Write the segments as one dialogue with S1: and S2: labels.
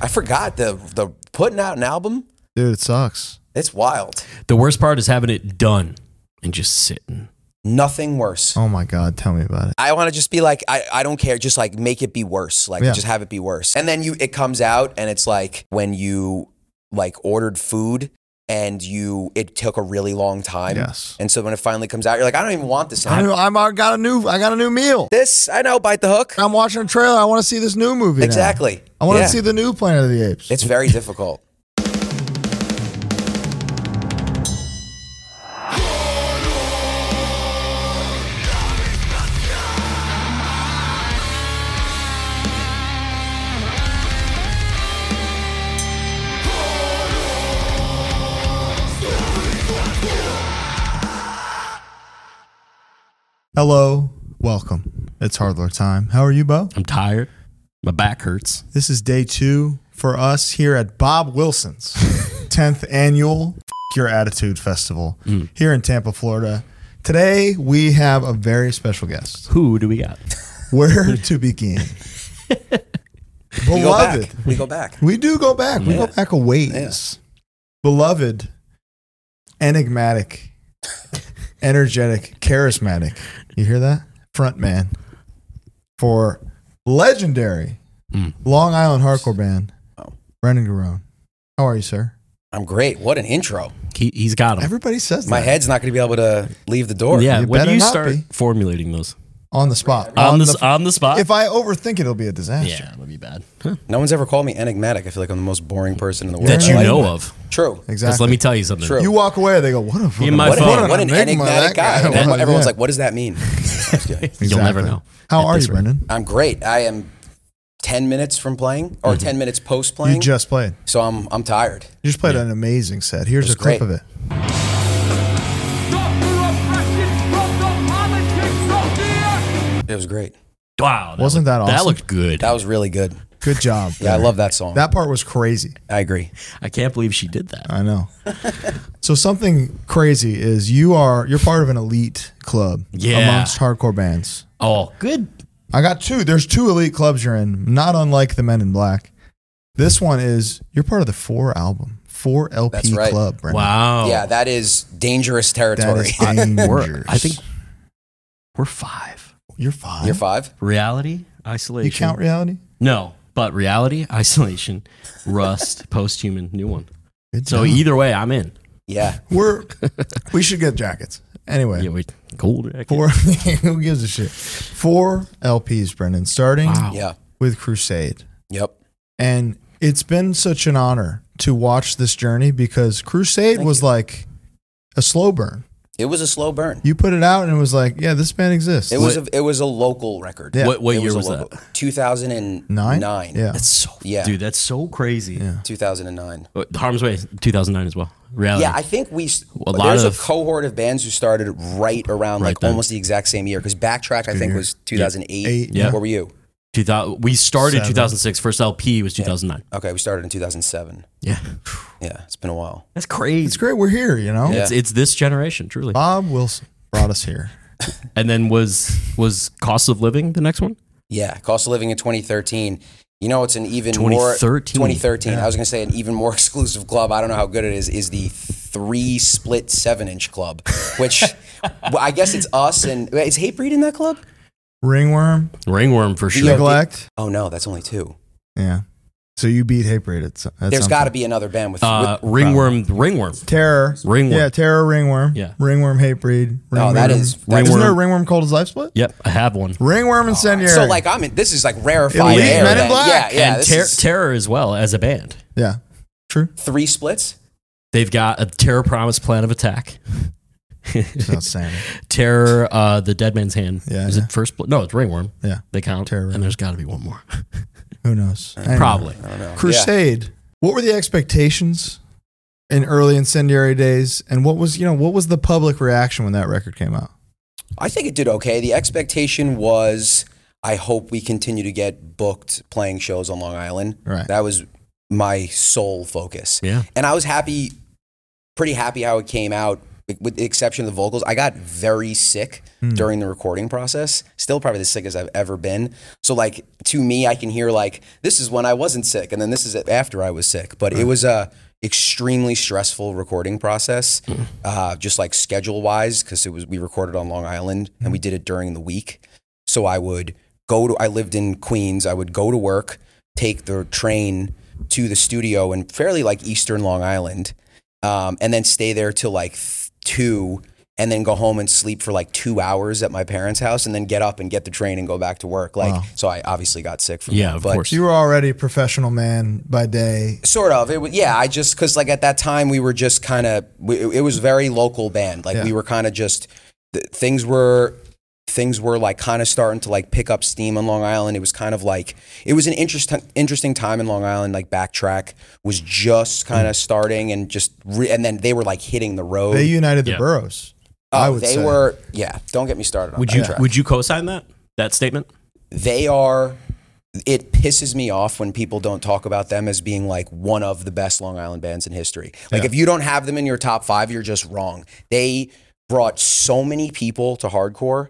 S1: I forgot the the putting out an album.
S2: Dude, it sucks.
S1: It's wild.
S3: The worst part is having it done and just sitting.
S1: Nothing worse.
S2: Oh my God, tell me about it.
S1: I want to just be like, I, I don't care. Just like make it be worse. Like
S2: Yeah.
S1: just have it be worse. And then you, it comes out and it's like when you like ordered food and you, it took a really long time.
S2: Yes.
S1: And so when it finally comes out, you're like, I don't even want this.
S2: I
S1: now.
S2: know. I'm, I got a new. I got a new meal.
S1: This, I know, bite the hook.
S2: I'm watching a trailer. I want to see this new movie. now.
S1: Exactly.
S2: I want
S1: Yeah.
S2: to see the new Planet of the Apes.
S1: It's very difficult.
S2: Hello, welcome. It's Hardler time. How are you, Bo?
S3: I'm tired. My back hurts.
S2: This is day two for us here at Bob Wilson's 10th annual F- Your Attitude Festival
S1: Hmm.
S2: here in Tampa, Florida. Today we have a very special guest.
S3: Who do we got?
S2: Where to begin?
S1: We go
S2: Beloved.
S1: back. We go back.
S2: We do go back. We go back a ways. Beloved, enigmatic, energetic, charismatic. You hear that? Front man for legendary
S3: Mm.
S2: Long Island hardcore band,
S1: Oh.
S2: Brendan Garone. How are you, sir?
S1: I'm great. What an intro.
S3: He, he's got him.
S2: Everybody says
S1: My
S2: that.
S1: head's not going to be able to leave the door.
S3: yeah.
S2: You
S3: When
S2: better
S3: do you
S2: not
S3: start
S2: be.
S3: formulating those?
S2: on the spot.
S3: On, the,
S2: the-
S3: on the spot.
S2: if I overthink it, it'll be a disaster.
S3: yeah, it would be bad.
S1: No one's ever called me enigmatic. I feel like I'm the most boring person in the world.
S3: That you
S1: Like,
S3: know of.
S1: True.
S2: Exactly.
S3: Because let me tell you something.
S1: True.
S2: you walk away, they go, "What a fucking-
S3: my
S1: What,
S3: phone.
S1: an, what an enigmatic
S2: that
S1: guy. And
S2: was,
S1: everyone's
S2: yeah.
S1: like, what does that mean?
S3: You'll never
S2: Exactly.
S3: know.
S2: How
S3: At
S2: are
S3: this
S2: you,
S3: rate.
S2: Brendan?
S1: I'm great. I am 10 minutes from playing or 10 minutes post
S2: You
S1: playing.
S2: just played.
S1: so I'm, I'm tired.
S2: You just played an amazing set. Here's
S1: was
S2: a
S1: great.
S2: clip of it.
S1: It was great.
S3: Wow. that
S2: Wasn't
S3: looked-
S2: that
S3: That
S2: awesome?
S3: looked good.
S1: That was really good.
S2: Good job.
S1: Yeah, I
S2: Barry.
S1: love that song.
S2: That part was crazy.
S1: I agree.
S3: I can't believe she did that.
S2: I know. so something crazy is you are you're part of an elite club
S3: Yeah.
S2: amongst hardcore bands.
S3: Oh, good.
S2: I got two. There's two elite clubs you're in, not unlike the Men in Black. This one is you're part of the four album, four LP
S1: That's right.
S2: club. Brendan.
S3: Wow.
S1: Yeah, that is dangerous
S2: that
S1: territory.
S2: is dangerous.
S3: I think- We're five.
S2: you're five.
S1: You're five?
S3: Reality,
S2: You
S3: isolation.
S2: count reality.
S3: No, but reality, isolation, rust, post human, new one.
S2: Good
S3: So
S2: job.
S3: either way, I'm in.
S1: Yeah.
S2: we're we should get jackets anyway.
S3: Yeah, we cold.
S2: Four. who gives a shit? Four LPs, Brendan. Starting
S3: Wow.
S1: Yeah.
S2: with Crusade.
S1: Yep.
S2: And it's been such an honor to watch this journey because Crusade
S1: Thank
S2: was
S1: you.
S2: like a slow burn.
S1: It was a slow burn.
S2: You put it out and it was like, yeah, this band exists.
S1: It was a, it was a local record.
S2: Yeah.
S3: What what
S1: It
S3: year
S1: a
S3: was,
S1: local-
S3: that?
S1: 2009.
S2: nine. Yeah.
S3: That's so
S1: Yeah.
S3: dude. That's so crazy.
S2: Yeah.
S1: 2009.
S3: Uh, Harm's Way, 2009 as well. Reality.
S1: Yeah, I think we.
S3: Uh, A lot
S1: there's
S3: of-
S1: a cohort of bands who started right around like
S3: Right then.
S1: almost the exact same year because Backtrack I think was 2008.
S2: Eight, yeah.
S1: Where were you?
S3: 2000 we started
S2: Seven.
S3: 2006. First LP was 2009.
S1: Okay, we started in 2007.
S3: Yeah,
S1: Yeah, it's been a while.
S3: that's crazy.
S2: It's great. We're here, you know?
S3: It's it's this generation truly.
S2: Bob Wilson brought us here.
S3: And then was was Cost of Living the next one?
S1: Yeah, cost of living in 2013. You know, it's an even more
S3: 2013.
S1: 2013. I was going to say an even more exclusive club. I don't know how good it is. Is the three split seven inch club, which well, I guess it's us and wait, is Hatebreed in that club?
S2: Ringworm,
S3: Ringworm for sure.
S2: Neglect.
S1: Oh no, that's only two.
S2: Yeah. So you beat Hatebreed at, some- at
S1: There's
S2: some
S1: got to
S2: point.
S1: be another band with.
S3: Uh,
S1: with
S3: ringworm, ringworm.
S2: Terror.
S3: Ringworm.
S2: Yeah, Terror, Ringworm.
S3: Yeah.
S2: Ringworm, Hatebreed.
S1: No, that is- that
S2: Ringworm.
S3: is-
S2: Isn't there a Ringworm Cold as Life split?
S3: Yep, I have one.
S2: Ringworm Incendiary.
S1: Oh, so like I'm in. This is like rarefied
S2: Elite
S1: air.
S2: Men in
S1: then.
S2: Black.
S1: Yeah, yeah.
S3: and
S1: this
S3: ter-
S1: is
S3: Terror as well as a band.
S2: yeah. True.
S1: three splits.
S3: They've got a Terror Promise Plan of Attack.
S2: It's outstanding.
S3: Terror, uh, the Dead Man's Hand.
S2: Yeah,
S3: is
S2: yeah.
S3: it first? Bl- no, it's Ringworm.
S2: Yeah.
S3: They count.
S2: Terror Ringworm.
S3: And there's got to be one more.
S2: Who knows? Anyway.
S3: Probably.
S1: I don't know.
S2: Crusade. What were the expectations in early incendiary days, and what was you know what was the public reaction when that record came out?
S1: I think it did okay. The expectation was I hope we continue to get booked playing shows on Long Island.
S2: Right.
S1: That was my sole focus.
S3: Yeah.
S1: And I was happy, pretty happy how it came out. with the exception of the vocals, I got very sick
S2: Hmm.
S1: during the recording process. Still probably the sickest I've ever been. So like to me, I can hear like this is when I wasn't sick, and then this is after I was sick. But it was a extremely stressful recording process, uh, just like schedule wise, because it was we recorded on Long Island and we did it during the week. So I would go to I lived in Queens. I would go to work, take the train to the studio in fairly like Eastern Long Island, um, and then stay there till like th- two, and then go home and sleep for like two hours at my parents' house, and then get up and get the train and go back to work. Like so, I obviously got sick from
S3: Yeah,
S1: that,
S3: of
S1: but
S3: course.
S2: You were already a professional man by day.
S1: Sort of. It was, yeah, I just because like at that time we were just kind of it it was very local band. Like
S2: Yeah.
S1: we were kind of just th- things were things were like kind of starting to like pick up steam on Long Island. It was kind of like it was an interesting interesting time in Long Island. Like Backtrack was just kind of starting and just re- and then they were like hitting the road.
S2: Mm. They united the
S3: Yeah.
S2: boroughs.
S1: Oh,
S2: I would
S1: they
S2: say.
S1: were yeah. Don't get me started. On
S3: Would you
S1: Backtrack.
S3: would you co-sign that that statement?
S1: they are it pisses me off when people don't talk about them as being like one of the best Long Island bands in history. Like
S2: Yeah.
S1: if you don't have them in your top 5, you're just wrong. They brought so many people to hardcore.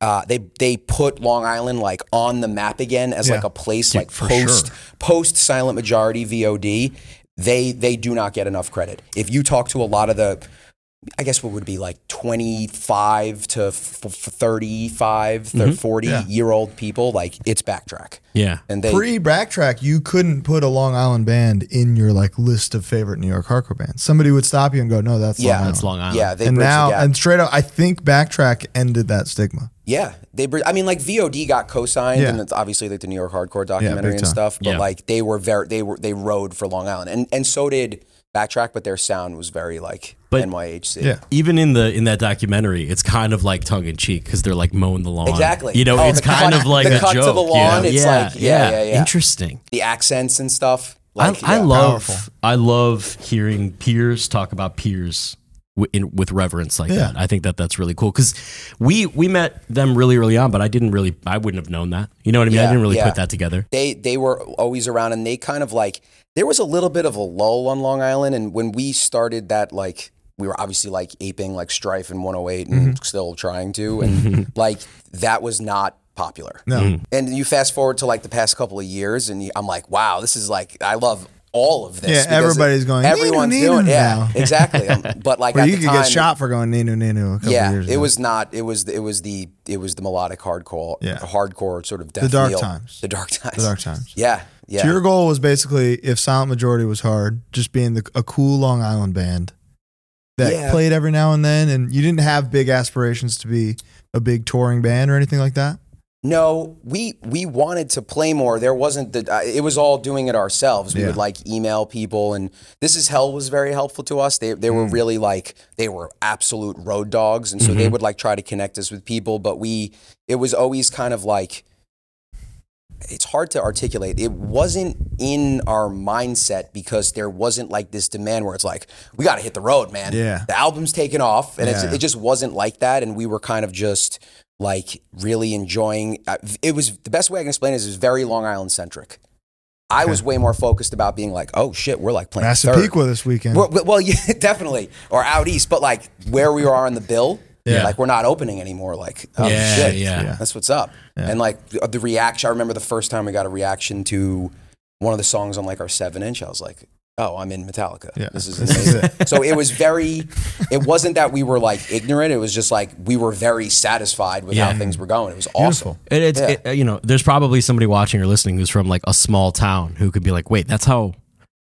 S1: Uh, they they put Long Island like on the map again as like
S2: Yeah.
S1: a place
S3: Yeah,
S1: like
S3: for
S1: post
S3: sure.
S1: post silent majority VOD. They they do not get enough credit. If you talk to a lot of the I guess what would be like 25 to f- f- 35, thir- 40
S2: Mm-hmm. Yeah.
S1: year old people, like it's backtrack.
S3: Yeah.
S1: And they,
S2: Pre backtrack, you couldn't put a Long Island band in your like list of favorite New York hardcore bands. Somebody would stop you and go, "No, that's
S1: Yeah.
S2: Long Island."
S3: That's Long Island.
S1: yeah, they
S2: and
S1: bridge
S2: now,
S1: the gap.
S2: and straight up, I think backtrack ended that stigma.
S1: yeah, they, bri- I mean, like VOD got co signed,
S2: Yeah.
S1: and it's obviously like the New York hardcore documentary
S2: big
S1: and
S2: time.
S1: stuff, but
S3: Yeah.
S1: like they were very, they were, they rode for Long Island. And, and so did Backtrack, but their sound was very like
S3: But-
S1: NYHC.
S2: Yeah.
S3: Even in the in that documentary, it's kind of like tongue in cheek because they're like mowing the lawn.
S1: Exactly.
S3: You know,
S1: Oh,
S3: it's
S1: the
S3: kind
S1: cut-
S3: of like
S1: the
S3: a
S1: cut to
S3: joke.
S1: the
S3: you
S1: lawn,
S3: know?
S1: it's like- yeah, yeah, yeah.
S3: Interesting.
S1: The accents and stuff.
S3: I,
S1: Like,
S3: I
S1: yeah.
S3: love
S2: Powerful.
S3: I love hearing peers talk about peers w- in, with reverence like
S2: Yeah.
S3: that. I think that that's really cool because we we met them really early on, but I didn't really I wouldn't have known that. You know what I mean? I
S1: Yeah,
S3: didn't really
S1: yeah.
S3: put that together.
S1: they they were always around and they kind of like there was a little bit of a lull on Long Island and when we started that like we were obviously like aping like strife and 108 and
S2: Mm-hmm.
S1: still trying to and like that was not popular. Mm-hmm.
S2: No. Mhm.
S1: And you fast forward to like the past couple of years and you, I'm like wow this is like I love all of this.
S2: Yeah,
S1: because
S2: everybody's going,
S1: Everyone's
S2: "Ninu,
S1: doing
S2: ninu,"
S1: yeah exactly. Um, but like
S2: Where
S1: at
S2: you
S1: the
S2: could
S1: time,
S2: get shot for going "Nino Nino" a couple
S1: yeah,
S2: years ago.
S1: it was not. It was. It was the. It was the melodic hardcore.
S2: Yeah.
S1: hardcore sort of death
S2: The dark
S1: knell.
S2: times.
S1: The dark times.
S2: the dark times.
S1: Yeah, yeah.
S2: So your goal was basically if Silent Majority was hard, just being the, a cool Long Island band that
S1: Yeah.
S2: played every now and then, and you didn't have big aspirations to be a big touring band or anything like that.
S1: No, we we wanted to play more. There wasn't the. Uh, it was all doing it ourselves. We
S2: Yeah.
S1: would like email people, and this is hell was very helpful to us. They they were
S2: Mm.
S1: really like they were absolute road dogs, and so
S2: Mm-hmm.
S1: they would like try to connect us with people. But we it was always kind of like it's hard to articulate. It wasn't in our mindset because there wasn't like this demand where it's like we got to hit the road, man.
S2: Yeah.
S1: the album's taken off, and it's,
S2: Yeah.
S1: it just wasn't like that. And we were kind of just like really enjoying. uh, It was the best way I can explain it is it was very Long Island centric. I was way more focused about being like, oh shit, we're like playing third.
S2: Massapequa this weekend.
S1: Well, well, well, yeah, definitely, or out east, but like where we are on the bill,
S3: Yeah.
S1: like we're not opening anymore. Like, oh
S3: Yeah,
S1: shit,
S3: yeah.
S2: Yeah.
S1: that's what's up. And like the, the reaction, I remember the first time we got a reaction to one of the songs on like our seven inch. I was like, oh, I'm in Metallica.
S2: Yeah,
S1: This is
S2: this is
S1: amazing. so it was very. It wasn't that we were like ignorant. It was just like we were very satisfied with how
S3: Yeah.
S1: things were going. It was
S2: Beautiful.
S1: awesome.
S3: And it's
S1: Yeah.
S3: it, uh, you know, there's probably somebody watching or listening who's from like a small town who could be like, wait, that's how.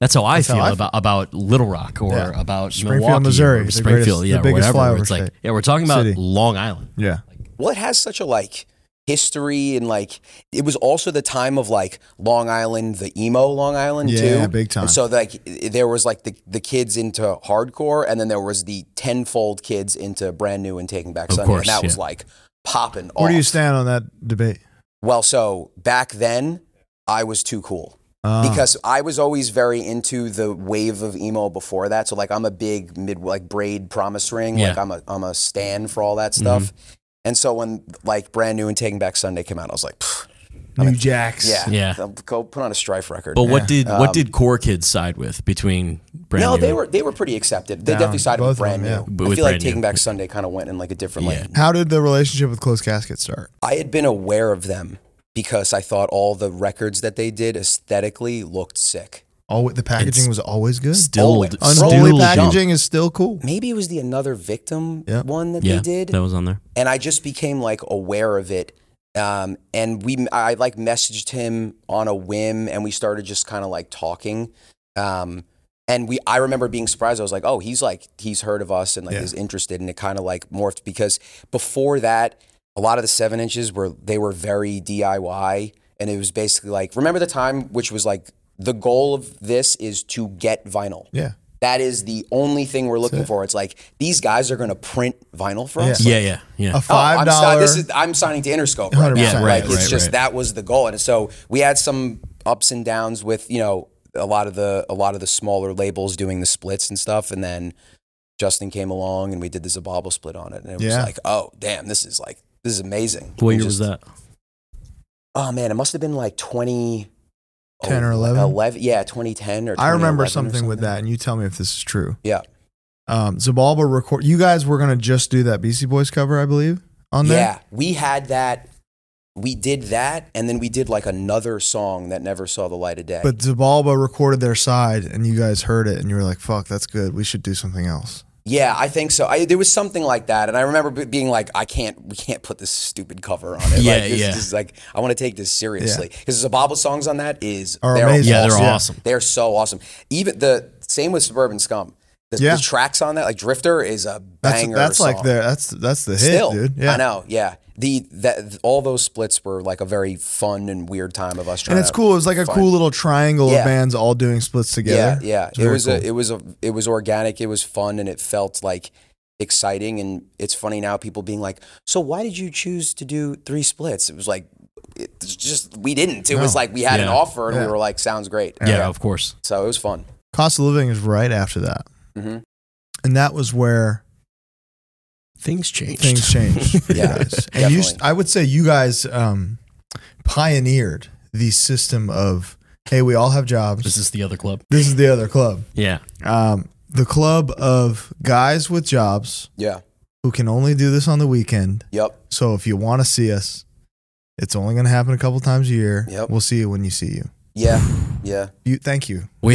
S3: That's how I
S2: That's how
S3: feel
S2: I feel.
S3: about about Little Rock or
S2: Yeah.
S3: about
S2: Springfield,
S3: Milwaukee
S2: Missouri,
S3: or
S2: the
S3: Springfield,
S2: greatest- the
S3: yeah, or
S2: biggest
S3: whatever. where
S2: flyover
S3: It's like,
S2: state.
S3: yeah, we're talking about
S2: City.
S3: Long Island.
S2: yeah,
S1: well, it has such a like history and like it was also the time of like Long Island, the emo Long Island too.
S2: Yeah, big time.
S1: And so like there was like the, the kids into hardcore and then there was the tenfold kids into brand new and taking back Sunday.
S3: course,
S1: and that was
S3: yeah.
S1: like popping off.
S2: where do you stand on that debate?
S1: Well, so back then I was too cool
S3: Ah.
S2: Uh,
S1: because I was always very into the wave of emo before that. So like I'm a big mid like braid promise ring. Like
S3: Yeah. Mm-hmm.
S1: I'm a I'm a stan for all that stuff. And so when like brand new and Taking Back Sunday came out, I was like, "Pfft,
S2: New Jacks.
S1: Yeah,
S3: Yeah.
S1: They'll Go put on a strife record.
S3: But what did
S2: Um,
S3: what did core kids side with between brand
S1: no,
S3: new?
S1: they were they were pretty accepted. They definitely sided
S2: both
S1: with
S2: of
S1: brand
S2: them,
S1: new.
S3: With
S1: I feel like
S3: Brand
S1: Taking
S3: New.
S1: Back Sunday kind of went in like a different lane.
S2: How did the relationship with Closed Casket start?
S1: I had been aware of them because I thought all the records that they did aesthetically looked sick.
S2: All the packaging was always good.
S3: still
S1: Always.
S3: still
S2: Unholy
S3: dumb.
S2: packaging is still cool.
S1: Maybe it was the Another Victim
S2: Yeah.
S1: one that
S3: Yeah,
S1: they did.
S3: that was on there.
S1: and I just became like aware of it. Um, and we, I like messaged him on a whim, and we started just kind of like talking. Um, and we, I remember being surprised. I was like, "Oh, he's like he's heard of us and like
S2: Yeah.
S1: is interested." And it kind of like morphed because before that, a lot of the seven inches were they were very DIY, and it was basically like remember the time which was like the goal of this is to get vinyl.
S2: Yeah.
S1: That is the only thing we're looking for. It's like these guys are going to print vinyl for us.
S3: Yeah, yeah, yeah.
S2: A
S1: Oh,
S2: five
S1: I'm, si-
S2: dollar.
S1: this is, I'm signing to Interscope. Right
S2: 100%.
S1: now.
S2: Yeah,
S3: right,
S1: Like, it's
S3: right,
S1: just
S3: right.
S1: that was the goal, and so we had some ups and downs with you know a lot of the a lot of the smaller labels doing the splits and stuff, and then Justin came along and we did the Zabobble split on it, and it
S2: Yeah.
S1: was like, oh damn, this is like this is amazing.
S3: what
S1: We
S3: year was
S1: just-
S3: that?
S1: Oh man, it must have been like 20.
S2: 10 or 11?
S1: 11 yeah 2010 or
S2: I
S1: 2011
S2: remember
S1: or
S2: something with that, and you tell me if this is true.
S1: yeah
S2: Um, Zabalba record. You guys were gonna just do that BC Boys cover, I believe, on there.
S1: Yeah, we had that. We did that, and then we did like another song that never saw the light of day.
S2: But Zabalba recorded their side, and you guys heard it, and you were like, "Fuck, that's good. We should do something else."
S1: yeah, I think so. I, there was something like that, and I remember be- being like, "I can't, we can't put this stupid cover on it."
S3: Yeah,
S1: like, this,
S3: yeah.
S1: This is like, I want to take this seriously because the Zababa songs on that is
S2: Are
S1: they're
S2: amazing.
S3: Yeah, they're
S2: Yeah.
S3: awesome.
S1: They're so awesome. Even the same with Suburban Scum. The,
S2: Yeah.
S1: the tracks on that, like Drifter, is a
S2: That's
S1: banger.
S2: that's like
S1: song.
S2: their that's that's the hit,
S1: Still,
S2: dude. Yeah,
S1: I know. Yeah, the that all those splits were like a very fun and weird time of us trying.
S2: and it's
S1: to
S2: cool. It was like a
S1: find-
S2: cool little triangle
S1: Uh, Yeah.
S2: of bands all doing splits together.
S1: Yeah, yeah. It
S2: It's very
S1: was
S2: cool.
S1: a, it was a, it was organic. It was fun, and it felt like exciting. And it's funny now, people being like, "So why did you choose to do three splits?" It was like, it's just we didn't. It was
S2: No.
S1: like we had an
S3: Yeah.
S1: offer, and
S2: Yeah.
S1: we were like, "Sounds great."
S3: Yeah, of course.
S1: So it was fun.
S2: Cost of Living is right after that,
S1: Mhm.
S2: and that was where
S3: Things changed.
S2: things changed. for
S1: Yeah,
S2: you guys. and you,
S1: definitely.
S2: I would say you guys um, pioneered the system of hey, we all have jobs.
S3: This is the other club.
S2: This is the other club.
S3: Yeah.
S2: Um, the club of guys with jobs
S1: Yeah.
S2: who can only do this on the weekend.
S1: Yep.
S2: So if you want to see us, it's only going to happen a couple times a year.
S1: Yep.
S2: We'll see you when you see you.
S1: Yeah. Yeah.
S2: You thank you.
S3: We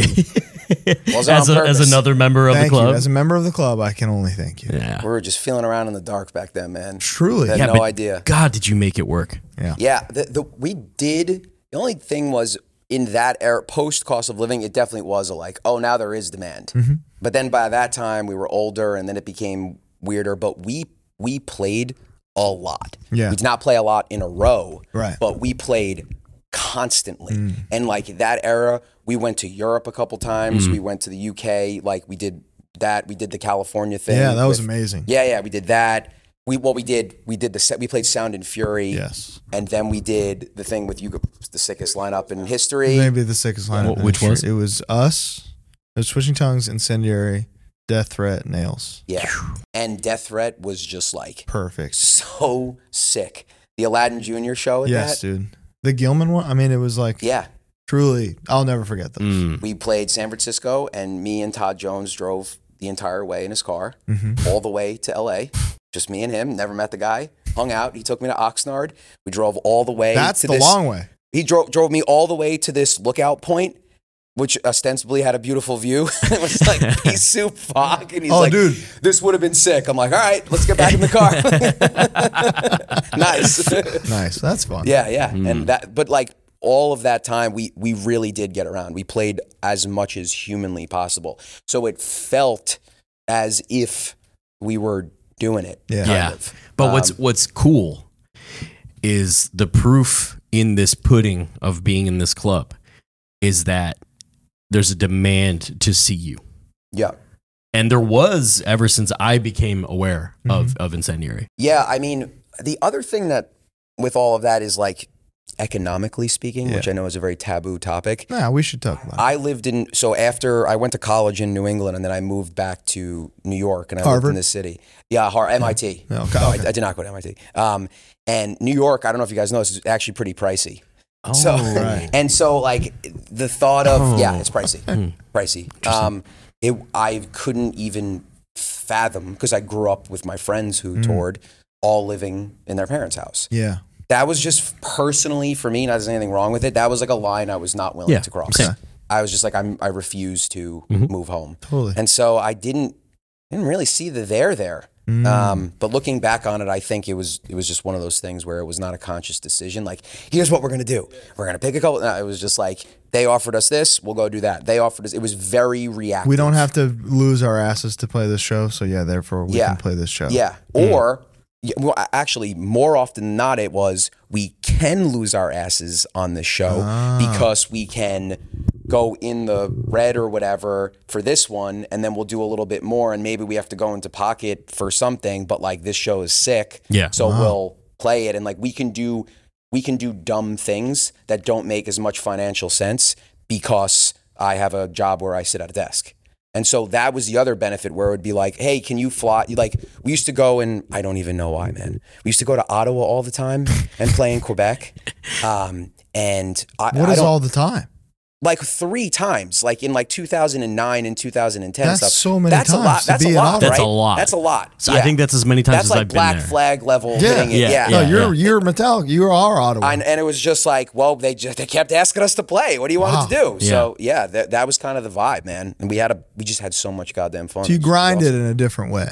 S1: Was it
S3: as,
S1: on
S3: a, as
S1: purpose?
S3: another member of
S2: thank
S3: the club.
S2: you. As a member of the club, I can only thank you.
S3: yeah.
S1: We were just feeling around in the dark back then, man.
S2: Truly.
S1: Had
S3: Yeah,
S1: no
S3: but-
S1: idea.
S3: God, did you make it work?
S1: Yeah, the, the we did. The only thing was in that era, post cost of living, it definitely was a like, oh, now there is demand.
S2: Mm-hmm.
S1: But then by that time, we were older, and then it became weirder. But we we played a lot.
S2: Yeah.
S1: we did not play a lot in a row.
S2: Right. Mm.
S1: but we played constantly, and like that era, we went to Europe a couple
S2: Mm.
S1: times. We went to the UK. Like we did that. We did the California thing.
S2: Yeah, that was
S1: with-
S2: amazing.
S1: Yeah, yeah, we did that. We what we did, we did the set. We played Sound and Fury
S2: Yes.
S1: and then we did the thing with you the sickest lineup in history
S2: Maybe the sickest line.
S3: Wh- which was?
S2: It was us. It was Switching Tongues, Incendiary, Death Threat, Nails.
S1: yeah and death threat was just like
S2: Perfect.
S1: so sick the aladdin junior show at
S2: Yes,
S1: that
S2: dude. The Gilman one. I mean, it was like
S1: yeah
S2: truly. I'll never forget those.
S3: Mm.
S1: we played san francisco and me and todd jones drove the entire way in his car
S2: Mhm.
S1: all the way to la just me and him never met the guy hung out he took me to oxnard we drove all the way
S2: That's
S1: to
S2: the
S1: this,
S2: long way.
S1: he drove drove me all the way to this lookout point which ostensibly had a beautiful view. it was like pea soup fog, and he's
S2: Oh,
S1: like,
S2: dude.
S1: this would have been sick." I'm like, "All right, let's get back in the car." nice,
S2: Nice. That's fun.
S1: yeah, yeah, and that. But like all of that time, we we really did get around. We played as much as humanly possible, so it felt as if we were doing it.
S2: Yeah.
S1: kind
S3: Yeah.
S1: of.
S3: But
S1: Um,
S3: what's what's cool is the proof in this pudding of being in this club is that there's a demand to see you.
S1: yeah.
S3: And there was ever since I became aware
S2: Mm-hmm.
S3: of, of incendiary.
S1: Yeah, I mean, the other thing that with all of that is like economically speaking, which I know is a very taboo topic.
S2: Nah, we should talk about it.
S1: I lived in so after I went to college in New England and then I moved back to New York and I lived
S2: Harvard?
S1: in this city. Yeah, Har- MIT.
S2: Yeah, okay,
S1: No, I-
S2: okay.
S1: I, did not go to MIT. Um, and New York, I don't know if you guys know, this is actually pretty pricey.
S3: Oh,
S1: So and so like the thought of yeah,
S3: Oh.
S1: it's pricey, pricey. Um, it I couldn't even fathom because I grew up with my friends who toured, all living in their parents' house.
S2: Yeah.
S1: That was just personally for me. Not there's anything wrong with it. That was like a line I was not willing
S3: Yeah,
S1: to cross.
S3: same.
S1: I was just like I'm. I refuse to move home.
S2: Mm-hmm. Totally.
S1: And so I didn't didn't really see the there there.
S2: Mm.
S1: Um, but looking back on it, I think it was it was just one of those things where it was not a conscious decision. Like, here's what we're gonna do. We're gonna pick a couple. No, it was just like they offered us this, we'll go do that. They offered us. It was very reactive.
S2: We don't have to lose our asses to play this show, so yeah, therefore we
S1: Yeah.
S2: can play this show.
S1: Yeah. Or yeah, well, a- actually, more often than not, it was we can lose our asses on this show because we can go in the red or whatever for this one, and then we'll do a little bit more, and maybe we have to go into pocket for something. But like this show is sick,
S3: Yeah.
S1: So we'll play it, and like we can do we can do dumb things that don't make as much financial sense because I have a job where I sit at a desk. And so that was the other benefit where it would be like, hey, can you fly? Like, we used to go and I don't even know why, man. We used to go to Ottawa all the time and play in Quebec. Um, and I,
S2: What
S1: I
S2: is
S1: don't-
S2: all the time?
S1: like three times, like in like 2009 and 2010.
S2: That's
S1: stuff.
S2: so many
S1: That's
S2: times
S1: a lot.
S2: to
S1: That's
S2: be
S1: a
S2: an
S1: lot.
S2: Ottawa.
S3: That's a
S1: right?
S3: lot.
S1: That's a lot.
S3: So I
S1: Yeah.
S3: think that's as many times
S1: that's
S3: as
S1: like
S3: I've been
S1: black
S3: there.
S1: flag level
S2: Yeah.
S1: thing.
S3: Yeah.
S2: no,
S3: Yeah.
S2: you're you're metallic. You are Ottawa.
S1: And, and it was just like, well, they just they kept asking us to play. What do you want us to do? So yeah, that, that was kind of the vibe, man. And we had a we just had so much goddamn fun.
S2: so you
S1: It was
S2: grind
S1: awesome.
S2: it in a different way,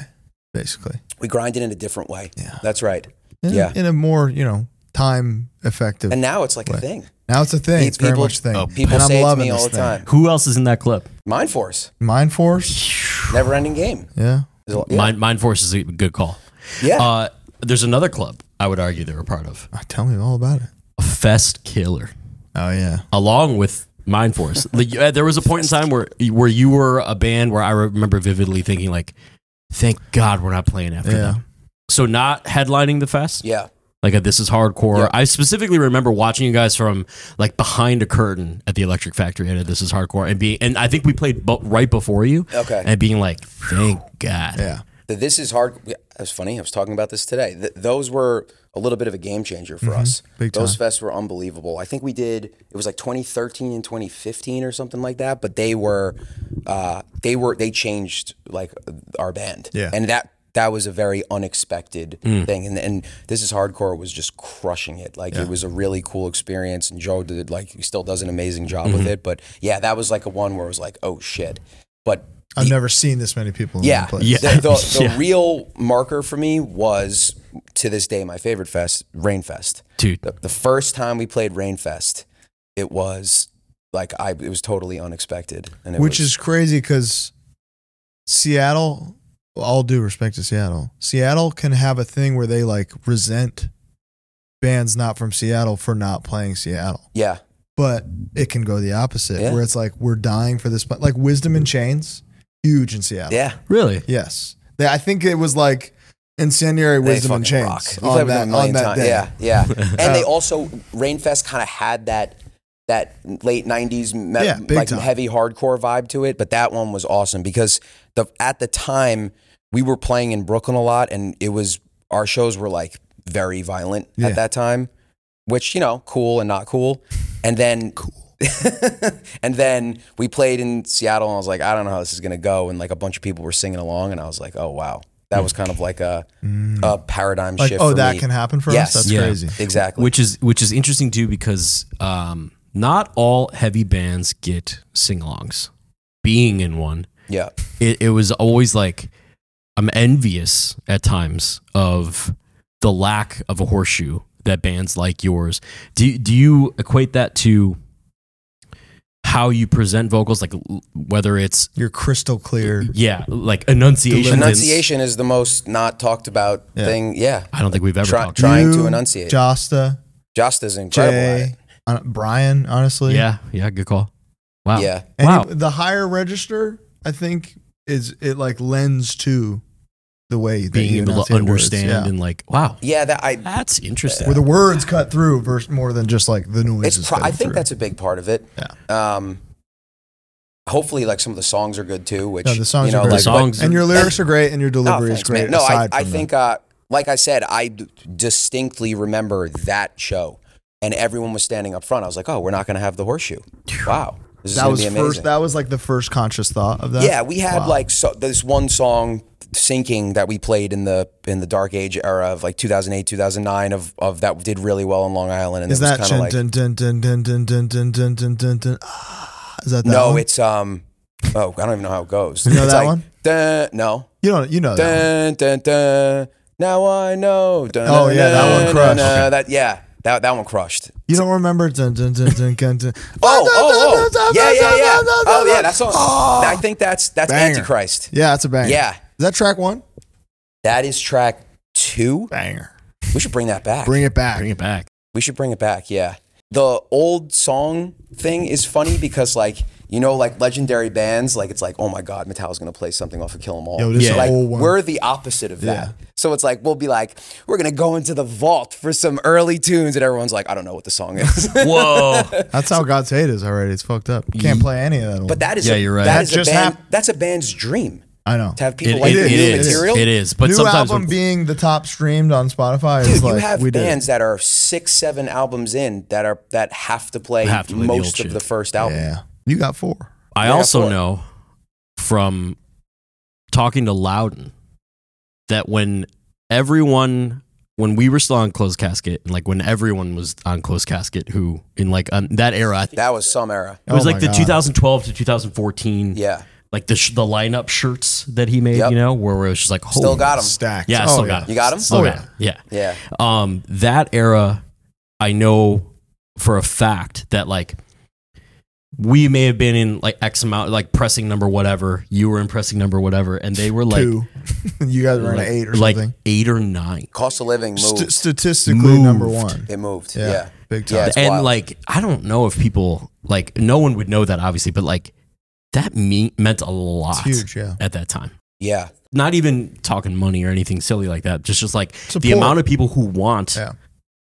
S2: basically.
S1: We grind it in a different way.
S2: Yeah.
S1: That's right.
S2: In,
S1: Yeah.
S2: In a more, you know, time effective.
S1: And now it's like a thing.
S2: now it's a thing.
S1: Pe-
S2: It's very
S1: people-
S2: much a thing.
S3: oh,
S1: People
S2: and I'm
S1: say it to
S2: loving
S1: me
S2: this
S1: all the
S2: thing.
S1: time.
S3: Who else is in that club?
S1: Mind Force,
S2: Mind Force.
S1: never ending game.
S2: Yeah.
S1: There's a- Yeah.
S3: Mind, Mind Force is a good call.
S1: yeah.
S3: Uh, there's another club I would argue they're a part of.
S2: Oh, tell me all about it.
S3: Fest Killer,
S2: Oh yeah.
S3: along with Mind Force. Like, uh, there was a point in time where where you were a band where I remember vividly thinking like, "Thank God we're not playing after
S2: Yeah.
S3: them." So not headlining the fest,
S1: yeah.
S3: like a, this is hardcore.
S1: Yeah.
S3: I specifically remember watching you guys from like behind a curtain at the Electric Factory at a this is hardcore, and being and I think we played bo- right before you,
S1: Okay.
S3: and being like, "Thank God."
S2: Yeah.
S1: The, this is hard. yeah, It was funny. I was talking about this today. Th- those were a little bit of a game changer for us.
S2: Mm-hmm. Big
S1: Those fests were unbelievable. I think we did. It was like 2013 and 2015 or something like that. But they were, uh, they were, they changed like our band.
S2: Yeah. Mm.
S1: And that that was a very unexpected thing. And and this is hardcore was just crushing it. Like it was a really cool experience. And Joe did like he still does an amazing job
S2: Mm-hmm.
S1: with it. But yeah, that was like a one where it was like, oh shit. But
S2: I've never seen this many people in
S1: yeah.
S2: one place.
S3: Yeah.
S1: The, the, the
S3: Yeah.
S1: real marker for me was to this day my favorite fest, Rainfest.
S3: Dude,
S1: The, the first time we played Rainfest, it was like I it was totally unexpected, and it
S2: Which
S1: was-
S2: is crazy because Seattle, all due respect to Seattle, Seattle can have a thing where they like resent bands not from Seattle for not playing Seattle.
S1: yeah,
S2: But it can go the opposite
S1: Yeah.
S2: where it's like, we're dying for this. pla- Like Wisdom in Chains, huge in Seattle.
S1: yeah.
S3: really?
S2: Yes. They, I think it was like Incendiary
S1: They
S2: Wisdom
S1: fucking
S2: in Chains
S1: rock. We
S2: on
S1: played with
S2: that,
S1: them a million
S2: on that
S1: times.
S2: day.
S1: Yeah, yeah. and they also Rainfest kind of had that that late '90s me-
S2: Yeah, big
S1: like
S2: time.
S1: heavy hardcore vibe to it. But that one was awesome because the at the time we were playing in Brooklyn a lot, and it was our shows were like very violent
S2: Yeah.
S1: at that time, which you know, cool and not cool. And then and then we played in Seattle, and I was like, I don't know how this is gonna go. And like a bunch of people were singing along, and I was like, oh wow, that was kind of like a
S2: Mm.
S1: a paradigm
S2: Like,
S1: shift.
S2: oh,
S1: Um, for
S2: that
S1: me.
S2: can happen for
S1: Yes.
S2: us? That's
S3: Yeah.
S2: crazy.
S1: exactly.
S3: which is which is interesting too because um, not all heavy bands get sing-alongs. Being in one,
S1: yeah,
S3: it, it was always like I'm envious at times of the lack of a horseshoe that bands like yours. Do do you equate that to how you present vocals, like l- whether it's
S2: You're crystal clear.
S3: yeah, like enunciation?
S1: enunciation is the most not talked about
S2: Yeah.
S1: thing. Yeah,
S3: I don't think we've ever
S1: Try-
S3: talked.
S1: trying to
S2: You,
S1: enunciate.
S2: Josta.
S1: Josta's incredible. at
S2: Jay,
S1: it.
S2: uh, Brian, honestly.
S3: Yeah, yeah, good call. Wow.
S1: Yeah,
S2: And
S3: Wow.
S2: he- the higher register, I think, is it like lends to the way that
S3: Being
S2: you
S3: able to
S2: enunciate words,
S3: understand
S2: yeah.
S3: and like, wow,
S1: yeah. That I.
S3: that's interesting.
S2: where the words cut through versus more than just like the noise.
S1: It's. Pro- I think that's a big part of it. Yeah. Um. Hopefully, like some of the songs are good too. Which
S2: no, the songs
S1: you know,
S2: are
S1: like
S2: great.
S3: The songs
S2: and your lyrics are great, and your
S1: Oh,
S2: delivery is
S1: thanks,
S2: great.
S1: man. No, I,
S2: aside
S1: I
S2: from
S1: think, uh, like I said, I d- distinctly remember that show and everyone was standing up front. I was like, oh, we're not going to have the horseshoe. Wow. This is
S2: That
S1: gonna
S2: was
S1: be amazing.
S2: first. That was like the first conscious thought of that.
S1: Yeah, we had
S2: Wow.
S1: like so, this one song "Sinking" that we played in the in the Dark Age era of like 2008, 2009 of of that did really well in Long Island, and
S2: Is
S1: it was
S2: that
S1: kind of
S2: dun,
S1: like
S2: dun, dun, dun, dun, dun, dun, dun, dun, dun, dun, dun. Ah, Is that that
S1: no,
S2: one?
S1: it's um oh I don't even know how it goes.
S2: You know
S1: it's
S2: that
S1: like,
S2: one?
S1: Dun, no,
S2: you don't you know that.
S1: dun, dun, dun, now I know. Dun,
S2: Oh, yeah, that one crushed. Ah,
S1: dun, that yeah, that that one crushed.
S2: one. You don't remember dun, dun, dun, dun, dun, dun.
S1: Oh, oh, oh, yeah, yeah, yeah. Oh, yeah, that's all. I think that's that's
S2: Ah. Banger.
S1: Antichrist.
S2: Yeah, that's a banger.
S1: Yeah.
S2: Is that track one?
S1: That is track two.
S2: Banger.
S1: We should bring that back.
S2: Bring it back.
S3: Bring it back.
S1: We should bring it back, yeah. The old song thing is funny because like you know, like legendary bands, like it's like, oh my god, Metallica's gonna play something off of Kill 'Em All.
S2: Yo, this
S3: Yeah.
S2: yeah.
S1: like
S2: old one.
S1: we're the opposite of that.
S2: Yeah.
S1: So it's like we'll be like, we're gonna go into the vault for some early tunes, and everyone's like, I don't know what the song is.
S3: Whoa.
S2: That's how God's hate is already. It's fucked up. Can't play any of that. Old.
S1: but that is
S3: Yeah,
S1: a,
S3: you're right.
S1: That
S2: That
S1: is
S2: just
S1: a band.
S2: hap-
S1: that's a band's dream
S2: I know.
S1: to have
S3: It,
S1: people like
S3: it,
S1: new
S3: it is.
S1: material.
S3: It is. But
S2: New
S3: sometimes
S2: album
S3: when-
S2: being the top streamed on Spotify
S1: Dude,
S2: is like
S1: you have
S2: we did.
S1: bands that are six, seven albums in that are that have to play
S3: Have to play the old
S1: most of
S3: shit.
S1: the first album.
S2: Yeah, you got four.
S3: I
S1: Yeah,
S3: also
S1: four.
S3: know from talking to Loudon that when everyone, when we were still on closed casket, and like when everyone was on closed casket, who in like um, that era, I think
S1: That was some era.
S3: it was
S2: Oh
S3: like
S2: my
S3: the
S2: God.
S3: 2012 to 2014,
S1: Yeah.
S3: like the sh- the lineup shirts that he made,
S1: Yep.
S3: you know, where it was just like holy
S1: Still got 'em.
S2: Stacked.
S3: Yeah, I still got 'em.
S1: You got him?
S3: Still
S2: Oh,
S3: got 'em. yeah.
S1: Yeah.
S3: um that era i know for a fact that like we may have been in like x amount like pressing number whatever you were in pressing number whatever and they were like
S2: Two. you guys were in
S3: like,
S2: an eight or
S3: like
S2: something.
S3: eight or nine
S1: Cost of living moved.
S2: St- statistically,
S3: Moved.
S2: number one.
S1: it moved.
S2: Yeah,
S1: Yeah.
S2: big
S1: Yeah,
S2: time.
S1: it's
S3: and
S1: wild.
S3: like i don't know if people like no one would know that obviously but like that me- meant a lot
S2: It's huge, yeah.
S3: at that time
S1: yeah.
S3: not even talking money or anything silly like that just just like the
S2: Support.
S3: amount of people who want
S2: Yeah.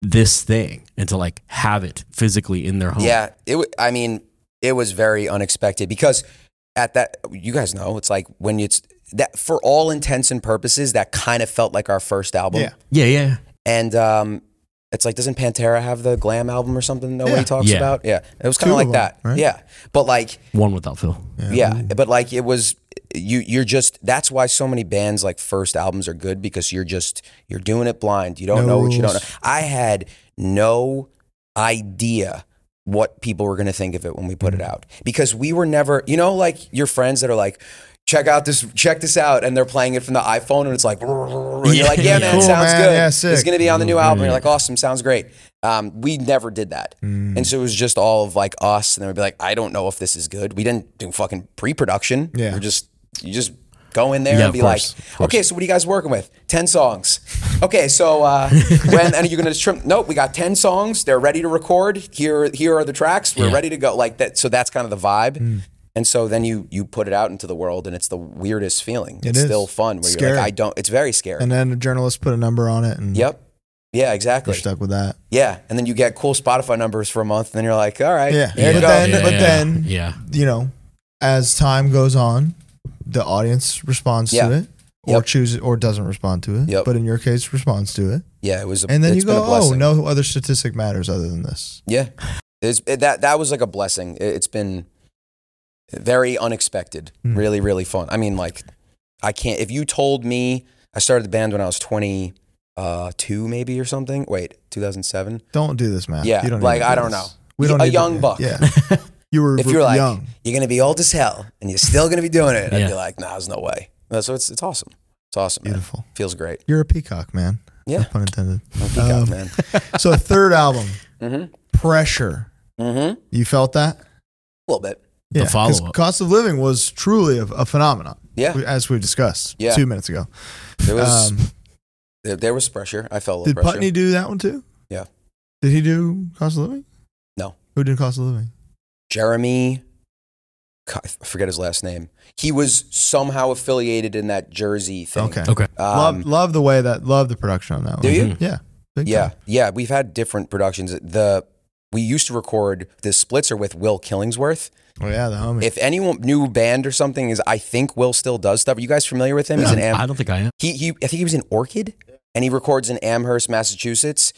S3: this thing and to like have it physically in their home
S1: Yeah. It. wa- I mean, it was very unexpected because at that, you guys know, it's like when it's that for all intents and purposes, that kind of felt like our first album.
S2: Yeah.
S3: yeah yeah
S1: And um, it's like, doesn't Pantera have the glam album or something nobody
S2: Yeah.
S1: talks
S3: Yeah.
S1: about? Yeah. It was kind
S2: Two
S1: of like
S2: of 'em,
S1: that.
S2: right?
S1: Yeah. But like,
S3: one without phil
S1: yeah. But like, it was. You you're just that's why so many bands like first albums are good because you're just you're doing it blind. You don't know what you don't know.
S2: Nose.
S1: I had no idea what people were going to think of it when we
S2: Mm.
S1: put it out because we were never, you know, like your friends that are like, check out this, check this out, and they're playing it from the iPhone, and it's like, and you're like, yeah,
S3: Yeah.
S1: man,
S2: Cool,
S1: sounds
S2: man.
S1: good.
S2: Yeah,
S1: it's
S2: sick."
S1: going to be on the new album. You're like, awesome, sounds great. Um, we never did that, and so it was just all of like us, and then we'd be like, I don't know if this is good. We didn't do fucking pre-production.
S2: Yeah.
S1: we're just you just go in there
S3: Yeah,
S1: and
S3: of
S1: be
S3: course, of
S1: like,
S3: course.
S1: okay, so what are you guys working with? Ten songs. Okay, so uh, when and you're gonna trim? Nope, we got ten songs. They're ready to record. Here, here are the tracks. We're
S3: Yeah.
S1: ready to go. Like that. So that's kind of the vibe. And so then you you put it out into the world, and it's the weirdest feeling.
S2: It
S1: it's
S2: is.
S1: still fun. Where
S2: Scary.
S1: you're like, I don't. It's very scary.
S2: And then a journalist put a number on it, and
S1: yep. Yeah,
S2: we're
S1: exactly.
S2: stuck with that.
S1: Yeah, and then you get cool Spotify numbers for a month, and then you're like, all right,
S2: Yeah.
S1: there you
S2: But
S1: go.
S2: then- but then-
S3: yeah
S2: You know, as time goes on, the audience responds
S1: Yeah.
S2: to it, or
S1: Yep.
S2: chooses, or doesn't respond to it.
S1: Yep.
S2: But in your case, responds to it,
S1: yeah, it was. A,
S2: and then
S1: it's
S2: you
S1: been
S2: go,
S1: a
S2: "Oh,
S1: blessing.
S2: no other statistic matters other than this."
S1: Yeah, it's, it, that that was like a blessing. It, it's been very unexpected,
S2: Mm.
S1: really, really fun. I mean, like I can't. If you told me I started the band when I was twenty uh, two, maybe or something. Wait, two thousand seven.
S2: Don't do this, man.
S1: Yeah,
S2: You don't need
S1: like,
S2: to
S1: I
S2: do
S1: don't
S2: this.
S1: know.
S2: We
S1: Y-
S2: don't
S1: a
S2: need to-
S1: young buck.
S2: Yeah, you were
S1: If you're like
S2: young.
S1: you're gonna be old as hell, and you're still gonna be doing it, I'd
S3: Yeah.
S1: be like, nah, there's no way. No, So it's it's awesome. It's awesome. Man.
S2: Beautiful.
S1: Feels great.
S2: You're a peacock, man.
S1: Yeah.
S2: No pun intended.
S1: I'm a peacock,
S2: Um,
S1: man.
S2: So, third album,
S1: Mm-hmm.
S2: pressure.
S1: Mm-hmm.
S2: You felt that?
S1: A little bit.
S3: The
S2: 'cause
S3: follow-up.
S2: Cost of living was truly a, a phenomenon,
S1: Yeah.
S2: we- as we discussed
S1: Yeah.
S2: two minutes ago.
S1: There was
S2: Um,
S1: there, there was pressure. I felt a little
S2: did
S1: pressure.
S2: Putney do that one too?
S1: Yeah.
S2: Did he do cost of living?
S1: No.
S2: Who did cost of living?
S1: Jeremy, God, I forget his last name. He was somehow affiliated in that Jersey thing.
S2: Okay.
S3: Okay.
S2: love,
S1: Um,
S2: love the way that, love the production on that one.
S1: do you?
S3: Mhm.
S2: Yeah. Big
S1: Yeah,
S2: time.
S1: yeah. We've had different productions. The we used to record the splitzer with Will Killingsworth.
S2: Oh, yeah, the homie.
S1: If anyone new band or something is, I think Will still does stuff. Are you guys familiar with him? He's an
S3: I'm-
S1: am-
S3: I don't think I am.
S1: he he. I think he was in Orchid, and he records in Amherst, Massachusetts.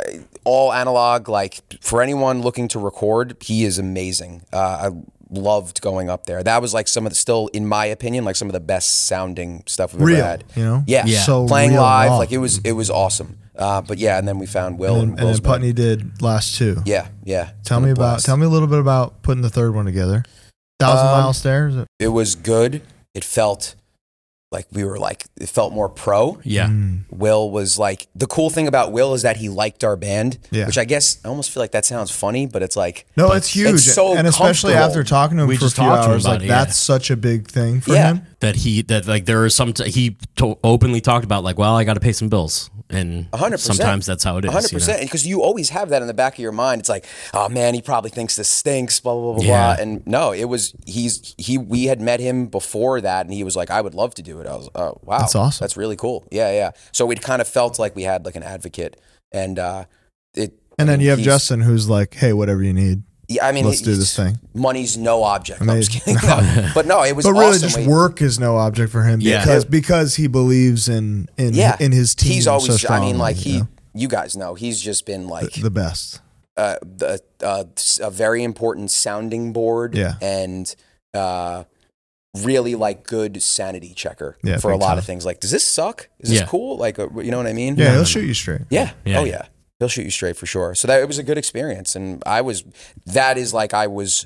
S1: Uh, all analog. Like for anyone looking to record, he is amazing. Uh, I loved going up there. That was like some of the still, in my opinion, like some of the best sounding stuff we've
S2: real,
S1: ever had.
S2: you know.
S1: Yeah,
S3: Yeah.
S2: So
S1: playing
S2: real
S1: live,
S2: raw.
S1: like it was it was awesome. Uh, but yeah, and then we found Will and,
S2: and, and
S1: Will
S2: then
S1: Smith.
S2: Putney did last two.
S1: Yeah, yeah. It's
S2: Tell
S1: been
S2: me
S1: a
S2: about.
S1: blast.
S2: Tell me a little bit about putting the third one together. Thousand
S1: Um,
S2: mile stairs.
S1: It was good. It felt like we were like it felt more pro.
S3: Yeah.
S2: Mm.
S1: Will was like the cool thing about Will is that he liked our band,
S2: Yeah.
S1: which I guess I almost feel like that sounds funny, but it's like
S2: No, it's huge,
S1: so
S2: and especially
S1: comfortable.
S2: after talking to him
S3: We
S2: for a
S3: just
S2: few
S3: talked to him
S2: hours,
S3: about
S2: like
S3: it, yeah.
S2: that's such a big thing for
S1: Yeah.
S2: him.
S3: That he that like there are some t- he to- openly talked about like well I got to pay some bills and
S1: A hundred percent.
S3: sometimes that's how it is.
S1: hundred
S3: you know?
S1: percent because you always have that in the back of your mind. It's like, oh man, he probably thinks this stinks, blah blah blah
S3: Yeah.
S1: blah. And no, it was he's he we had met him before that, and he was like, I would love to do it. I was, oh wow,
S2: That's awesome.
S1: That's really cool. Yeah, yeah. So we'd kind of felt like we had like an advocate, and uh it.
S2: And
S1: I
S2: then
S1: mean,
S2: you have
S1: he's-
S2: Justin, who's like, "Hey, whatever you need,
S1: Yeah, I mean,
S2: let's
S1: he-
S2: do
S1: he's-
S2: this thing."
S1: Money's no object. No, I'm just
S2: Amazing.
S1: kidding. No. But no, it was.
S2: But really,
S1: awesome.
S2: just
S1: We-
S2: work is no object for him
S3: Yeah.
S2: because because he believes in in
S1: Yeah,
S2: in his team.
S1: He's
S2: so
S1: always. I
S2: strongly,
S1: mean, like
S2: you
S1: he.
S2: know?
S1: You guys know he's just been like
S2: the best.
S1: uh, the, uh, a very important sounding board
S2: Yeah.
S1: and uh, really like good sanity checker
S2: Yeah,
S1: for a
S2: big
S1: lot
S2: time.
S1: of things. Like, does this suck? Is this
S3: Yeah.
S1: cool? Like, uh, you know what I mean?
S2: Yeah,
S3: No,
S2: he'll
S3: no,
S2: shoot you straight.
S1: Yeah.
S3: Yeah,
S1: oh
S3: yeah.
S1: yeah. He'll shoot you straight for sure. So that it was a good experience, and I was that is like I was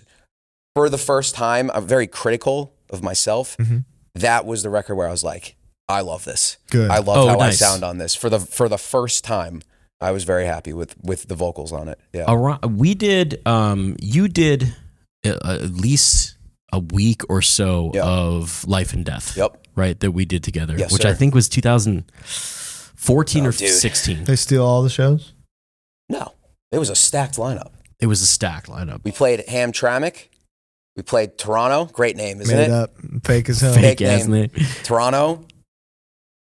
S1: for the first time. I'm very critical of myself.
S2: Mhm.
S1: That was the record where I was like, I love this.
S2: Good.
S1: I love
S3: Oh,
S1: how
S3: nice.
S1: I sound on this for the for the first time. I was very happy with with the vocals on it. Yeah.
S3: Around, we did um you did uh, at least a week or so
S1: Yeah.
S3: of life and death.
S1: Yep.
S3: Right that we did together,
S1: Yes,
S3: which
S1: sir.
S3: I think was 2014
S1: Oh,
S3: or
S1: dude.
S3: 16.
S2: They steal all the shows.
S1: No, it was a stacked lineup.
S3: It was a stacked lineup.
S1: We played Hamtramck. We played Toronto. Great name, isn't
S2: Made
S1: it?
S2: up, fake as hell.
S1: Fake
S3: Fake ass
S1: name.
S3: name.
S1: Toronto.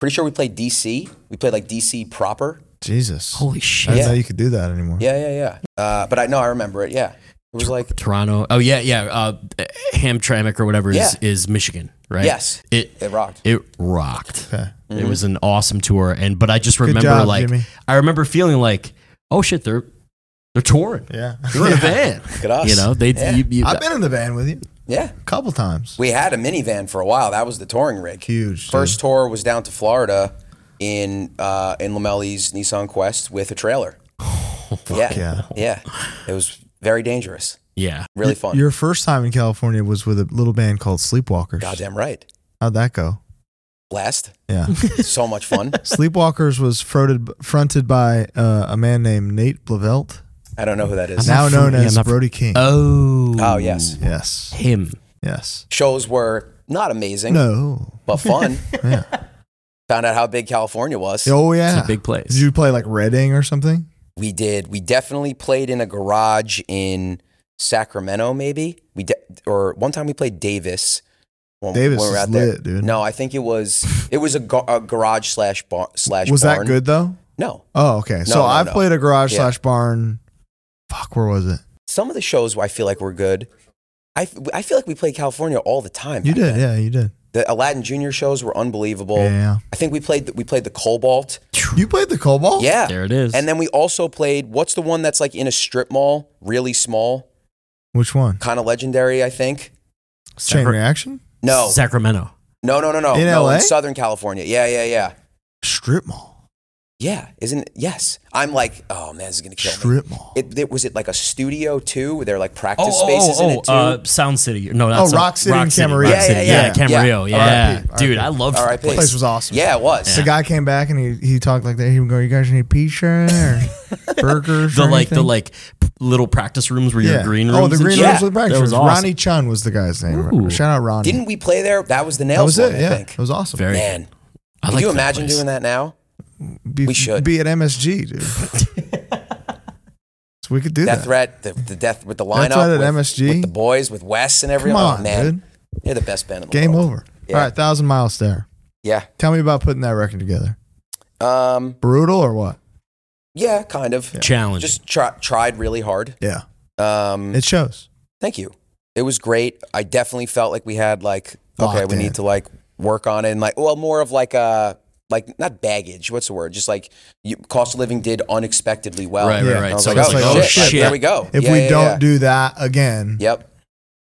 S1: Pretty sure we played DC. We played like DC proper.
S2: Jesus,
S3: Holy
S2: I
S3: shit.
S2: didn't
S1: Yeah.
S2: know you could do that anymore.
S1: Yeah, yeah, yeah. Uh, but I know I remember it. Yeah, it was like
S3: Toronto. Oh yeah, yeah. Uh, Hamtramck or whatever is
S1: Yeah.
S3: is Michigan, right?
S1: yes, Mm-hmm.
S3: It
S1: it rocked.
S3: it rocked.
S2: Okay.
S3: It was an awesome tour, and but I just remember
S2: job,
S3: like
S2: Jimmy.
S3: I remember feeling like, oh shit, they're they're touring.
S2: Yeah.
S3: They're in a van.
S1: Look at us.
S3: You know, they.
S1: Yeah.
S3: You, you,
S2: I've been in the van with you
S1: yeah.
S2: a couple times.
S1: We had a minivan for a while. That was the touring rig.
S2: Huge. dude.
S1: First tour was down to Florida in uh, in Lamelli's Nissan Quest with a trailer. yeah,
S2: yeah.
S1: yeah. It was very dangerous.
S3: yeah.
S1: Really fun.
S2: Your first time in California was with a little band called Sleepwalkers.
S1: Goddamn right.
S2: How'd that go?
S1: Blast.
S2: Yeah.
S1: So much fun.
S2: Sleepwalkers was fronted, fronted by uh, a man named Nate Blavelt,
S1: I don't know who that is.
S3: Not
S2: now
S3: fam-
S2: known
S3: yeah,
S2: as
S3: not fam-
S2: Brody King.
S3: Oh.
S1: Oh yes.
S2: yes.
S3: Him.
S2: Yes.
S1: Shows were not amazing,
S2: No.
S1: but fun.
S2: Yeah.
S1: Found out how big California was.
S2: Oh,
S3: It's
S2: yeah.
S3: a big place.
S2: Did you play like Reading or something?
S1: We did. We definitely played in a garage in Sacramento, maybe. We de- or one time we played Davis. When,
S2: Davis
S1: when we were
S2: is
S1: out there.
S2: lit, dude.
S1: No, I think it was it was a, gar- a garage slash bar- slash.
S2: Was that
S1: barn.
S2: good though?
S1: No,
S2: Oh, okay. so
S1: no,
S2: I've
S1: no.
S2: played a garage
S1: Yeah.
S2: slash barn. Fuck, where was it?
S1: some of the shows I feel like were good. I, f- I feel like we played California all the time.
S2: You did. Yeah, you did.
S1: The Aladdin Junior shows were unbelievable.
S2: Yeah.
S1: I think we played the, we played the Cobalt.
S2: You played the Cobalt?
S1: Yeah,
S3: There it is.
S1: and then we also played what's the one that's like in a strip mall, really small,
S2: Which one?
S1: kind of legendary. I think.
S2: Chain
S3: Sacra-
S2: reaction?
S1: No,
S3: Sacramento.
S1: No, no, no, no.
S2: In
S1: no,
S2: LA?
S1: in Southern California. Yeah, yeah, yeah.
S2: Strip mall.
S1: Yeah, isn't it? Yes. I'm like, oh man, this is gonna kill me.
S2: Strip mall.
S1: It, it was it like a studio too, where there are like
S3: Oh,
S1: practice spaces in it too.
S3: uh, Sound City. No, that's
S2: Oh, Rock City and Camarillo.
S1: Yeah, yeah,
S3: yeah,
S1: yeah.
S3: Camarillo. Yeah,
S2: RIP, RIP.
S3: dude, I loved that
S1: R.I.P.
S3: place.
S2: place was awesome.
S1: yeah, it was.
S2: The guy came back and he, he talked like that. He would go, "You guys need pizza or burgers?"
S3: The
S2: or
S3: like the
S2: anything?"
S3: like p- little practice rooms where your green rooms.
S2: Oh, the
S3: and
S2: green
S3: shit.
S2: rooms with breakfast.
S3: That was awesome.
S2: Ronnie Chun was the guy's name.
S3: Ooh.
S2: Shout out Ronnie.
S1: Didn't we play there? That was the
S2: that
S1: nails
S2: was
S1: one,
S2: it.
S1: I
S2: Yeah,
S1: think.
S2: it was awesome.
S3: Very.
S1: Man,
S3: I
S1: could
S3: like
S1: you imagine
S3: place.
S1: doing that now?
S2: be,
S1: we should.
S2: be at MSG, dude. so we could do
S1: Death
S2: that.
S1: threat, the, the death with the lineup,
S2: Death Threat at
S1: with,
S2: MSG?
S1: with the boys, with Wes and
S2: Come
S1: everyone.
S2: on,
S1: oh, man,
S2: dude.
S1: they're the best band in the
S2: Game
S1: world.
S2: over.
S1: Yeah.
S2: All right, thousand miles there.
S1: Yeah.
S2: Tell me about putting that record together.
S1: Um.
S2: Brutal or what?
S1: Yeah, kind of.
S3: Challenging.
S1: Just try, tried really hard.
S2: Yeah,
S1: Um.
S2: it shows.
S1: Thank you. It was great. I definitely felt like we had like okay,
S2: Locked
S1: we
S2: in.
S1: need to like work on it and like well, more of like a like not baggage. What's the word? Just like you, cost of living did unexpectedly well.
S3: Right,
S2: Yeah.
S3: right,
S1: And I
S3: right.
S1: was
S3: So
S1: like,
S3: it's
S1: oh,
S2: like,
S1: shit,
S2: oh, shit.
S1: There we go.
S2: If
S1: Yeah,
S2: we
S1: yeah,
S2: don't
S1: yeah.
S2: do that again,
S1: yep.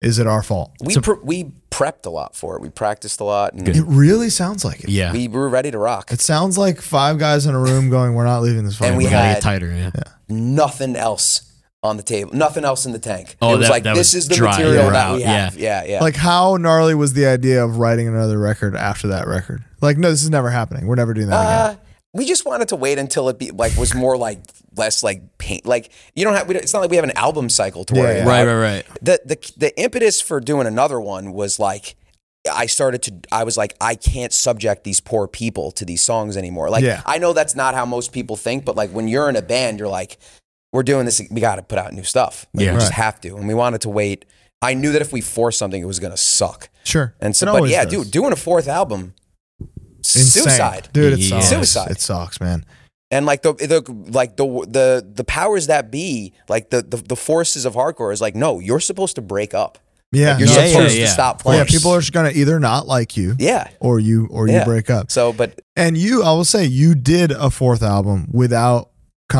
S2: is it our fault?
S1: We
S3: So-
S1: pre- we prepped a lot for it. We practiced a lot, and
S2: It really sounds like it.
S3: yeah,
S1: we were ready to rock.
S2: It sounds like five guys in a room going, "We're not leaving this fight."
S1: And we
S3: we gotta
S1: had-
S3: get tighter. Yeah,
S1: Nothing else on the table. Nothing else in the tank.
S3: Oh,
S1: it was
S3: that-
S1: like
S3: that
S1: this
S3: was
S1: is the
S3: dry.
S1: material
S3: Yeah.
S1: that we
S3: Yeah.
S1: have. Yeah, yeah.
S2: like how gnarly was the idea of writing another record after that record? Like, no, this is never happening. We're never doing that again.
S1: Uh, we just wanted to wait until it be like was more like less like paint. Like you don't have. We don't, it's not like we have an album cycle to worry
S2: Yeah.
S1: about.
S3: right, right, right.
S1: The the the impetus for doing another one was like. I started to. I was like, I can't subject these poor people to these songs anymore. Like,
S2: Yeah.
S1: I know that's not how most people think, but like when you're in a band, you're like, we're doing this. We got to put out new stuff. Like,
S3: Yeah.
S1: we just
S2: Right.
S1: have to. And we wanted to wait. I knew that if we forced something, it was gonna suck.
S2: Sure.
S1: And so,
S2: It
S1: but
S2: always
S1: yeah,
S2: does.
S1: dude, doing a fourth album,
S2: Insane.
S1: suicide.
S2: dude. It
S3: Yeah.
S2: sucks.
S1: Suicide.
S2: It sucks, man.
S1: and like the, the like the the the powers that be like the, the the forces of hardcore is like no you're supposed to break up
S2: Yeah,
S1: Like, you're
S2: no,
S3: yeah,
S2: it's
S1: supposed
S2: true.
S1: to
S3: yeah.
S1: stop
S2: yeah.
S1: playing
S2: People are just gonna either not like you,
S1: yeah
S2: or you, or you
S1: Yeah.
S2: break up.
S1: so but
S2: And you, I will say, you did a fourth album without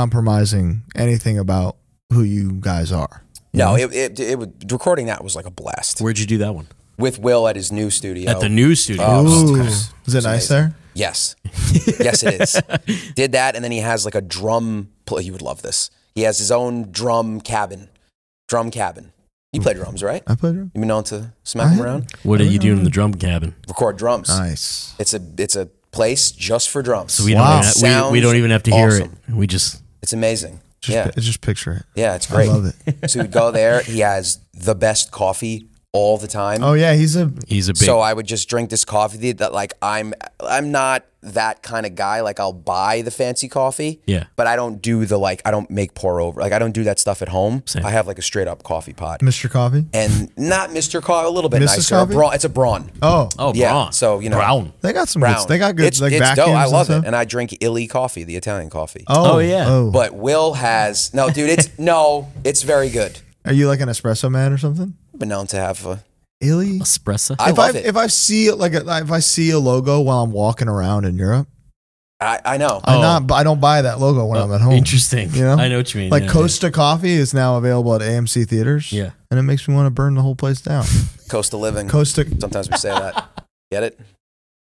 S2: compromising anything about who you guys are. you
S1: no
S2: know?
S1: it, it, it would recording that was like a blast
S3: Where'd you do that one?
S1: with Will at his new studio
S3: At the new studio.
S1: Oh,
S2: Ooh.
S1: it's-
S2: is it nice there?
S1: yes yes it is did that and then he has like a drum pl- you would love this he has his own drum cabin drum cabin you play drums right
S2: I played drum.
S1: you been known to smack them around
S3: What did you do in the drum cabin?
S1: record drums
S2: Nice.
S1: it's a it's a place just for drums
S3: So we
S2: Wow.
S3: don't even, we, we
S1: Sounds
S3: don't even have to hear
S1: awesome.
S3: it. We just
S1: It's amazing.
S2: Just,
S1: yeah.
S2: pi- just picture it.
S1: yeah, it's
S2: I
S1: great.
S2: love it.
S1: So we'd go there. He has the best coffee all the time.
S2: Oh yeah, he's a
S3: he's a big
S1: so I would just drink this coffee that like I'm I'm not that kind of guy. Like I'll buy the fancy coffee.
S3: Yeah.
S1: But I don't do the like I don't make pour over. Like I don't do that stuff at home.
S3: Same.
S1: I have like a straight up coffee pot.
S2: Mr. Coffee.
S1: And not Mr. Coffee, a little bit
S2: Mrs.
S1: nicer. A
S2: Coffee?
S1: brawn, it's a brawn.
S2: Oh,
S3: oh
S1: yeah,
S3: brown.
S1: so, you know-
S3: brown.
S2: they got some. Good,
S1: Brown.
S2: they got good
S1: It's,
S2: like
S1: it's
S2: vacuums.
S1: dope. I love
S2: and
S1: it.
S2: stuff.
S1: And I drink Illy coffee, the Italian coffee.
S2: oh,
S3: Oh, yeah.
S2: Oh.
S1: But Will has no, dude. It's no. It's very good.
S2: Are you like an espresso man or something?
S1: I've been known to have a
S2: Illy.
S3: Espresso.
S1: I
S2: if
S1: love
S2: I
S1: it.
S2: if I see like a, if I see a logo while I'm walking around in Europe,
S1: I, I know.
S2: I
S3: Oh.
S2: not I don't buy that logo when I'm at home.
S3: Interesting.
S2: You know?
S3: I know what you mean.
S2: Like
S3: yeah,
S2: Costa Coffee is now available at AMC theaters.
S3: Yeah.
S2: and it makes me want to burn the whole place down.
S1: Coast of living.
S2: Costa,
S1: Sometimes we say that. Get it?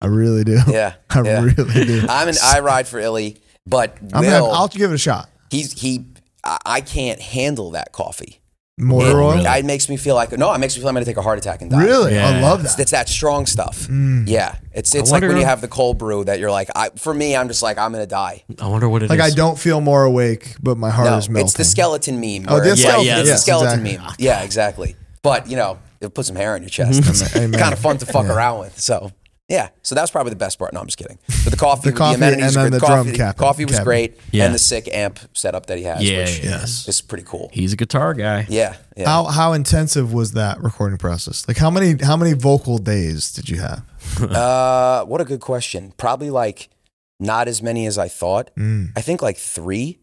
S2: I really do.
S1: Yeah.
S2: I
S1: yeah.
S2: really do.
S1: I'm an I ride for Illy, but
S2: I'm gonna have,
S1: Will,
S2: I'll give it a shot.
S1: he's he. I I can't handle that coffee.
S2: Motor
S3: Oh,
S2: oil.
S3: really?
S1: It, it makes me feel like no. It makes me feel I'm gonna take a heart attack and die.
S2: Really? Hmm. I
S3: Yeah.
S2: love
S1: It's,
S2: that.
S1: it's that strong stuff. Yeah. It's it's
S3: I
S1: like when
S3: wonder-
S1: you have the cold brew that you're like. I for me, I'm just like I'm gonna die.
S3: I wonder what it is.
S2: Like I don't feel more awake, but my heart
S1: No,
S2: is melting.
S1: it's the skeleton meme.
S2: Oh,
S1: where
S2: the
S1: it's
S3: skeleton,
S1: like-
S3: yeah,
S1: it's
S3: yeah,
S1: the skeleton
S2: exactly.
S1: meme. Yeah, exactly. But you know, it puts some hair on your chest. It's
S2: Amen.
S1: kind of fun to fuck around with. So yeah, so that was probably the best part. No, I'm just kidding. But the coffee, the,
S2: coffee
S1: amenities,
S2: and
S1: were
S2: then
S1: good.
S2: the drum
S1: coffee,
S2: cabin-
S1: coffee was
S2: cabin.
S1: great,
S3: Yeah.
S1: and the sick amp setup that he has,
S3: Yeah,
S1: which
S3: yes.
S1: is pretty cool.
S3: He's a guitar guy.
S1: Yeah, yeah.
S2: How how intensive was that recording process? Like how many how many vocal days did you have?
S3: Uh-huh.
S1: Uh, what a good question. Probably like not as many as I thought.
S2: Mm.
S1: I think like three.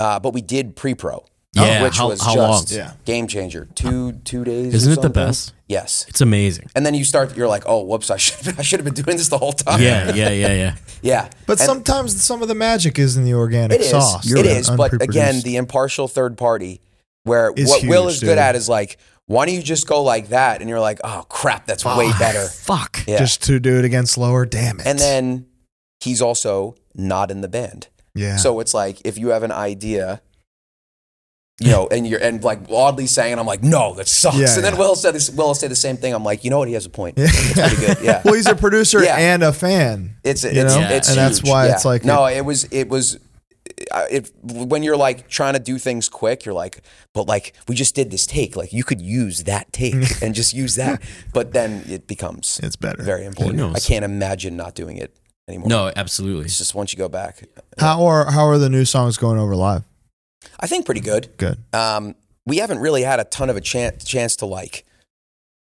S1: Uh, but we did pre-pro,
S3: Yeah,
S1: which
S3: how-
S1: was
S3: how
S1: just
S3: long?
S2: Yeah.
S1: game changer. Two two days. or
S3: Isn't it the
S1: something.
S3: best?
S1: Yes.
S3: It's amazing.
S1: And then you start, you're like, oh, whoops, I should, I should have been doing this the whole time.
S3: Yeah, yeah, yeah, yeah.
S1: yeah.
S2: But
S1: And
S2: sometimes some of the magic is in the organic
S1: it is,
S2: sauce.
S1: it
S2: the
S1: is. But again,
S2: unpreproduced.
S1: the impartial third party, where
S2: Is
S1: what Will
S2: huge,
S1: is
S2: dude.
S1: good at is like, why don't you just go like that? And you're like, oh crap, that's way
S3: Ah,
S1: better.
S3: Fuck.
S1: Yeah.
S2: just to do it again slower, damn it.
S1: and then he's also not in the band,
S2: yeah,
S1: so it's like if you have an idea. You know, and you're and like oddly saying, I'm like, no, that sucks.
S2: Yeah,
S1: and then
S2: yeah.
S1: Will said this. Will said the same thing. I'm like, you know what? He has a point.
S2: Yeah.
S1: It's pretty good. Yeah.
S2: well, he's a producer
S1: Yeah.
S2: and a fan.
S1: It's
S2: You
S1: it's, it's,
S2: know?
S3: And
S2: that's
S1: huge,
S2: why
S1: yeah.
S2: it's like
S1: no, it, was it was uh, it when you're like trying to do things quick, you're like, but like we just did this take, like you could use that take and just use that, but then it becomes
S2: It's better.
S1: very important.
S3: knows?
S1: I can't imagine not doing it anymore.
S3: No, absolutely.
S1: It's just once you go back,
S2: How are how are the new songs going over live?
S1: I think pretty good.
S2: Good.
S1: Um, we haven't really had a ton of a chance chance to like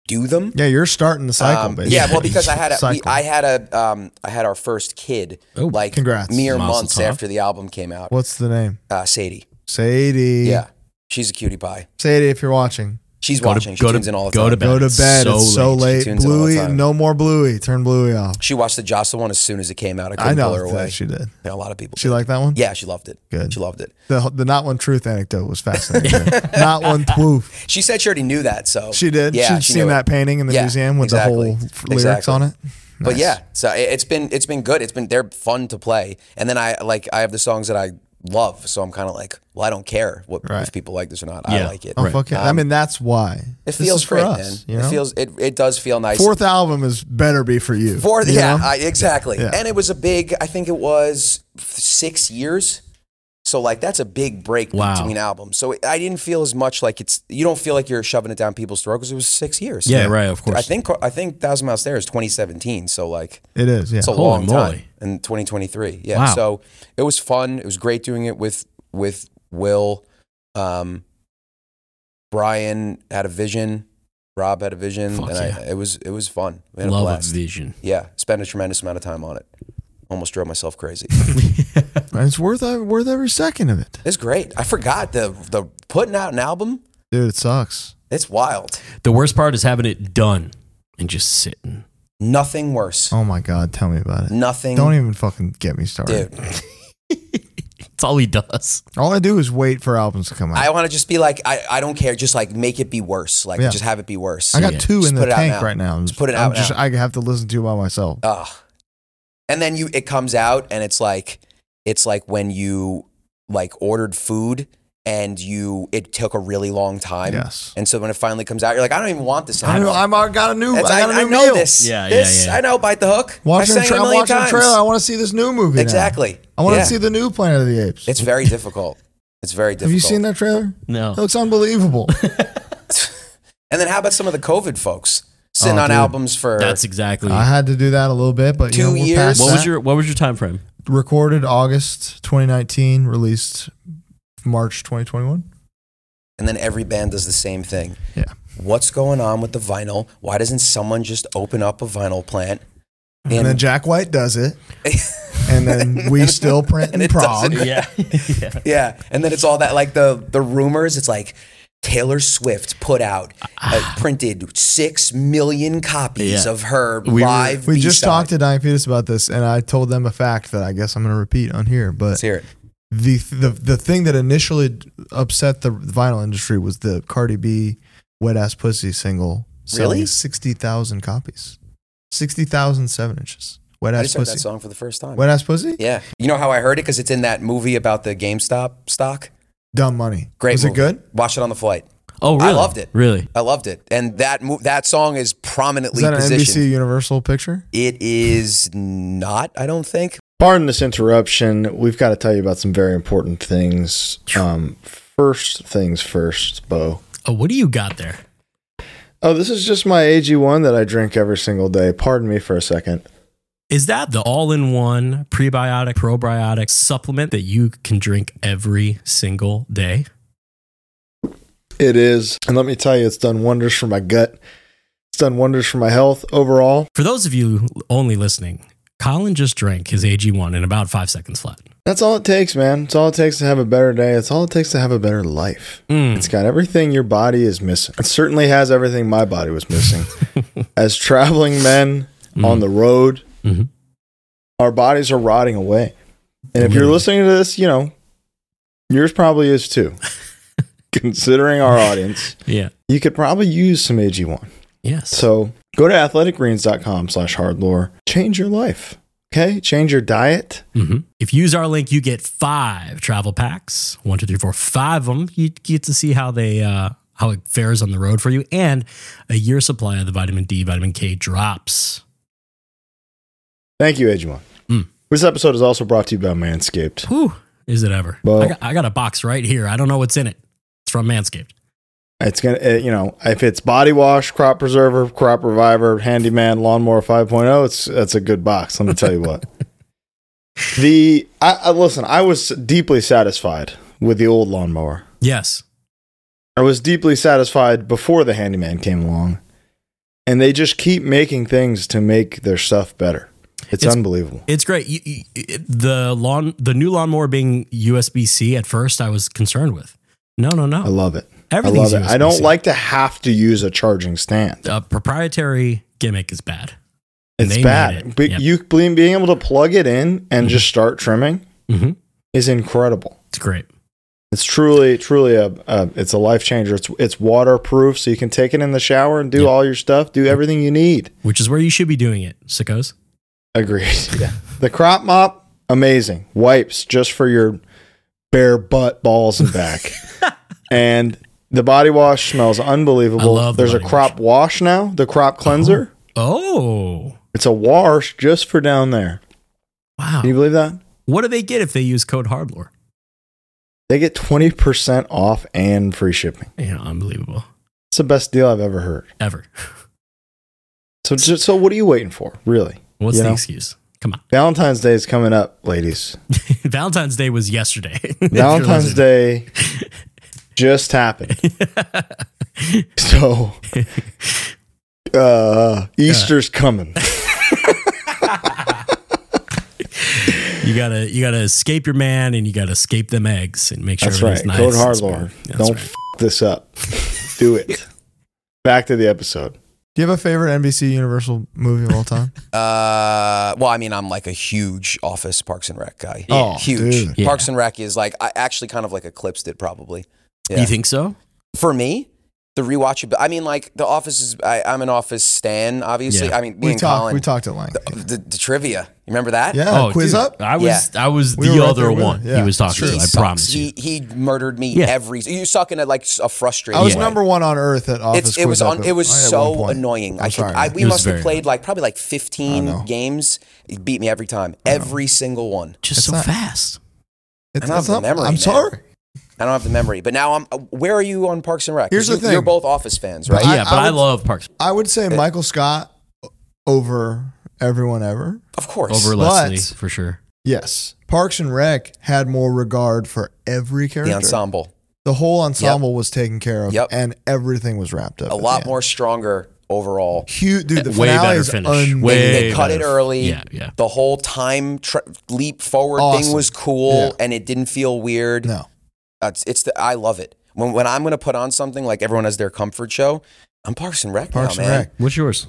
S1: do them.
S2: Yeah, you're starting the cycle.
S1: Um,
S2: basically.
S1: yeah, well, because I had a, we,
S2: Cycle.
S1: I had a um, I had our first kid
S3: Oh,
S1: like
S2: congrats.
S1: mere
S3: Mazel
S1: months
S3: tov.
S1: after the album came out.
S2: What's the name?
S1: Uh, Sadie,
S2: Sadie.
S1: yeah, she's a cutie pie.
S2: Sadie, if you're watching,
S1: She's
S3: Go to-
S1: watching.
S3: go
S1: she
S3: to-
S1: tunes in all the time.
S3: go to bed.
S2: Go to
S3: It's
S2: bed.
S3: so
S2: it's so
S1: late.
S2: late.
S1: She tunes in all the
S2: Bluey,
S1: time.
S2: no more Bluey. Turn Bluey off.
S1: She watched the Jocelyn one as soon as it came out. I couldn't
S2: I know
S1: pull her away.
S2: that she did.
S1: Yeah, a lot of people.
S2: She
S1: did.
S2: liked that one.
S1: Yeah, she loved it.
S2: Good.
S1: She loved it.
S2: The the not one truth anecdote was fascinating. not one twoof.
S1: She said she already knew that. So
S2: She did.
S1: Yeah,
S2: She'd
S1: she
S2: seen
S1: knew it.
S2: that painting in the
S1: Yeah,
S2: museum with the
S1: exactly.
S2: whole f-
S1: Exactly.
S2: lyrics on it.
S1: But
S2: Nice.
S1: yeah, so it- it's been it's been good. It's been they're fun to play. And then I like I have the songs that I love, so I'm kind of like, well, I don't care what
S2: Right.
S1: if people like this or not. I
S3: Yeah.
S1: like it.
S2: Oh, fuck yeah. I mean, that's why
S1: Um, It
S2: This
S1: feels
S2: is for
S1: great,
S2: us.
S1: man.
S2: you know?
S1: It feels it it does feel nice.
S2: fourth album is better be for you.
S1: Fourth,
S2: you
S1: yeah,
S2: know?
S1: I, exactly.
S2: Yeah.
S1: And it was a big. I think it was f- six years. So like that's a big break
S3: Wow.
S1: between albums. So it, I didn't feel as much like it's. You don't feel like you're shoving it down people's throat because it was six years.
S3: Yeah, right. Of course.
S1: I think I think Thousand Miles There is 2017. So like
S2: it is. Yeah.
S1: it's a
S3: Holy
S1: long time
S3: moly.
S1: in 2023. Yeah.
S3: Wow.
S1: So it was fun. It was great doing it with with Will. Um, Brian had a vision. Rob had a vision,
S3: Fuck
S1: and I,
S3: yeah.
S1: it was it was fun. We had a
S3: Love of
S1: blast.
S3: vision.
S1: Yeah, spent a tremendous amount of time on it. Almost drove myself crazy.
S2: And it's worth uh, worth every second of it,
S1: It's great. I forgot the the putting out an album.
S2: dude. It sucks.
S1: It's wild.
S3: the worst part is having it done and just sitting.
S1: Nothing worse.
S2: Oh my god, tell me about it.
S1: Nothing.
S2: Don't even fucking get me started.
S1: dude.
S3: It's all he does.
S2: All I do is wait for albums to come out.
S1: I want to just be like, I, I don't care. Just like make it be worse. Like
S2: Yeah.
S1: just have it be worse.
S2: I got
S3: Yeah.
S2: two
S1: Just
S2: in
S1: put
S2: the
S1: it out
S2: tank
S1: now.
S2: right now. I'm
S1: Just put it
S2: I'm
S1: out
S2: Just,
S1: now. Oh,
S2: I have to listen to it by myself.
S1: Ugh. And then you it comes out and it's like it's like when you like ordered food and you it took a really long time.
S2: Yes.
S1: And so when it finally comes out, you're like, I don't even want this.
S2: I,
S1: anymore.
S2: know, I'm, I got a new.
S1: It's-
S2: I got a
S1: I,
S2: new
S1: I know
S2: meal.
S1: this.
S3: Yeah, yeah,
S1: this,
S3: yeah.
S1: I know. Bite the hook.
S2: Watching,
S1: I
S2: the
S1: sang
S2: tra-
S1: it a
S2: I'm
S1: million
S2: watching the
S1: times.
S2: trailer. I want to see this new movie. now.
S1: Exactly.
S2: I want to
S1: Yeah.
S2: see the new Planet of the Apes.
S1: It's very difficult. It's very difficult.
S2: Have you seen that trailer?
S3: No.
S2: It looks unbelievable.
S1: And then how about some of the COVID folks sitting
S2: Oh,
S1: on
S2: dude.
S1: albums for?
S3: That's exactly.
S2: I had to do that a little bit, but
S1: Two
S2: you know, we're
S1: years?
S2: past
S3: what
S2: that.
S3: was your What was your time frame?
S2: recorded August 2019, released March 2021?
S1: and then every band does the same thing.
S2: Yeah.
S1: What's going on with the vinyl? Why doesn't someone just open up a vinyl plant?
S2: And, then Jack White does it. and then we still print
S1: And
S2: in
S1: it does
S2: Prague.
S1: it.
S3: Yeah. yeah.
S1: yeah, and then it's all that like the the rumors. It's like Taylor Swift put out uh, printed six million copies
S3: Ah. Yeah.
S1: of her
S3: We were-
S1: live.
S2: We just
S1: B-side.
S2: talked to Dying Fetus about this, and I told them a fact that I guess I'm going to repeat on here.
S1: Let's
S2: But
S1: hear it.
S2: the, the the thing that initially upset the vinyl industry was the Cardi B "Wet Ass Pussy" single selling
S1: Really?
S2: sixty thousand copies, sixty thousand seven inches. Wet
S1: I
S2: ass
S1: just heard that
S2: pussy.
S1: song for the first time.
S2: Wet ass pussy.
S1: Yeah, you know how I heard it because it's in that movie about the GameStop stock.
S2: Dumb money.
S1: Great.
S2: Was
S1: movie.
S2: it good?
S1: Watch it on the flight.
S3: Oh,
S1: I
S3: really?
S1: loved it.
S3: Really?
S1: I loved it, and that mo- that song is
S2: Is
S1: prominently
S2: that an
S1: positioned.
S2: NBC Universal picture?
S1: It is not. I don't think.
S4: Pardon this interruption. We've got to tell you about some very important things. Um, first things first, Bo.
S3: Oh, what do you got there?
S4: Oh, this is just my AG1 that I drink every single day. Pardon me for a second.
S3: Is that the all-in-one prebiotic probiotic supplement that you can drink every single day?
S4: It is. And let me tell you, it's done wonders for my gut. It's done wonders for my health overall.
S3: For those of you only listening, Colin just drank his AG1 in about five seconds flat.
S4: That's all it takes, man. It's all it takes to have a better day. It's all it takes to have a better life.
S3: Mm.
S4: It's got everything your body is missing. It certainly has everything my body was missing. As traveling men on the road,
S3: Mhm.
S4: our bodies are rotting away. And if you're
S3: Literally.
S4: listening to this, you know, yours probably is too. Considering our audience,
S3: Yeah.
S4: you could probably use some AG1.
S3: Yes.
S4: So go to athleticgreens.com slash hardlore. Change your life. Okay? Change your diet.
S3: Mhm. If you use our link, you get five travel packs. One, two, three, four, five of them. You get to see how they uh, how it fares on the road for you, and a year supply of the vitamin D, vitamin K drops.
S4: Thank you, AG1.
S3: Mm.
S4: This episode is also brought to you by Manscaped.
S3: Whew, is it ever?
S4: Well-
S3: I, got, I got a box right here. I don't know what's in it. It's from Manscaped.
S4: It's gonna, uh you know, if it's body wash, crop preserver, crop reviver, handyman, lawnmower 5.0, it's that's a good box. Let me tell you what. the I, I listen. I was deeply satisfied with the old lawnmower.
S3: Yes.
S4: I was deeply satisfied before the handyman came along, and they just keep making things to make their stuff better. It's,
S3: It's-
S4: unbelievable.
S3: It's great. You, you, it- the lawn, the new lawnmower being USB C. At first, I was concerned with. No, no,
S4: I
S3: no.
S4: love it. I
S3: Oh. Everything's
S4: love it. I don't
S3: USB-C.
S4: like to have to use a charging stand.
S3: a proprietary gimmick is bad. And
S4: It's
S3: they made
S4: bad.
S3: it.
S4: But
S3: Yep. Mm-hmm.
S4: you being being able to plug it in and just start trimming
S3: Mhm.
S4: is incredible.
S3: It's great.
S4: It's truly, truly a, a it's a life changer. It's it's waterproof, so you can take it in the shower and do
S3: Yeah.
S4: all your stuff, do everything you need.
S3: Which is where you should be doing it, sickos.
S4: Agreed. The crop mop, amazing. Wipes just for your bare butt, balls, and back. and the body wash smells
S3: I
S4: unbelievable.
S3: love the
S4: There's a
S3: body Uh-huh.
S4: crop wash. now, the crop cleanser.
S3: Oh.
S4: It's a wash just for down there.
S3: Wow.
S4: Can you believe that?
S3: What do they get if they use code hardlore?
S4: They get 20% off and free shipping.
S3: Yeah, unbelievable.
S4: It's the best deal I've ever heard.
S3: Ever.
S4: So, just, so what are you waiting for, really?
S3: What's
S4: You
S3: the
S4: know?
S3: excuse? Come on.
S4: Valentine's Day is coming up, ladies.
S3: Valentine's Day was yesterday. If you're
S4: Valentine's Day just happened.
S3: listening.
S4: So, uh, Easter's coming.
S3: you gotta you gotta escape your man and you gotta escape them eggs and make sure
S4: That's right.
S3: everything's nice.
S4: Code
S3: and
S4: Hardlore.
S3: smooth. That's
S4: Don't
S3: right.
S4: f- this up. Do it. Back to the episode.
S2: Do you have a favorite NBC Universal movie of all time?
S1: Uh, well, I mean, I'm like a huge Office Parks and Rec guy.
S2: Oh,
S1: huge.
S2: dude.
S3: Yeah.
S1: Parks and Rec is like I actually kind of like eclipsed it probably. Yeah.
S3: You think so?
S1: For me, the rewatchability. I mean, like the Office is. I, I'm an Office stan, obviously.
S3: Yeah.
S1: I mean, me
S2: we
S1: and
S2: talked.
S1: Colin. Oh,
S2: We talked at length.
S1: the, the trivia. You remember that?
S2: Yeah, Uh, quiz
S3: Oh, dude,
S2: up.
S3: I was I was
S2: We
S3: the
S2: were right
S3: other
S2: there with it.
S3: one
S2: Yeah.
S3: he was talking
S1: He
S3: to. I
S1: sucks.
S3: promise you.
S1: he, he murdered me
S3: Yeah.
S1: every. You sucking at like a frustration.
S2: I was
S3: Yeah.
S2: number one on Earth at office.
S1: It's, it was
S2: Quiz
S1: on.
S2: Up
S1: It was
S2: at- at one
S1: so
S2: point.
S1: annoying. I,
S2: I'm
S1: could,
S2: sorry,
S1: I
S2: man.
S1: we
S3: It was
S1: must have
S3: very
S1: played like probably like
S2: I
S1: 15
S2: know.
S1: games. He beat me every time. Every single one.
S3: Just
S2: It's
S3: so
S2: not-
S3: fast.
S2: It's,
S1: I don't
S2: it's
S1: have
S2: not,
S1: the memory,
S2: I'm
S1: man.
S2: sorry.
S1: I don't have the memory. But now I'm. uh, Where are you on Parks and Rec? 'Cause
S2: Here's the
S1: you, You're
S2: thing.
S1: both Office fans,
S2: But
S1: right?
S2: I-
S3: yeah, but
S2: I
S3: I
S2: would-
S3: love Parks
S2: I would say Michael Scott over everyone ever.
S1: of course.
S3: over
S2: But-
S3: Leslie for sure.
S2: Yes, Parks and Rec had more regard for every character.
S1: the ensemble.
S2: The whole ensemble was taken care of,
S1: Yep.
S2: and everything was wrapped up.
S1: A
S2: at the
S1: lot
S2: end.
S1: more stronger overall.
S2: Huge, dude. The
S3: Way
S2: finale
S3: better
S2: is
S3: finish.
S2: un-
S3: Way-
S1: they cut
S3: better.
S1: it early.
S3: Yeah, yeah.
S1: The whole time tr leap forward
S2: Awesome.
S1: thing was cool,
S2: Yeah.
S1: and it didn't feel weird.
S2: no.
S1: That's it's the I love it. When when I'm gonna put on something like everyone has their comfort show, I'm Parks and Rec
S2: Parks
S1: now,
S2: and
S1: man.
S2: Rec.
S3: What's yours?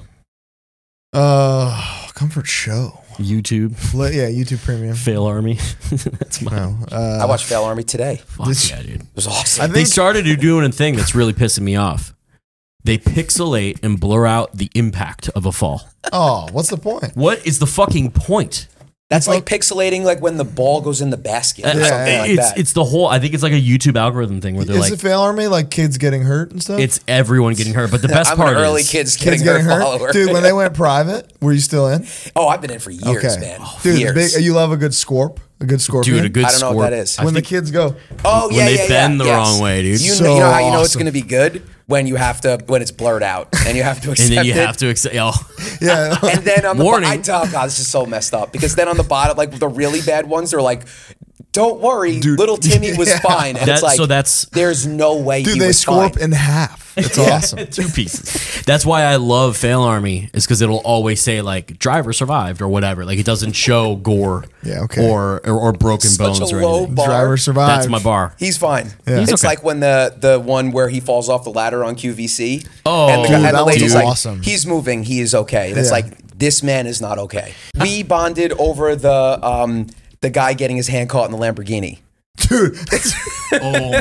S2: Uh, comfort show.
S3: YouTube
S2: Li- Yeah, YouTube Premium.
S3: Fail Army. that's mine.
S2: No, uh,
S1: I watched Fail Army today.
S3: Fuck
S2: This-
S3: yeah, dude.
S1: It was awesome.
S2: I
S3: They
S2: think
S3: started to doing a thing that's really pissing me off. They pixelate and blur out the impact of a fall.
S2: Oh, what's the point?
S3: What is the fucking point?
S1: That's like pixelating, like when the ball goes in the basket, or
S3: Uh,
S1: something
S2: yeah.
S1: like
S3: it's
S1: that.
S3: it's the whole. I think it's like a YouTube algorithm thing where they're
S2: Is
S3: like,
S2: it fail army like kids getting hurt and stuff?
S3: it's everyone getting hurt. But the best
S1: I'm
S3: part
S1: an early
S3: is,
S1: kids
S2: kids
S1: getting,
S2: getting
S1: her
S2: hurt.
S1: follower.
S2: Dude, when they went private, were you still in?
S1: oh, I've been in for years,
S2: okay,
S1: man.
S2: dude,
S1: years.
S2: big, you love a good scorp, a good scorpion.
S3: dude, a good
S1: I don't know
S3: score.
S1: what that is.
S3: I
S2: when the
S3: think
S2: kids go,
S1: oh
S3: when
S1: yeah,
S3: they
S1: yeah,
S3: bend
S1: yeah.
S3: the wrong way, dude.
S1: You,
S2: So
S1: know, you know how you know it's
S2: awesome.
S1: gonna be good when you have to when it's blurred out and you have to accept
S3: and then you
S1: it.
S3: have to accept. Oh,
S2: yeah,
S1: And then on the
S3: Warning.
S1: bottom, I tell God, this is so messed up because then on the bottom, like the really bad ones, they're like, "Don't worry, little Timmy was fine." And
S3: That-
S1: it's like,
S3: so that's-
S1: there's no way
S2: dude,
S1: he
S2: they
S1: was
S2: scorp
S1: fine.
S2: in half. It's awesome.
S3: two pieces. That's why I love Fail Army is because it'll always say like driver survived or whatever. Like it doesn't show gore,
S2: Yeah, okay.
S3: or or, or broken
S1: Such
S3: bones
S1: a
S3: or
S1: low
S3: anything.
S1: bar.
S2: Driver survived.
S3: That's my bar.
S1: He's fine.
S2: He's
S1: it's
S3: okay.
S1: like when the the one where he falls off the ladder on QVC.
S3: Oh.
S1: and the, guy-
S3: Dude,
S1: and
S2: that
S1: the
S2: was
S1: lady's
S2: awesome.
S1: like, "He's moving. He is okay." And it's
S2: Yeah.
S1: like, this man is not okay. We bonded over the um the guy getting his hand caught in the Lamborghini.
S2: Dude,
S3: oh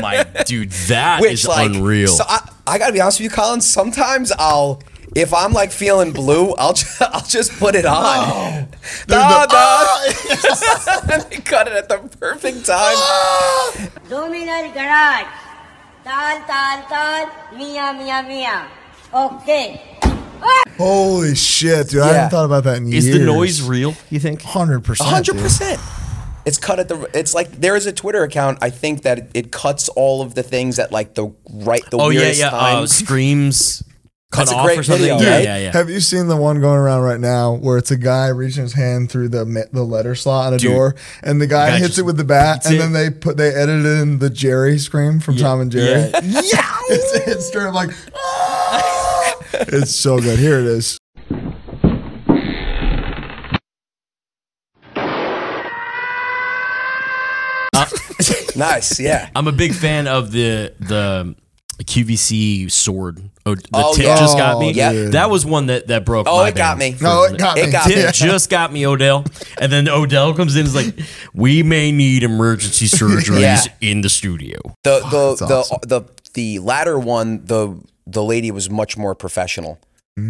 S3: my dude, that is
S1: which like
S3: unreal.
S1: So I, I gotta be honest with you, Colin. Sometimes I'll if I'm like feeling blue, I'll just, I'll just put it
S2: Oh.
S1: on. No, no. They cut it at the perfect time.
S2: Oh.
S5: Dominal Garage. Tal, tal, tal. Mia, mia, mia. Okay.
S2: holy shit, dude! I
S1: Yeah.
S2: haven't thought about that in years.
S3: is the noise real? You think?
S2: Hundred percent.
S1: hundred
S2: Hundred percent.
S1: percent. It's cut at the. It's like there is a Twitter account. I think that it, it cuts all of the things at like the right the
S3: Oh yeah,
S1: weirdest
S3: yeah. Uh,
S1: times.
S3: screams cut
S1: That's a
S3: off
S1: great
S3: or something.
S1: video,
S3: yeah,
S1: right?
S3: yeah, yeah.
S2: Have you seen the one going around right now where it's a guy reaching his hand through the ma- the letter slot on a door, and the guy,
S3: guy
S2: hits
S3: just
S2: it with the bat,
S3: beats
S2: and
S3: it.
S2: then they put they edited in the Jerry scream from Tom and Jerry.
S3: Yeah.
S2: it's, it's straight up like, "Ah!" it's so good. Here it is.
S1: nice, yeah.
S3: I'm a big fan of the the QVC sword. Oh, the
S1: Oh,
S3: tip
S1: yeah.
S3: just got me.
S2: Oh,
S1: yeah.
S3: that was one that that broke.
S1: Oh,
S3: my
S1: it got
S3: band.
S1: me.
S2: No, it got
S1: It
S2: me.
S1: got
S3: Tip
S1: me.
S3: just got me, Odell. And then Odell comes in and is like, we may need emergency surgeries
S1: Yeah.
S3: in the studio.
S1: The the the,
S2: awesome.
S1: the the latter one, the the lady was much more professional.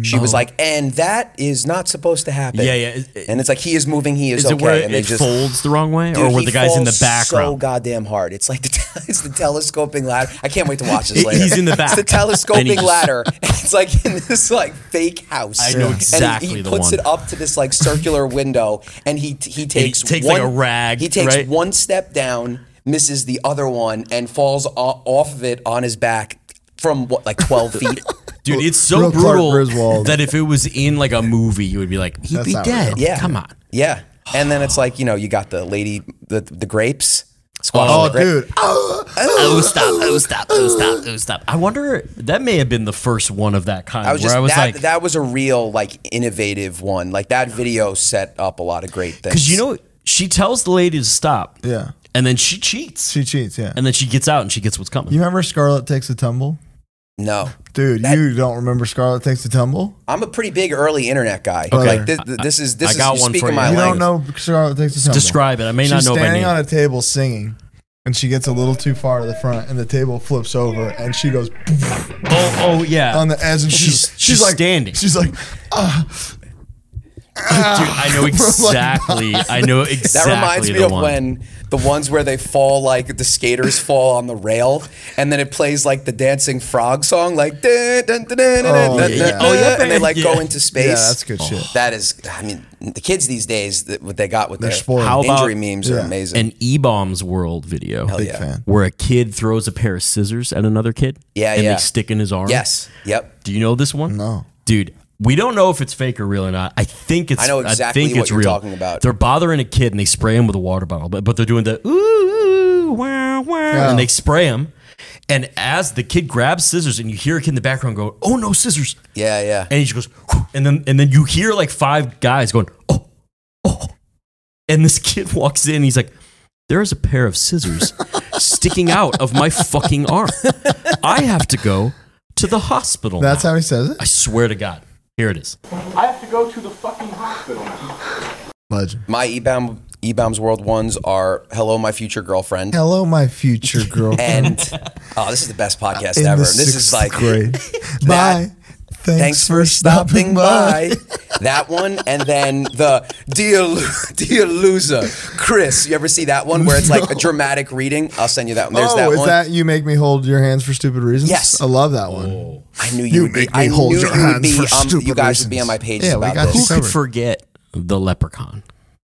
S1: She was like, and that is not supposed to happen.
S3: Yeah, yeah. Is,
S1: And it's like he is moving, he is,
S3: is
S1: okay,
S3: it where
S1: and
S3: it
S1: they just
S3: folds the wrong way?
S1: Dude,
S3: or were
S1: he
S3: the guys in the
S1: falls So
S3: background?
S1: goddamn hard. It's like the te- it's the telescoping ladder. I can't wait to watch this
S3: He-
S1: later.
S3: he's in the
S1: It's the
S3: back. And he
S1: telescoping
S3: just-
S1: ladder. It's like in this like fake house.
S3: I know
S1: And
S3: exactly
S1: he
S3: the
S1: puts
S3: one.
S1: it up to this like circular window, and he he takes
S3: takes,
S1: one,
S3: like, a rag,
S1: He takes
S3: right?
S1: one step down, misses the other one, and falls o- off of it on his back from what like twelve feet.
S3: Dude, it's so
S2: Real Clark
S3: brutal
S2: Griswold.
S3: that if it was in like a movie, you would be like, he'd
S2: That's
S3: be
S2: not
S3: dead.
S2: real.
S1: Yeah,
S3: Come on.
S1: Yeah, and then it's like you know you got the lady the the grapes. squashing
S2: Oh,
S3: Oh,
S1: the grape.
S2: dude.
S3: Oh stop! Oh stop! Oh stop! Oh stop! I wonder. That may have been the first one of that kind
S1: I was
S3: where
S1: just
S3: I was
S1: that,
S3: like,
S1: that was a real like innovative one. Like that video set up a lot of great things.
S3: because you know, she tells the lady to stop.
S2: Yeah.
S3: and then she cheats,
S2: She cheats, yeah.
S3: and then she gets out and she gets what's coming.
S2: You remember Scarlet Takes a Tumble?
S1: no,
S2: Dude, you don't remember Scarlet Takes a Tumble?
S1: I'm a pretty big early internet guy.
S2: Okay.
S1: like, thi- thi- this, is this
S3: I
S1: is
S3: got
S1: you
S3: one
S1: speak
S3: for
S1: in
S3: you.
S1: my
S2: You
S1: language.
S2: don't know Scarlet Takes a Tumble.
S3: Describe it. I may
S2: She's
S3: not know by
S2: standing
S3: name.
S2: on a table singing, and she gets a little too far to the front, and the table flips over, and she goes
S3: oh, oh yeah.
S2: on the edge, and
S3: She's-
S2: she's
S3: she's
S2: like
S3: standing.
S2: She's like,
S3: Dude, I know exactly. I know
S1: That
S3: exactly.
S1: reminds me
S3: the
S1: of
S3: one.
S1: when the ones where they fall like the skaters fall on the rail, and then it plays like the dancing frog song, like dun, dun, dun, dun, dun,
S2: Oh,
S1: dun,
S2: yeah.
S1: dun,
S3: Oh, yeah.
S1: and they like
S3: Yeah.
S1: go into space. Oh.
S2: yeah, that's good shit.
S1: That is, I mean, the kids these days, that, what they got with
S2: They're
S1: their
S2: spoiled.
S3: How about-
S1: injury memes are
S2: Yeah.
S1: amazing.
S3: an E Bombs World video
S1: Hell
S2: Big
S1: yeah.
S2: fan.
S3: where a kid throws a pair of scissors at another kid.
S1: Yeah,
S3: and
S1: yeah.
S3: they stick in his arm.
S1: Yes. Yep.
S3: Do you know this one?
S2: No.
S3: Dude, we don't know if it's fake or real or not. I think it's.
S1: I know exactly
S3: think
S1: what
S3: it's
S1: you're
S3: real.
S1: talking about.
S3: They're bothering a kid and they spray him with a water bottle, but but they're doing the ooh, ooh wow wow,
S2: Oh.
S3: and they spray him. And as the kid grabs scissors, and you hear a kid in the background go, "Oh no, scissors!"
S1: Yeah. Yeah.
S3: and he just goes, "Whew," and then and then you hear like five guys going, oh, oh, and this kid walks in. He's like, there is a pair of scissors sticking out of my fucking arm. I have to go to the hospital.
S2: That's
S3: now."
S2: how he says it.
S3: I swear to God. Here it is.
S6: I have to go to the fucking hospital now.
S2: Legend.
S1: My Ebam Ebam's World ones are "Hello, My Future Girlfriend"
S2: Hello, my future girlfriend.
S1: and oh, this is the best podcast
S2: in
S1: ever.
S2: the
S1: This
S2: sixth
S1: is like
S2: grade. Bye. Thanks,
S1: thanks
S2: for stopping by.
S1: that one, and then the dear Lu- dear loser, Chris. You ever see that one where it's like a dramatic reading? I'll send you that one. There's
S2: oh,
S1: that
S2: is
S1: one.
S2: that you make me hold your hands for stupid reasons?
S1: Yes.
S2: I love that one.
S3: Oh.
S1: I knew you.
S2: You
S1: would be,
S2: make me
S1: I
S2: hold
S1: knew
S2: your
S1: you would
S2: hands
S1: be.
S2: for
S1: Um, you
S2: stupid
S1: guys would be on
S2: reasons.
S1: my pages
S2: Yeah, we
S1: about
S2: got
S1: this.
S2: you.
S3: Who could
S2: Covered.
S3: forget the leprechaun?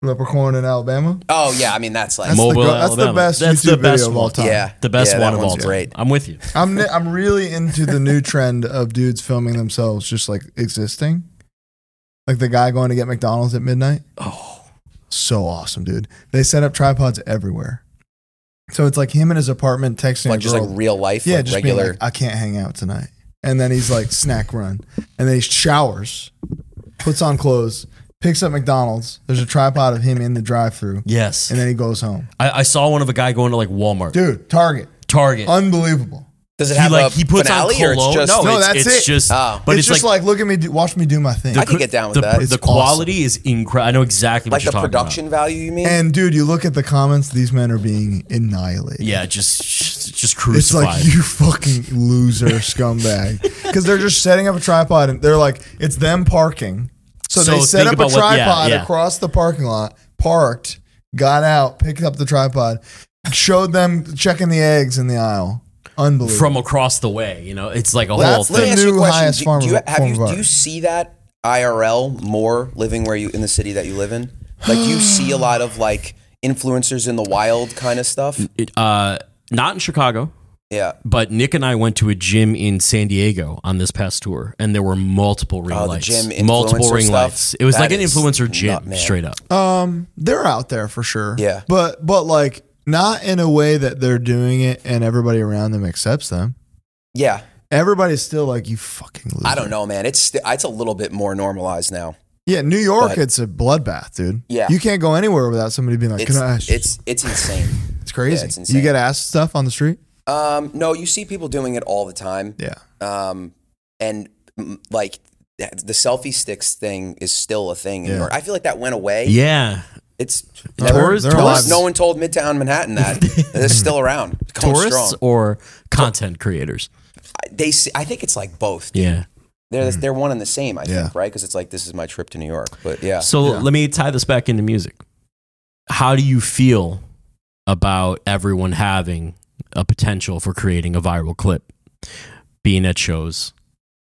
S2: Leprechaun in Alabama.
S1: Oh yeah, I mean that's like
S2: That's the
S3: Mobile,
S2: go- that's the
S3: Alabama.
S2: best
S3: That's
S2: YouTube
S3: the best
S2: video of
S3: one.
S2: all time.
S1: yeah,
S3: The best
S1: yeah,
S3: one
S1: that
S3: of
S1: one's
S3: all time.
S1: Great.
S3: I'm with you.
S2: I'm ni- I'm really into the new trend of dudes filming themselves just like existing, like the guy going to get McDonald's at midnight. Oh, so awesome, dude! They set up tripods everywhere, so it's like him in his apartment texting
S1: Like
S2: a
S1: just
S2: girl.
S1: like real life,
S2: yeah,
S1: like
S2: just
S1: regular.
S2: being like, I can't hang out tonight, and then he's like snack run, and then he showers, puts on clothes, picks up McDonald's. There's a tripod of him in the drive-through,
S3: Yes.
S2: and then he goes home.
S3: I, I saw one of a guy going to like Walmart,
S2: Dude, Target,
S3: Target.
S2: unbelievable.
S1: does it
S3: he
S1: have
S3: like
S1: a
S3: he puts on
S1: finale or it's
S3: cologne.
S1: just
S3: no,
S2: No,
S3: it's,
S2: that's
S3: it's
S2: it.
S3: just.
S1: Oh.
S3: But
S2: it's,
S3: it's,
S2: just
S3: like,
S2: like, look at me, do, watch me do my thing.
S1: I could get down with
S3: the,
S1: that.
S3: The
S2: It's
S3: quality is incredible. I know exactly
S1: like
S3: what you're
S1: the
S3: talking
S1: production
S3: about.
S1: value, you mean?
S2: And dude, you look at the comments; these men are being annihilated.
S3: Yeah, just just
S2: It's
S3: crucified.
S2: like you fucking loser scumbag, because they're just setting up a tripod and they're like, it's them parking. So,
S3: So
S2: they set
S3: think
S2: up a
S3: about
S2: tripod
S3: what- yeah, yeah.
S2: across the parking lot, parked, got out, picked up the tripod, showed them checking the eggs in the aisle. Unbelievable.
S3: from across the way. You know, it's like a
S2: That's
S3: whole
S2: the
S3: thing.
S2: new
S1: you a question.
S2: highest
S1: Do-
S2: form
S1: do you,
S2: of-
S1: have
S2: form
S1: you-
S2: of
S1: Do you
S2: art.
S1: see that IRL more living where you in the city that you live in? Like, do you see a lot of like influencers in the wild kind of stuff?
S3: It, uh, not in Chicago,
S1: Yeah.
S3: but Nick and I went to a gym in San Diego on this past tour, and there were multiple ring
S1: Oh, the
S3: lights,
S1: gym
S3: multiple
S1: influencer
S3: ring
S1: stuff?
S3: lights. It was
S1: That
S3: like an
S1: is
S3: influencer
S1: nut,
S3: gym,
S1: man.
S3: straight up.
S2: Um, they're out there for sure.
S1: Yeah.
S2: But but like not in a way that they're doing it and everybody around them accepts them.
S1: Yeah.
S2: Everybody's still like, you fucking loser.
S1: I don't know, man. It's st- it's a little bit more normalized now.
S2: Yeah, New York,
S1: But-
S2: it's a bloodbath, dude.
S1: Yeah.
S2: you can't go anywhere without somebody being like,
S1: It's
S2: "Can I?" ask you?"
S1: it's it's insane.
S2: It's crazy.
S1: yeah, it's insane.
S2: you get asked stuff on the street.
S1: Um, no, you see people doing it all the time.
S2: Yeah.
S1: um, and mm, like th- the selfie sticks thing is still a thing. in New
S2: Yeah.
S1: York. I feel like that went away.
S3: Yeah,
S1: It's
S2: There-
S3: Tourists-
S2: there are
S1: no, one-
S2: lives-
S1: no one told Midtown Manhattan that it's still around. It's Going
S3: tourists
S1: strong.
S3: or content creators.
S1: I- They, s- I think it's like both. dude.
S3: Yeah. Mm-hmm.
S1: They're they're one and the same. I
S2: Yeah.
S1: think right because it's like this is my trip to New York. But yeah,
S3: So
S2: Yeah.
S3: let me tie this back into music. How do you feel about everyone having a potential for creating a viral clip, being at shows,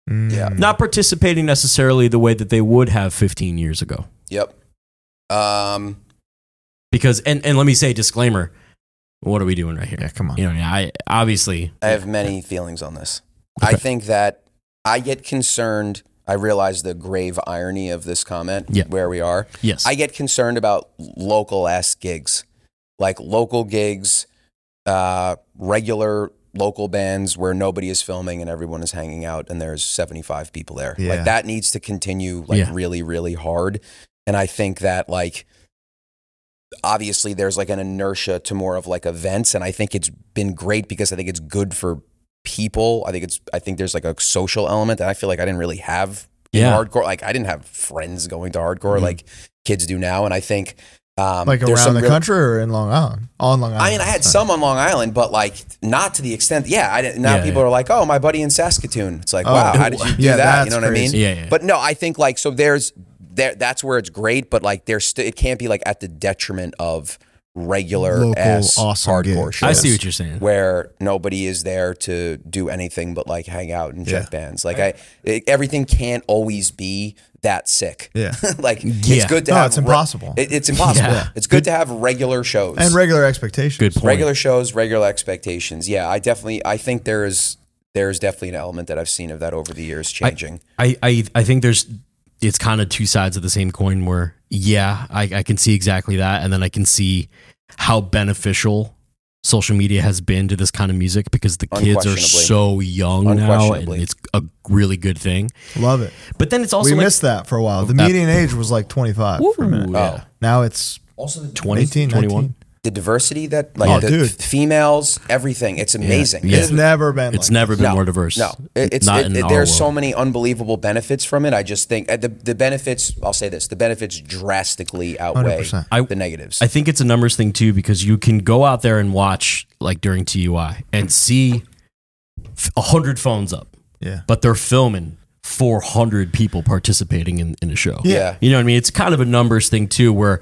S1: Yeah.
S2: Mm.
S3: not participating necessarily the way that they would have 15 years ago?
S1: yep. Um,
S3: Because and and let me say disclaimer, what are we doing right here?
S2: Yeah, come on.
S3: You know, I obviously
S1: I have many feelings on this. I
S3: Okay.
S1: think that I get concerned. I realize the grave irony of this comment
S3: Yeah.
S1: where we are.
S3: yes.
S1: I get concerned about local ass gigs, like local gigs, uh, regular local bands where nobody is filming and everyone is hanging out and there's 75 people there.
S2: Yeah.
S1: Like that needs to continue like
S3: Yeah.
S1: really, really hard. And I think that like obviously there's like an inertia to more of like events and I think it's been great because I think it's good for people. I think it's I think there's like a social element that I feel like I didn't really have in
S3: Yeah.
S1: hardcore. Like I didn't have friends going to hardcore like kids do now. And I think um,
S2: like
S1: there's
S2: around
S1: some
S2: the
S1: real-
S2: country or in Long Island? On Long Island.
S1: I mean, I had
S2: sorry.
S1: some on Long Island, but like not to the extent. Yeah, I didn't, now
S3: Yeah,
S1: people
S3: yeah.
S1: are like, "Oh, my buddy in Saskatoon." It's like,
S2: Oh.
S1: wow, how did you do
S2: Yeah,
S1: that? You
S2: that's
S1: know what I
S2: crazy.
S1: mean?
S3: Yeah, yeah.
S1: But no, I think like so. There's there. That's where it's great, but like there's st- it can't be like at the detriment of regular
S2: Local
S1: ass
S2: awesome
S1: hardcore
S2: gigs.
S1: shows
S3: I see what you're saying.
S1: where nobody is there to do anything but like hang out and check
S2: Yeah.
S1: bands. Like I, it, everything can't always be that sick.
S2: Yeah.
S1: like
S3: Yeah.
S1: it's good to
S2: No,
S1: have.
S2: it's impossible.
S1: it- it's impossible.
S3: Yeah.
S1: It's good to have regular shows
S2: and regular expectations.
S3: Good point.
S1: regular shows, regular expectations. Yeah, I definitely, I think there is there is definitely an element that I've seen of that over the years changing.
S3: I, I, I think there's it's kind of two sides of the same coin where yeah I, I can see exactly that and then i can see how beneficial social media has been to this kind of music because the kids are
S1: Unquestionably.
S3: so young now and
S1: Unquestionably.
S3: it's a really good thing
S2: Love it.
S3: but then it's also
S2: we
S3: like,
S2: missed that for a while. The
S3: That-
S2: median age was like 25 for a
S3: Ooh,
S2: minute.
S3: yeah.
S1: Oh.
S2: Now it's
S1: also, the,
S3: 20
S2: 18,
S3: 21
S2: 19.
S1: the diversity that like
S2: Oh,
S1: the
S2: dude.
S1: f- females, everything, it's amazing.
S3: Yeah.
S2: It's never been.
S3: it's
S2: like
S3: never been
S1: No,
S3: more diverse
S1: No, It- it's
S3: not
S1: it,
S3: in
S1: it-
S3: our
S1: there's so
S3: world.
S1: many unbelievable benefits from it. I just think uh, the the benefits. I'll say this: the benefits drastically outweigh
S2: 100%.
S3: I-
S1: the negatives.
S3: I think it's a numbers thing too because you can go out there and watch like during TUI and see f- a hundred phones up,
S2: Yeah.
S3: but they're filming four hundred people participating in, in a show.
S1: yeah.
S3: You know what I mean? It's kind of a numbers thing too, where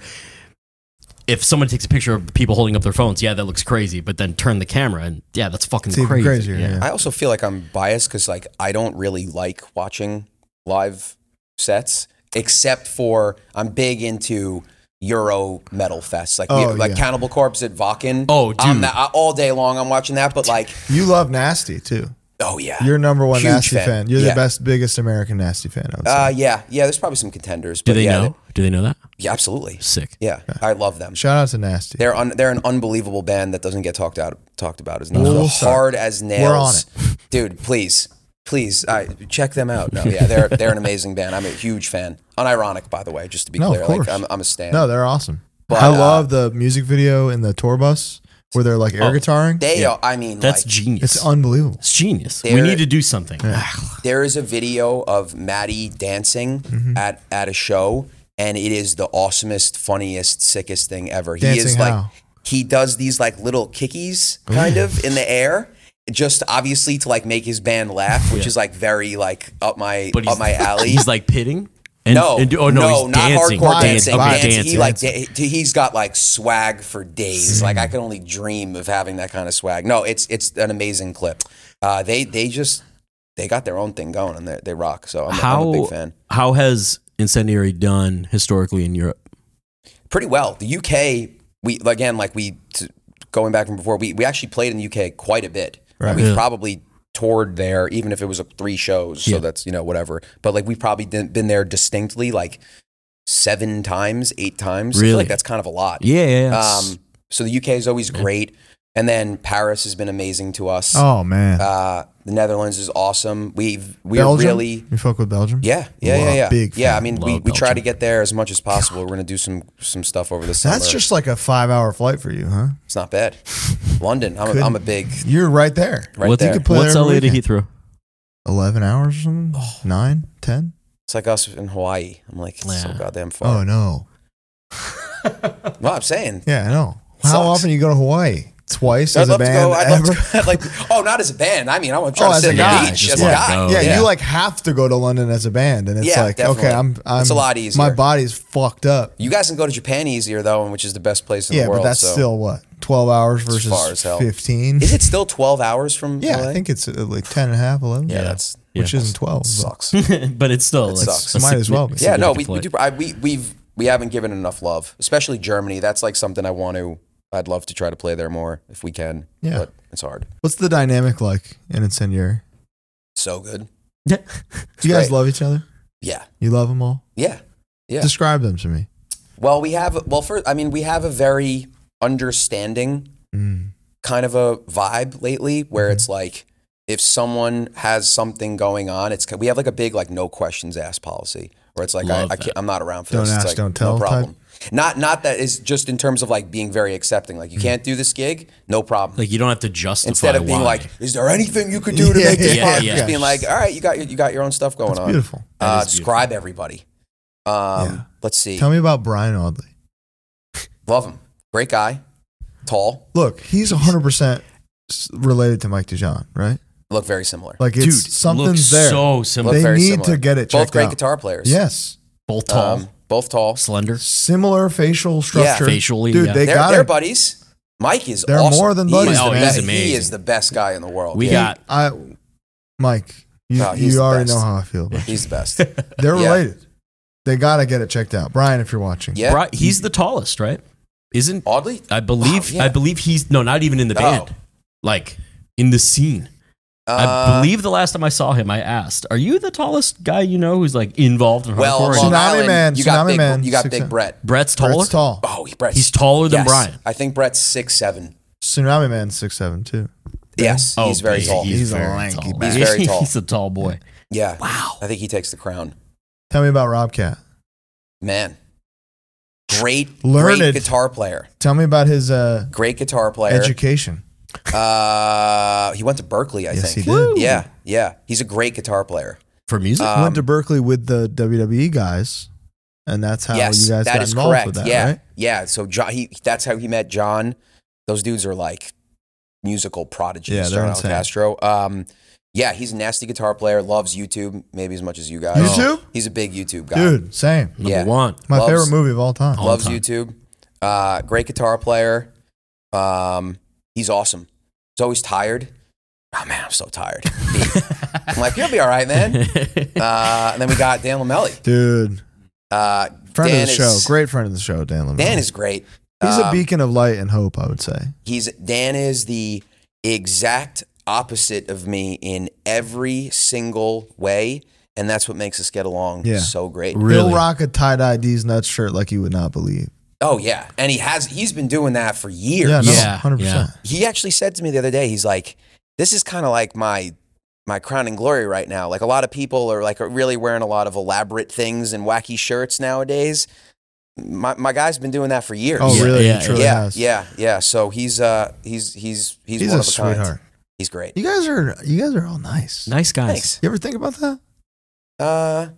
S3: if someone takes a picture of people holding up their phones, yeah, that looks crazy, but then turn the camera and yeah, that's fucking
S2: It's even
S3: crazy.
S2: crazier, yeah.
S1: I also feel like I'm biased because like I don't really like watching live sets, except for I'm big into Euro metal fest, like
S2: Oh,
S1: we, like
S2: yeah.
S1: Cannibal Corpse at Vakken.
S3: Oh,
S1: I'm
S3: dude.
S1: that, I- all day long I'm watching that, but like,
S2: You love Nasty too.
S1: oh yeah,
S2: You're number one
S1: Huge
S2: Nasty
S1: fan.
S2: fan. You're
S1: Yeah.
S2: the best, biggest American Nasty fan. I would say.
S1: uh, yeah, yeah. There's probably some contenders. But
S3: Do they
S1: yeah,
S3: know? Do they know that?
S1: Yeah, absolutely.
S3: Sick.
S1: Yeah, I love them.
S2: Shout out to Nasty.
S1: They're un, they're an unbelievable band that doesn't get talked out talked about as
S2: We'll
S1: nails.
S2: start.
S1: Hard as nails.
S2: We're on
S1: Dude, please. Please, I check them out. No, yeah, they're they're an amazing band. I'm a huge fan. Unironic, by the way, just to be
S2: No, of
S1: clear. Like
S2: course.
S1: I'm I'm a stan.
S2: no, they're awesome.
S1: But,
S2: I
S1: uh,
S2: love the music video in the tour bus where they're like air guitaring.
S1: they are I mean
S3: That's
S1: like
S3: genius.
S2: it's unbelievable.
S3: it's genius. We
S1: They're-
S3: need to do something. Ah,
S1: there is a video of Maddie dancing
S2: Mm-hmm.
S1: at at a show, and it is the awesomest, funniest, sickest thing ever. he is
S2: Dancing
S1: like
S2: how?
S1: he does these like little kickies kind of in the air. Just obviously to like make his band laugh, which is like very like up my
S3: But
S1: up my alley.
S3: He's like pitting. And,
S1: no,
S3: and- oh, no, he's
S1: not
S3: dancing.
S1: hardcore
S3: Dance-
S1: dancing.
S3: okay,
S1: dancing. He
S3: dancing.
S1: like da- he's got like swag for days. Like I can only dream of having that kind of swag. No, it's it's an amazing clip. Uh, they they just they got their own thing going and they they rock. So I'm, a- I'm
S3: how
S1: a big fan.
S3: how has incendiary done historically in Europe?
S1: Pretty well. The UK we again like we t- going back from before we we actually played in the UK quite a bit.
S2: Right.
S1: We
S3: Yeah.
S1: probably toured there even if it was uh, three shows.
S3: Yeah.
S1: So that's you know whatever. But like we've probably been been there distinctly like. Seven times, eight times. I feel
S3: Really?
S1: Um, like that's kind of a lot.
S3: Yeah, yeah, yeah.
S1: Um, so the UK is always great. And then Paris has been amazing to us.
S2: Oh man,
S1: Uh, the Netherlands is awesome. We've we're
S2: Belgium.
S1: really
S2: you fuck with Belgium?
S1: yeah, yeah, yeah,
S2: Love-
S1: yeah.
S2: Big
S1: yeah,
S2: fan.
S1: I mean, we,
S3: Love
S1: we try to
S3: Belgium.
S1: get there as much as possible. We're gonna do some some stuff over the summer.
S2: That's just like a five-hour flight for you, huh?
S1: it's not bad. London, I'm, a, I'm a big
S2: You're right there.
S1: right
S3: what's,
S1: there.
S2: could play
S3: what's
S2: every
S3: LA to
S2: weekend.
S3: Heathrow?
S2: Eleven hours or something?
S1: Oh.
S2: Nine, ten?
S1: It's like us in Hawaii. I'm like it's so
S3: Yeah.
S1: goddamn
S2: Oh
S1: far.
S2: no.
S1: No, I'm saying.
S2: Yeah, I know. How
S1: Sucks.
S2: often you go to Hawaii? Twice
S1: I'd
S2: as a
S1: love to
S2: band
S1: go. I'd
S2: ever?
S1: love to go. Like, oh, not as a band. I mean, I want to try
S2: Oh,
S1: to
S2: as
S1: sit
S2: a
S1: on the
S2: guy.
S1: beach
S3: Just
S1: as a
S3: wanna
S1: guy.
S3: go.
S2: yeah,
S1: yeah.
S2: you like have to go to London as a band, and it's
S1: Yeah,
S2: like
S1: definitely.
S2: okay, I'm, I'm.
S1: It's a lot easier.
S2: My body's fucked up.
S1: You guys can go to Japan easier though, which is the best place in
S2: Yeah,
S1: the world.
S2: but that's
S1: so.
S2: still what twelve hours versus
S1: far as hell.
S2: fifteen.
S1: Is it still 12 hours from?
S2: Yeah,
S1: LA?
S2: I think it's uh, like 10 and a half, 11.
S1: Yeah, that's
S2: Which
S3: Yeah.
S2: isn't 12. but-
S1: sucks.
S3: but it's still
S1: It
S3: it's
S1: sucks.
S3: a
S2: Might as
S3: signi-
S2: well be.
S1: yeah, no, we, we
S3: significant
S1: do.
S3: flight.
S1: I, we we've we haven't given it enough love, especially Germany. That's like something I want to. I'd love to try to play there more if we can.
S2: Yeah.
S1: but it's hard.
S2: What's the dynamic like in Incendiary?
S1: So good.
S2: Do you guys
S1: great.
S2: love each other?
S1: Yeah,
S2: You love them all?
S1: yeah, yeah.
S2: Describe them to me.
S1: well, we have. Well, first, I mean, we have a very understanding
S2: Mm.
S1: kind of a vibe lately
S2: Mm-hmm.
S1: where it's like if someone has something going on, it's we have like a big like no questions asked policy where it's like I,
S3: Love
S1: I can't, I'm not around for
S2: Don't
S1: this. It's
S2: ask,
S1: like,
S2: don't
S1: No
S2: tell type?
S1: problem. Not not that is just in terms of like being very accepting. Like you
S2: Mm-hmm.
S1: can't do this gig, no problem.
S3: Like you don't have to justify
S1: Instead of being
S3: why.
S1: like, is there anything you could do to
S2: Yeah,
S1: make this
S3: yeah,
S1: podcast?
S3: yeah.
S1: Just being like, all right, you got your, you got your own stuff going
S2: That's
S1: on.
S2: beautiful.
S1: Uh,
S3: That is beautiful.
S1: describe everybody. Um,
S2: Yeah.
S1: Let's see.
S2: Tell me about Brian Audley.
S1: Love him. Great guy. Tall.
S2: Look, he's 100% s- related to Mike DeJohn, right?
S1: Look very similar.
S2: Like, it's
S3: dude,
S2: something's
S3: looks
S2: there.
S3: So
S1: Look
S3: similar,
S2: They
S1: very
S2: need
S1: similar.
S2: to get it
S1: Both
S2: checked
S1: great
S2: out.
S1: guitar players.
S2: yes.
S3: both tall,
S1: Um, both tall.
S3: slender.
S2: Similar facial structure.
S3: Facially,
S2: Dude,
S3: yeah.
S2: they
S1: They're,
S2: got
S1: they're
S2: it.
S1: buddies. Mike is
S2: They're
S1: awesome.
S2: more than
S1: He
S2: buddies,
S1: is
S2: Oh,
S1: the
S2: man.
S1: best-
S3: he's
S1: He
S3: amazing.
S1: is the best guy in the world.
S3: We
S1: Yeah.
S3: got
S2: I, Mike, you,
S1: No, he's
S2: you
S1: the
S2: already
S1: best.
S2: know how I feel. But
S1: He's the best.
S2: they're
S1: Yeah.
S2: related. They got to get it checked out. Brian, if you're watching.
S1: Yeah.
S3: Bri- he's the tallest, right? Isn't
S1: Oddly,
S3: I believe
S1: Oh, yeah.
S3: I believe he's no, not even in the
S1: Oh.
S3: band. Like in the scene. I
S1: uh,
S3: believe the last time I saw him, I asked, "Are you the tallest guy you know who's like involved in
S1: Uh, Well,
S3: hardcore?"
S1: Long
S3: And
S2: Tsunami
S1: Island,
S2: Man,
S1: You got
S2: Tsunami
S1: big.
S2: Man,
S1: you got
S2: six
S1: big
S2: cent.
S1: Brett.
S3: Brett's taller.
S2: Brett's tall.
S1: Oh, Brett's.
S3: He's taller than
S1: yes.
S3: Brian.
S1: I think Brett's six seven.
S2: Tsunami Man, six seven two.
S1: Yes,
S3: Oh,
S1: he's very
S3: he-
S1: tall.
S2: he's- a
S3: very
S2: lanky
S3: tall.
S1: man. He's very tall.
S3: he's a tall boy.
S1: yeah.
S3: Wow.
S1: I think he takes the crown.
S2: Tell me about Robcat.
S1: Man, great, great
S2: Learned.
S1: guitar player.
S2: Tell me about his uh,
S1: Great guitar player.
S2: education.
S1: uh, he went to Berkeley, I
S2: Yes,
S1: think.
S2: he did.
S1: Yeah, yeah. He's a great guitar player.
S3: For music?
S1: Um,
S2: Went to Berkeley with the WWE guys, and that's how
S1: yes,
S2: you guys
S1: that
S2: got
S1: is
S2: involved
S1: correct.
S2: with that,
S1: yeah,
S2: right?
S1: yeah. So John, he that's how he met John. Those dudes are like musical prodigies.
S2: Yeah, they're
S1: starting out with
S2: insane.
S1: Castro. Um, yeah, he's a nasty guitar player. Loves YouTube maybe as much as you guys. Oh.
S2: YouTube?
S1: He's a big YouTube guy.
S2: Dude, same.
S3: Number
S1: yeah.
S3: one.
S2: My
S1: Loves-
S2: favorite movie of all time.
S3: All
S1: loves
S3: time.
S1: YouTube. Uh, great guitar player. Um, he's awesome. He's always tired. Oh man, I'm so tired. I'm like, you'll be all right, man. Uh, and then we got Dan Lamelli.
S2: Dude,
S1: Uh,
S2: friend
S1: Dan
S2: of the show,
S1: is-
S2: great friend of the show, Dan Lemon.
S1: Dan is great.
S2: he's a
S1: Um,
S2: beacon of light and hope. I would say.
S1: He's Dan is the exact opposite of me in every single way, and that's what makes us get along
S2: Yeah.
S1: so great.
S3: Really?
S2: He'll rock a tie dye D's nuts shirt like you would not believe.
S1: Oh yeah, and he has he's been doing that for years.
S2: Yeah, no,
S3: Yeah,
S2: hundred percent.
S1: He actually said to me the other day, he's like, "This is kind of like my my crown and glory right now. Like a lot of people are like are really wearing a lot of elaborate things and wacky shirts nowadays. My my guy's been doing that for years.
S2: Oh,
S3: Yeah,
S2: really?
S3: yeah,
S2: he truly
S1: yeah,
S2: has.
S1: yeah, yeah. So he's uh he's he's he's,
S2: He's
S1: one
S2: a
S1: of a kind.
S2: sweetheart.
S1: He's great.
S2: You guys are you guys are all nice.
S3: nice guys.
S1: Thanks.
S2: You ever think about that?
S1: Uh,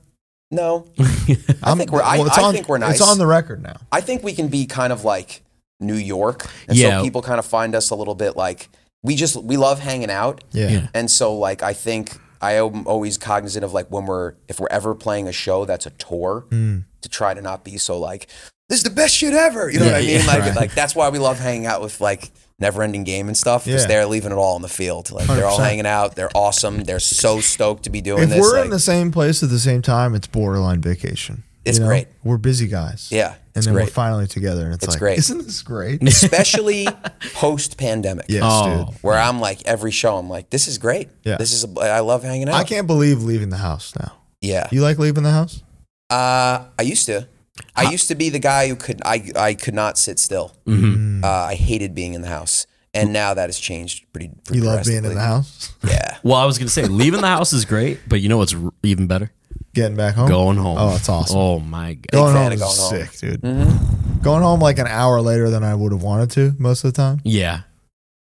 S1: no, I think we're. I,
S2: well, it's
S1: I
S2: on-
S1: think we're nice.
S2: It's on the record now.
S1: I think we can be kind of like New York, and
S3: Yeah.
S1: so people kind of find us a little bit like we just we love hanging out,
S2: Yeah.
S3: Yeah.
S1: and so like I think I am always cognizant of like when we're if we're ever playing a show that's a tour
S2: Mm.
S1: to try to not be so like this is the best shit ever. You know what I
S3: Yeah,
S1: mean?
S3: yeah.
S1: Like
S2: Right.
S1: like that's why we love hanging out with like. Never ending game and stuff because
S2: Yeah.
S1: they're leaving it all on the field. Like they are all
S2: 100%.
S1: hanging out. They're awesome. They're so stoked to be doing
S2: If
S1: this.
S2: we're
S1: like,
S2: in the same place at the same time, it's borderline vacation.
S1: It's great.
S2: We're busy guys.
S1: yeah,
S2: And
S1: it's
S2: then we're
S1: great.
S2: finally together, and it's,
S1: It's
S2: like,
S1: great.
S2: isn't this great?
S1: especially post pandemic.
S2: yes,
S3: Oh.
S2: dude.
S1: Where I'm like every show, I'm like, this is great.
S2: Yeah.
S1: This is a, I love hanging out.
S2: I can't believe leaving the house now.
S1: Yeah.
S2: You like leaving the house?
S1: Uh, I used to.
S2: Mm-hmm.
S1: I used to be the guy who could I I could not sit still. Uh, I hated being in the house, and now that has changed pretty. pretty
S2: You love being in
S1: drastically.
S2: the house,
S1: Yeah,
S3: Well, I was gonna say leaving the house is great, but you know what's r- even better?
S2: getting back home,
S3: Going home.
S2: Oh, it's awesome.
S3: Oh my god.
S2: going
S1: fan of
S2: home is
S1: going home. Mm-hmm.
S2: sick, dude. Going home like an hour later than I would have wanted to most of the time.
S3: Yeah.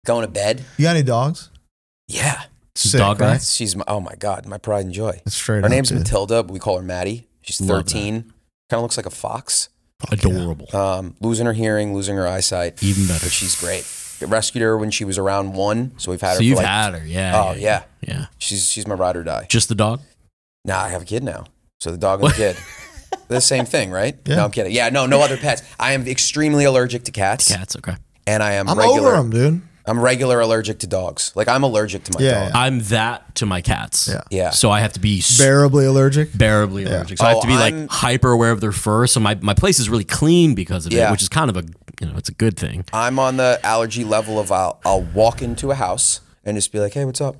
S1: going to bed.
S2: You got any dogs?
S1: Yeah,
S2: Sick,
S3: Dog
S2: right?
S3: guys?
S1: she's my, oh my god, my pride and joy.
S2: That's straight.
S1: Her
S2: up,
S1: name's
S2: dude.
S1: Matilda, but we call her Maddie. She's
S3: Love that.
S1: thirteen. Kind of looks like a fox.
S3: Adorable.
S1: Um, losing her hearing, losing her eyesight.
S3: Even better.
S1: But she's great. Rescued her when she was around one, so we've had
S3: So
S1: her.
S3: you've
S1: for like,
S3: had her, yeah.
S1: Oh yeah,
S3: Yeah.
S1: she's she's my ride or die.
S3: Just the dog?
S1: Nah, I have a kid now. So the dog and the kid. the same thing, right?
S2: Yeah.
S1: No, I'm kidding. Yeah, no, no other pets. I am extremely allergic to cats,
S3: Cats, okay.
S1: and I am
S2: I'm
S1: regular.
S2: over them, dude.
S1: I'm regular allergic to dogs. Like I'm allergic to my
S2: Yeah,
S1: dog.
S3: I'm that to my cats.
S2: Yeah.
S1: Yeah.
S3: So I have to be s-
S2: Bearably allergic.
S3: bearably allergic. So I
S1: Oh,
S3: have to be
S1: I'm-
S3: like hyper aware of their fur. So my, my place is really clean because of
S1: Yeah.
S3: it, which is kind of a you know, it's a good thing.
S1: I'm on the allergy level of I'll, I'll walk into a house and just be like, "Hey, what's up?"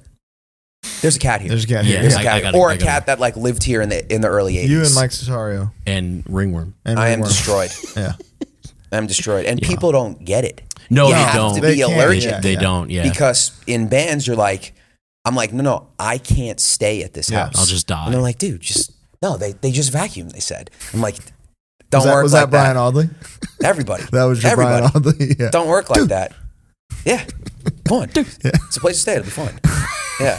S1: There's a cat here.
S2: There's a cat
S3: Yeah,
S2: here.
S1: There's a
S3: I-
S1: cat.
S3: I gotta-
S1: or
S3: I
S1: a
S3: gotta-
S1: cat that like lived here in the in the early 80s.
S2: You and Mike Cesario.
S3: And ringworm.
S2: And
S1: I am
S2: Ringworm.
S1: destroyed.
S2: Yeah.
S1: I'm destroyed, and people don't get it
S3: No,
S1: You
S3: they
S1: have
S3: don't.
S1: to
S3: they
S1: be
S2: can't,
S1: allergic.
S2: yeah,
S3: they
S2: yeah.
S3: don't, yeah.
S1: because in bands you're like, I'm like, no, no, I can't stay at this
S2: Yeah.
S1: house.
S3: I'll just die.
S1: And they're like, dude, just no. They they just vacuum. They said. I'm like, don't
S2: Was that,
S1: work
S2: was
S1: like
S2: that Brian
S1: that.
S2: Audley?
S1: Everybody.
S2: That was your
S1: Everybody.
S2: Brian Audley. Yeah.
S1: Don't work like that. Yeah. Fun. It's a place to stay. It'll be fun. Yeah.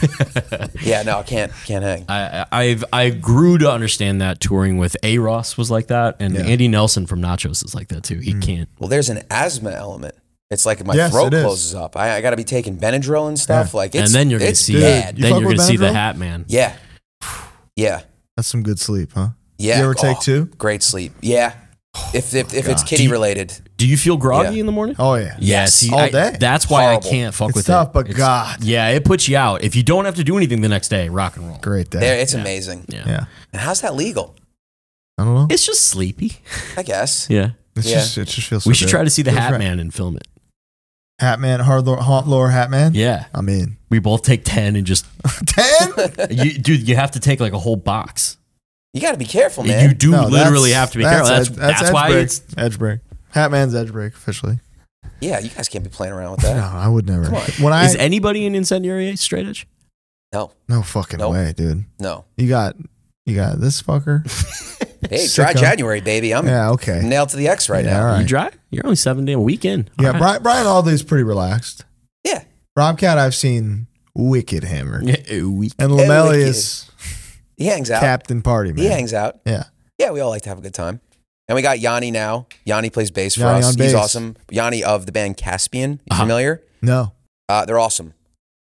S1: yeah. No, I can't. Can't hang.
S3: I, I- I've I grew to understand that touring with A Ross was like that, and
S2: Yeah. Mm.
S3: Andy Nelson from Nachos is like that too. He can't.
S1: Well, there's an asthma element. It's like my
S2: Yes,
S1: throat
S2: it is.
S1: closes up. I, I got to be taking Benadryl and stuff. Like it's
S3: and then you're gonna
S1: it's
S3: see
S1: bad.
S2: You
S3: then
S2: fuck
S3: you're
S2: with
S3: gonna see the
S2: Benadryl?
S3: Hat Man.
S1: Yeah. Yeah.
S2: That's some good sleep, huh?
S1: Yeah.
S2: You ever take
S1: Oh,
S2: two?
S1: Great sleep. Yeah. If if, if it's
S3: God.
S1: kitty
S3: Do you-
S1: related,
S3: Do you feel groggy
S1: Yeah.
S3: in the morning?
S2: Oh yeah.
S1: Yes.
S3: see,
S2: All
S3: I-
S2: day.
S3: That's why
S1: Horrible.
S3: I can't fuck
S2: It's
S3: with
S2: tough,
S3: it.
S2: but God.
S3: yeah, it puts you out. If you don't have to do anything the next day, rock and roll.
S2: Great day.
S1: there it's amazing.
S3: Yeah.
S2: Yeah.
S1: And how's that legal?
S2: I don't know.
S3: it's just sleepy.
S1: I guess.
S3: Yeah,
S2: It's
S1: Yeah.
S2: just, it just feels.
S3: we
S2: so
S3: should
S2: good.
S3: try to see the
S2: Feels
S3: Hat
S2: right.
S3: Man and film it.
S2: Hat man, hard lore, haunt lore, hat man.
S3: Yeah,
S2: I mean,
S3: we both take ten and just,
S2: ten.
S3: you, dude, you have to take like a whole box.
S1: You got to be careful,
S3: You
S1: Oh, man.
S3: do literally have to be careful. That's that's,
S2: edge
S3: why
S2: break.
S3: it's
S2: edge break. Hat man's edge break officially.
S1: yeah, you guys can't be playing around with
S2: No,
S1: that.
S2: I would never.
S1: Come on.
S2: When I
S3: is anybody in Incendiary straight edge?
S1: No,
S2: no fucking
S1: Nope.
S2: way, dude.
S1: no.
S2: You got you got this fucker.
S1: Hey, dry
S2: Sicko.
S1: January, baby. I'm
S2: yeah, okay.
S1: nailed to the X right
S2: yeah,
S1: now.
S2: All
S3: You
S2: right.
S3: dry? You're only seven day a weekend.
S2: yeah, Brian, Brian Aldi's pretty relaxed.
S1: Yeah.
S2: Robcat, I've seen wicked hammer,
S3: week.
S2: and Lamelli
S1: wicked.
S2: is
S1: He hangs out.
S2: Captain Party man.
S1: He hangs out.
S2: Yeah.
S1: Yeah, we all like to have a good time. And we got Yanni now. Yanni plays bass for
S2: Yanni
S1: us.
S2: on
S1: He's
S2: bass.
S1: awesome. Yanni of the band Caspian. You
S3: Uh-huh.
S1: familiar?
S2: No.
S1: Uh, they're awesome.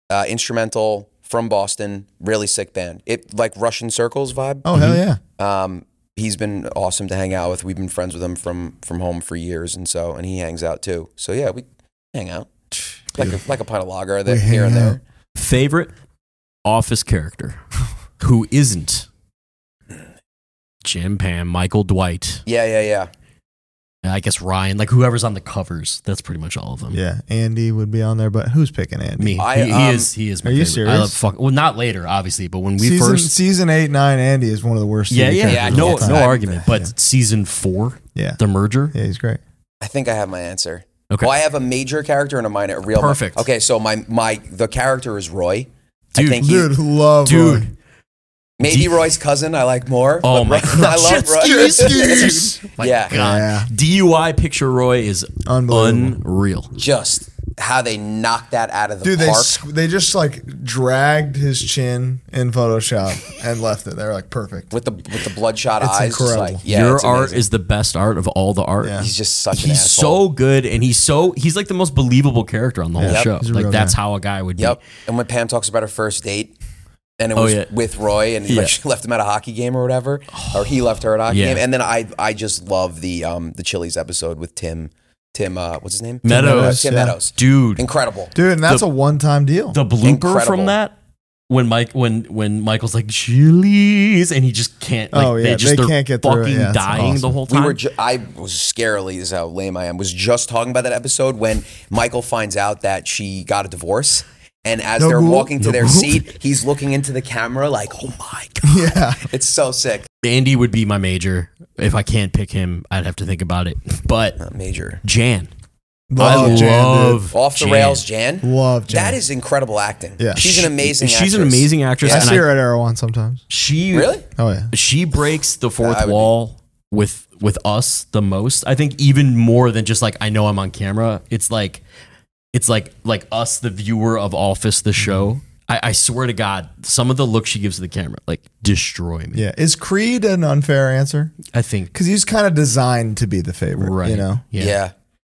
S1: Uh, instrumental from Boston. Really sick band. It like Russian circles vibe.
S2: Oh
S3: Mm-hmm.
S2: hell yeah.
S1: Um, he's been awesome to hang out with. We've been friends with him from from home for years, and so and he hangs out too. So yeah, we hang out like a, like a pint of lager there,
S2: We
S1: here and
S2: hang
S1: there.
S3: Favorite office character who isn't Jim Pam, Michael Dwight,
S1: Yeah, yeah, yeah.
S3: and I guess Ryan, like whoever's on the covers. That's pretty much all of them.
S2: Yeah, Andy would be on there, but who's picking Andy?
S3: Me,
S1: I,
S3: he,
S1: um,
S3: he is. He is. My
S2: Are you
S3: favorite. I
S2: serious?
S3: love fuck. Well, not later, obviously, but when we
S2: season,
S3: first,
S2: season eight, nine, Andy is one of the worst.
S3: yeah,
S2: TV
S3: yeah,
S1: yeah,
S3: yeah,
S2: characters of
S3: no,
S2: all time.
S3: no
S1: I-
S3: argument. But season four,
S2: yeah,
S3: the merger,
S2: yeah, he's great.
S1: I think I have my answer.
S3: Okay.
S1: Well, Oh, I have a major character and a minor, a real.
S3: Perfect.
S1: okay, so my my the character is Roy. I
S3: Dude,
S1: think he-
S2: Dude, love
S3: dude.
S2: Roy.
S1: maybe
S3: D-
S1: Roy's cousin. I like more.
S3: Oh
S1: but
S3: my
S1: Roy- I love Roy.
S3: Jet skis. My
S1: Yeah.
S3: God.
S2: Yeah.
S3: DUI picture Roy is
S2: Unbelievable.
S3: unreal.
S1: Just how they knocked that out of the
S2: Dude, they
S1: park.
S2: s- they just like dragged his chin in Photoshop and left it. They're like perfect.
S1: with the with the bloodshot
S2: It's
S1: eyes, just
S2: incredible.
S1: like yeah,
S3: Your
S1: it's
S3: art
S1: amazing.
S3: is the best art of all the art.
S2: Yeah.
S1: He's just such an
S3: He's
S1: asshole.
S3: so good, and he's so he's like the most believable character on the whole
S1: Yep.
S3: show.
S2: He's a
S3: Like
S2: real
S3: that's
S2: guy.
S3: how a guy would be.
S1: Yep. And when Pam talks about her first date, and it
S3: Oh,
S1: was
S3: yeah.
S1: with Roy, and he, like,
S3: Yeah.
S1: she left him at a hockey game or whatever, or he left her at a hockey
S3: Yeah.
S1: game. And then I, I just love the um the Chili's episode with Tim, Tim, uh, what's his name?
S3: Meadows,
S1: Tim
S2: yeah.
S1: Meadows.
S3: Dude,
S1: Incredible.
S2: Dude, and that's
S3: The-
S2: a one time deal.
S3: the blooper
S1: Incredible.
S3: from that when Mike when when Michael's like Chili's and he just can't. Like,
S2: Oh, yeah,
S3: they, just,
S2: they
S3: are
S2: can't get through it.
S3: fucking
S2: Yeah, it's
S3: dying the
S2: awesome.
S3: whole
S1: We
S3: time.
S1: were. Ju- I was scarily. This is how lame I am. Was just talking about that episode when Michael finds out that she got a divorce, and as
S2: No
S1: they're
S2: rule?
S1: walking to
S2: No
S1: their
S2: rule?
S1: seat, he's looking into the camera like, "Oh my god,
S2: yeah.
S1: it's so sick."
S3: Andy would be my major. If I can't pick him, I'd have to think about it. But
S1: Not major.
S3: Jan, I
S2: Jan, dude.
S3: love
S1: Off the
S3: Jan.
S1: rails, Jan.
S2: Love Jan.
S1: That is incredible acting.
S2: Yeah.
S1: She's an
S3: She-
S1: amazing.
S3: She's an
S1: actress.
S3: amazing actress.
S2: I
S3: and
S2: see
S3: I-
S2: her at Erewhon sometimes.
S3: She
S1: Really?
S2: Oh yeah.
S3: she breaks the fourth
S1: I would be-
S3: wall with with us the most. I think even more than just like I know I'm on camera. It's like it's like like us the viewer of Office the
S1: Mm-hmm.
S3: show. I, I swear to God, some of the looks she gives to the camera like destroy me.
S2: Yeah. Is Creed an unfair answer?
S3: I think
S2: Because he's kind of designed to be the favorite,
S3: right.
S2: You know.
S1: Yeah.
S3: Yeah.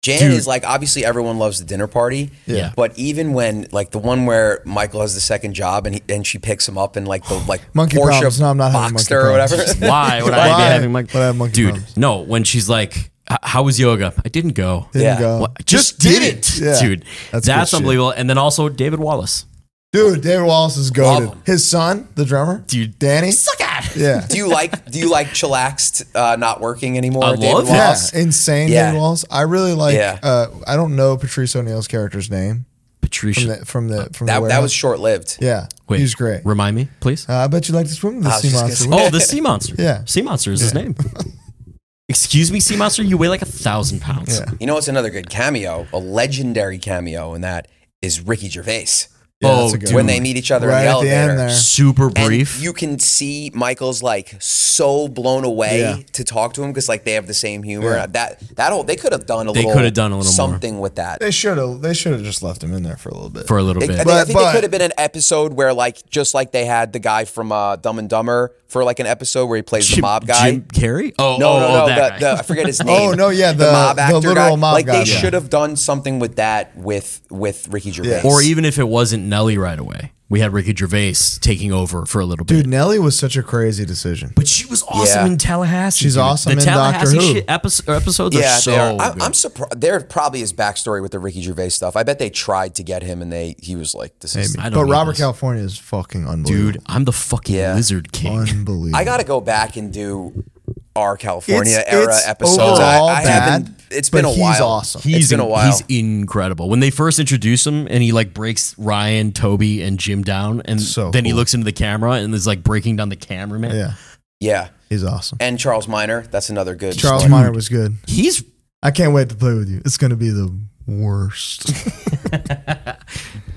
S1: Jan
S3: Dude.
S1: is like obviously everyone loves the dinner party.
S3: Yeah.
S1: But even when like the one where Michael has the second job and he, and she picks him up in like the like
S2: Monkey
S1: Porsche
S2: problems. No, I'm not having monkey
S1: Boxster or
S2: problems.
S1: whatever.
S3: Why would I be
S2: Why
S3: having my
S2: would I have monkey
S3: dude?
S2: problems?
S3: No, when she's like, "H- "How was yoga?" I didn't go.
S2: Didn't
S1: Yeah.
S2: go.
S3: What? I Just, did it,
S2: Yeah.
S3: dude.
S2: That's good
S3: That's,
S2: shit.
S3: unbelievable. And then also David Wallace,
S2: Dude, David Wallace is goaded.
S1: him.
S2: His son, the drummer,
S3: dude.
S2: Danny.
S3: suck at.
S2: Yeah.
S1: do you like do you like chillaxed uh, not working anymore?
S3: I
S1: David
S3: love
S1: Wallace?
S2: Yeah,
S3: Wallace.
S2: insane
S1: Yeah.
S2: David Wallace. I really like.
S1: Yeah.
S2: Uh, I don't know Patrice O'Neal's character's name
S3: Patricia.
S2: from the from the from
S1: That
S2: the
S1: that was
S2: warehouse.
S1: short lived.
S2: yeah.
S3: Wait,
S2: he's great. Uh,
S3: Remind me, please.
S2: I bet you like to swim with the
S1: I was
S2: sea
S1: just
S2: monster.
S1: gonna
S3: Oh, the sea monster.
S2: Yeah.
S3: Sea monster is his name. Excuse me, sea monster, you weigh like a thousand pounds.
S2: Yeah.
S1: You know what's another good cameo, a legendary cameo, and that is Ricky Gervais
S2: Yeah,
S3: oh,
S2: that's a good
S3: dude.
S1: when they meet each other
S2: Right
S1: in the
S2: at the
S1: elevator.
S2: end there.
S3: super
S1: And
S3: brief.
S1: you can see Michael's like so blown away
S2: Yeah.
S1: to talk to him because like they have the same humor.
S2: Yeah.
S1: That that whole they could have done a
S3: They
S1: little
S3: could have done a little more.
S1: something with that.
S2: They should have. They should have just left him in there for a little bit.
S3: for a little
S1: They- I
S3: bit.
S1: think, I
S2: But-
S1: think
S2: but-
S1: it could have been an episode where, like, just like they had the guy from uh, Dumb and Dumber for like an episode where he plays the
S3: Jim-
S1: mob guy.
S3: Jim Carrey? Oh,
S1: no,
S3: oh,
S1: no,
S3: oh,
S1: no, the,
S3: that guy.
S1: the, I forget his name.
S2: Oh, no, yeah, the-
S1: the mob
S2: the
S1: actor
S2: literal
S1: guy.
S2: mob
S1: like
S2: guy,
S1: they
S2: yeah.
S1: should have done something with that with with Ricky Gervais.
S3: or even if it wasn't Nelly right away. We had Ricky Gervais taking over for a little bit.
S2: Dude, Nelly was such a crazy decision.
S3: But she was
S1: Yeah.
S3: awesome in Tallahassee.
S2: She's
S3: dude.
S2: awesome
S3: the
S2: in
S3: Tallahassee
S2: Doctor Who.
S3: Shit episode, episodes
S1: yeah,
S3: are so
S1: they are. I,
S3: good.
S1: I'm surprised. There probably is backstory with the Ricky Gervais stuff. I bet they tried to get him, and they he was like, "This is."
S2: Maybe.
S3: I don't
S2: But
S3: need
S2: Robert
S3: this.
S2: California is fucking unbelievable.
S3: Dude, I'm the fucking
S1: Yeah.
S3: lizard king.
S2: unbelievable.
S1: I got to go back and do our California
S2: It's-
S1: era
S2: it's
S1: episodes.
S2: overall
S1: I, I haven't.
S2: bad,
S1: It's been
S2: but
S1: a
S2: he's
S1: while.
S2: awesome.
S1: it's been a
S3: in-
S1: while.
S3: He's incredible. When they first introduce him and he like breaks Ryan, Toby, and Jim down, and
S2: So
S3: then he
S2: cool.
S3: looks into the camera and is like breaking down the cameraman.
S2: Yeah,
S1: yeah,
S2: he's awesome.
S1: and Charles Minor. That's another good.
S2: Charles
S1: story.
S2: Minor was good.
S3: He's
S2: I can't wait to play with you. It's gonna be the worst.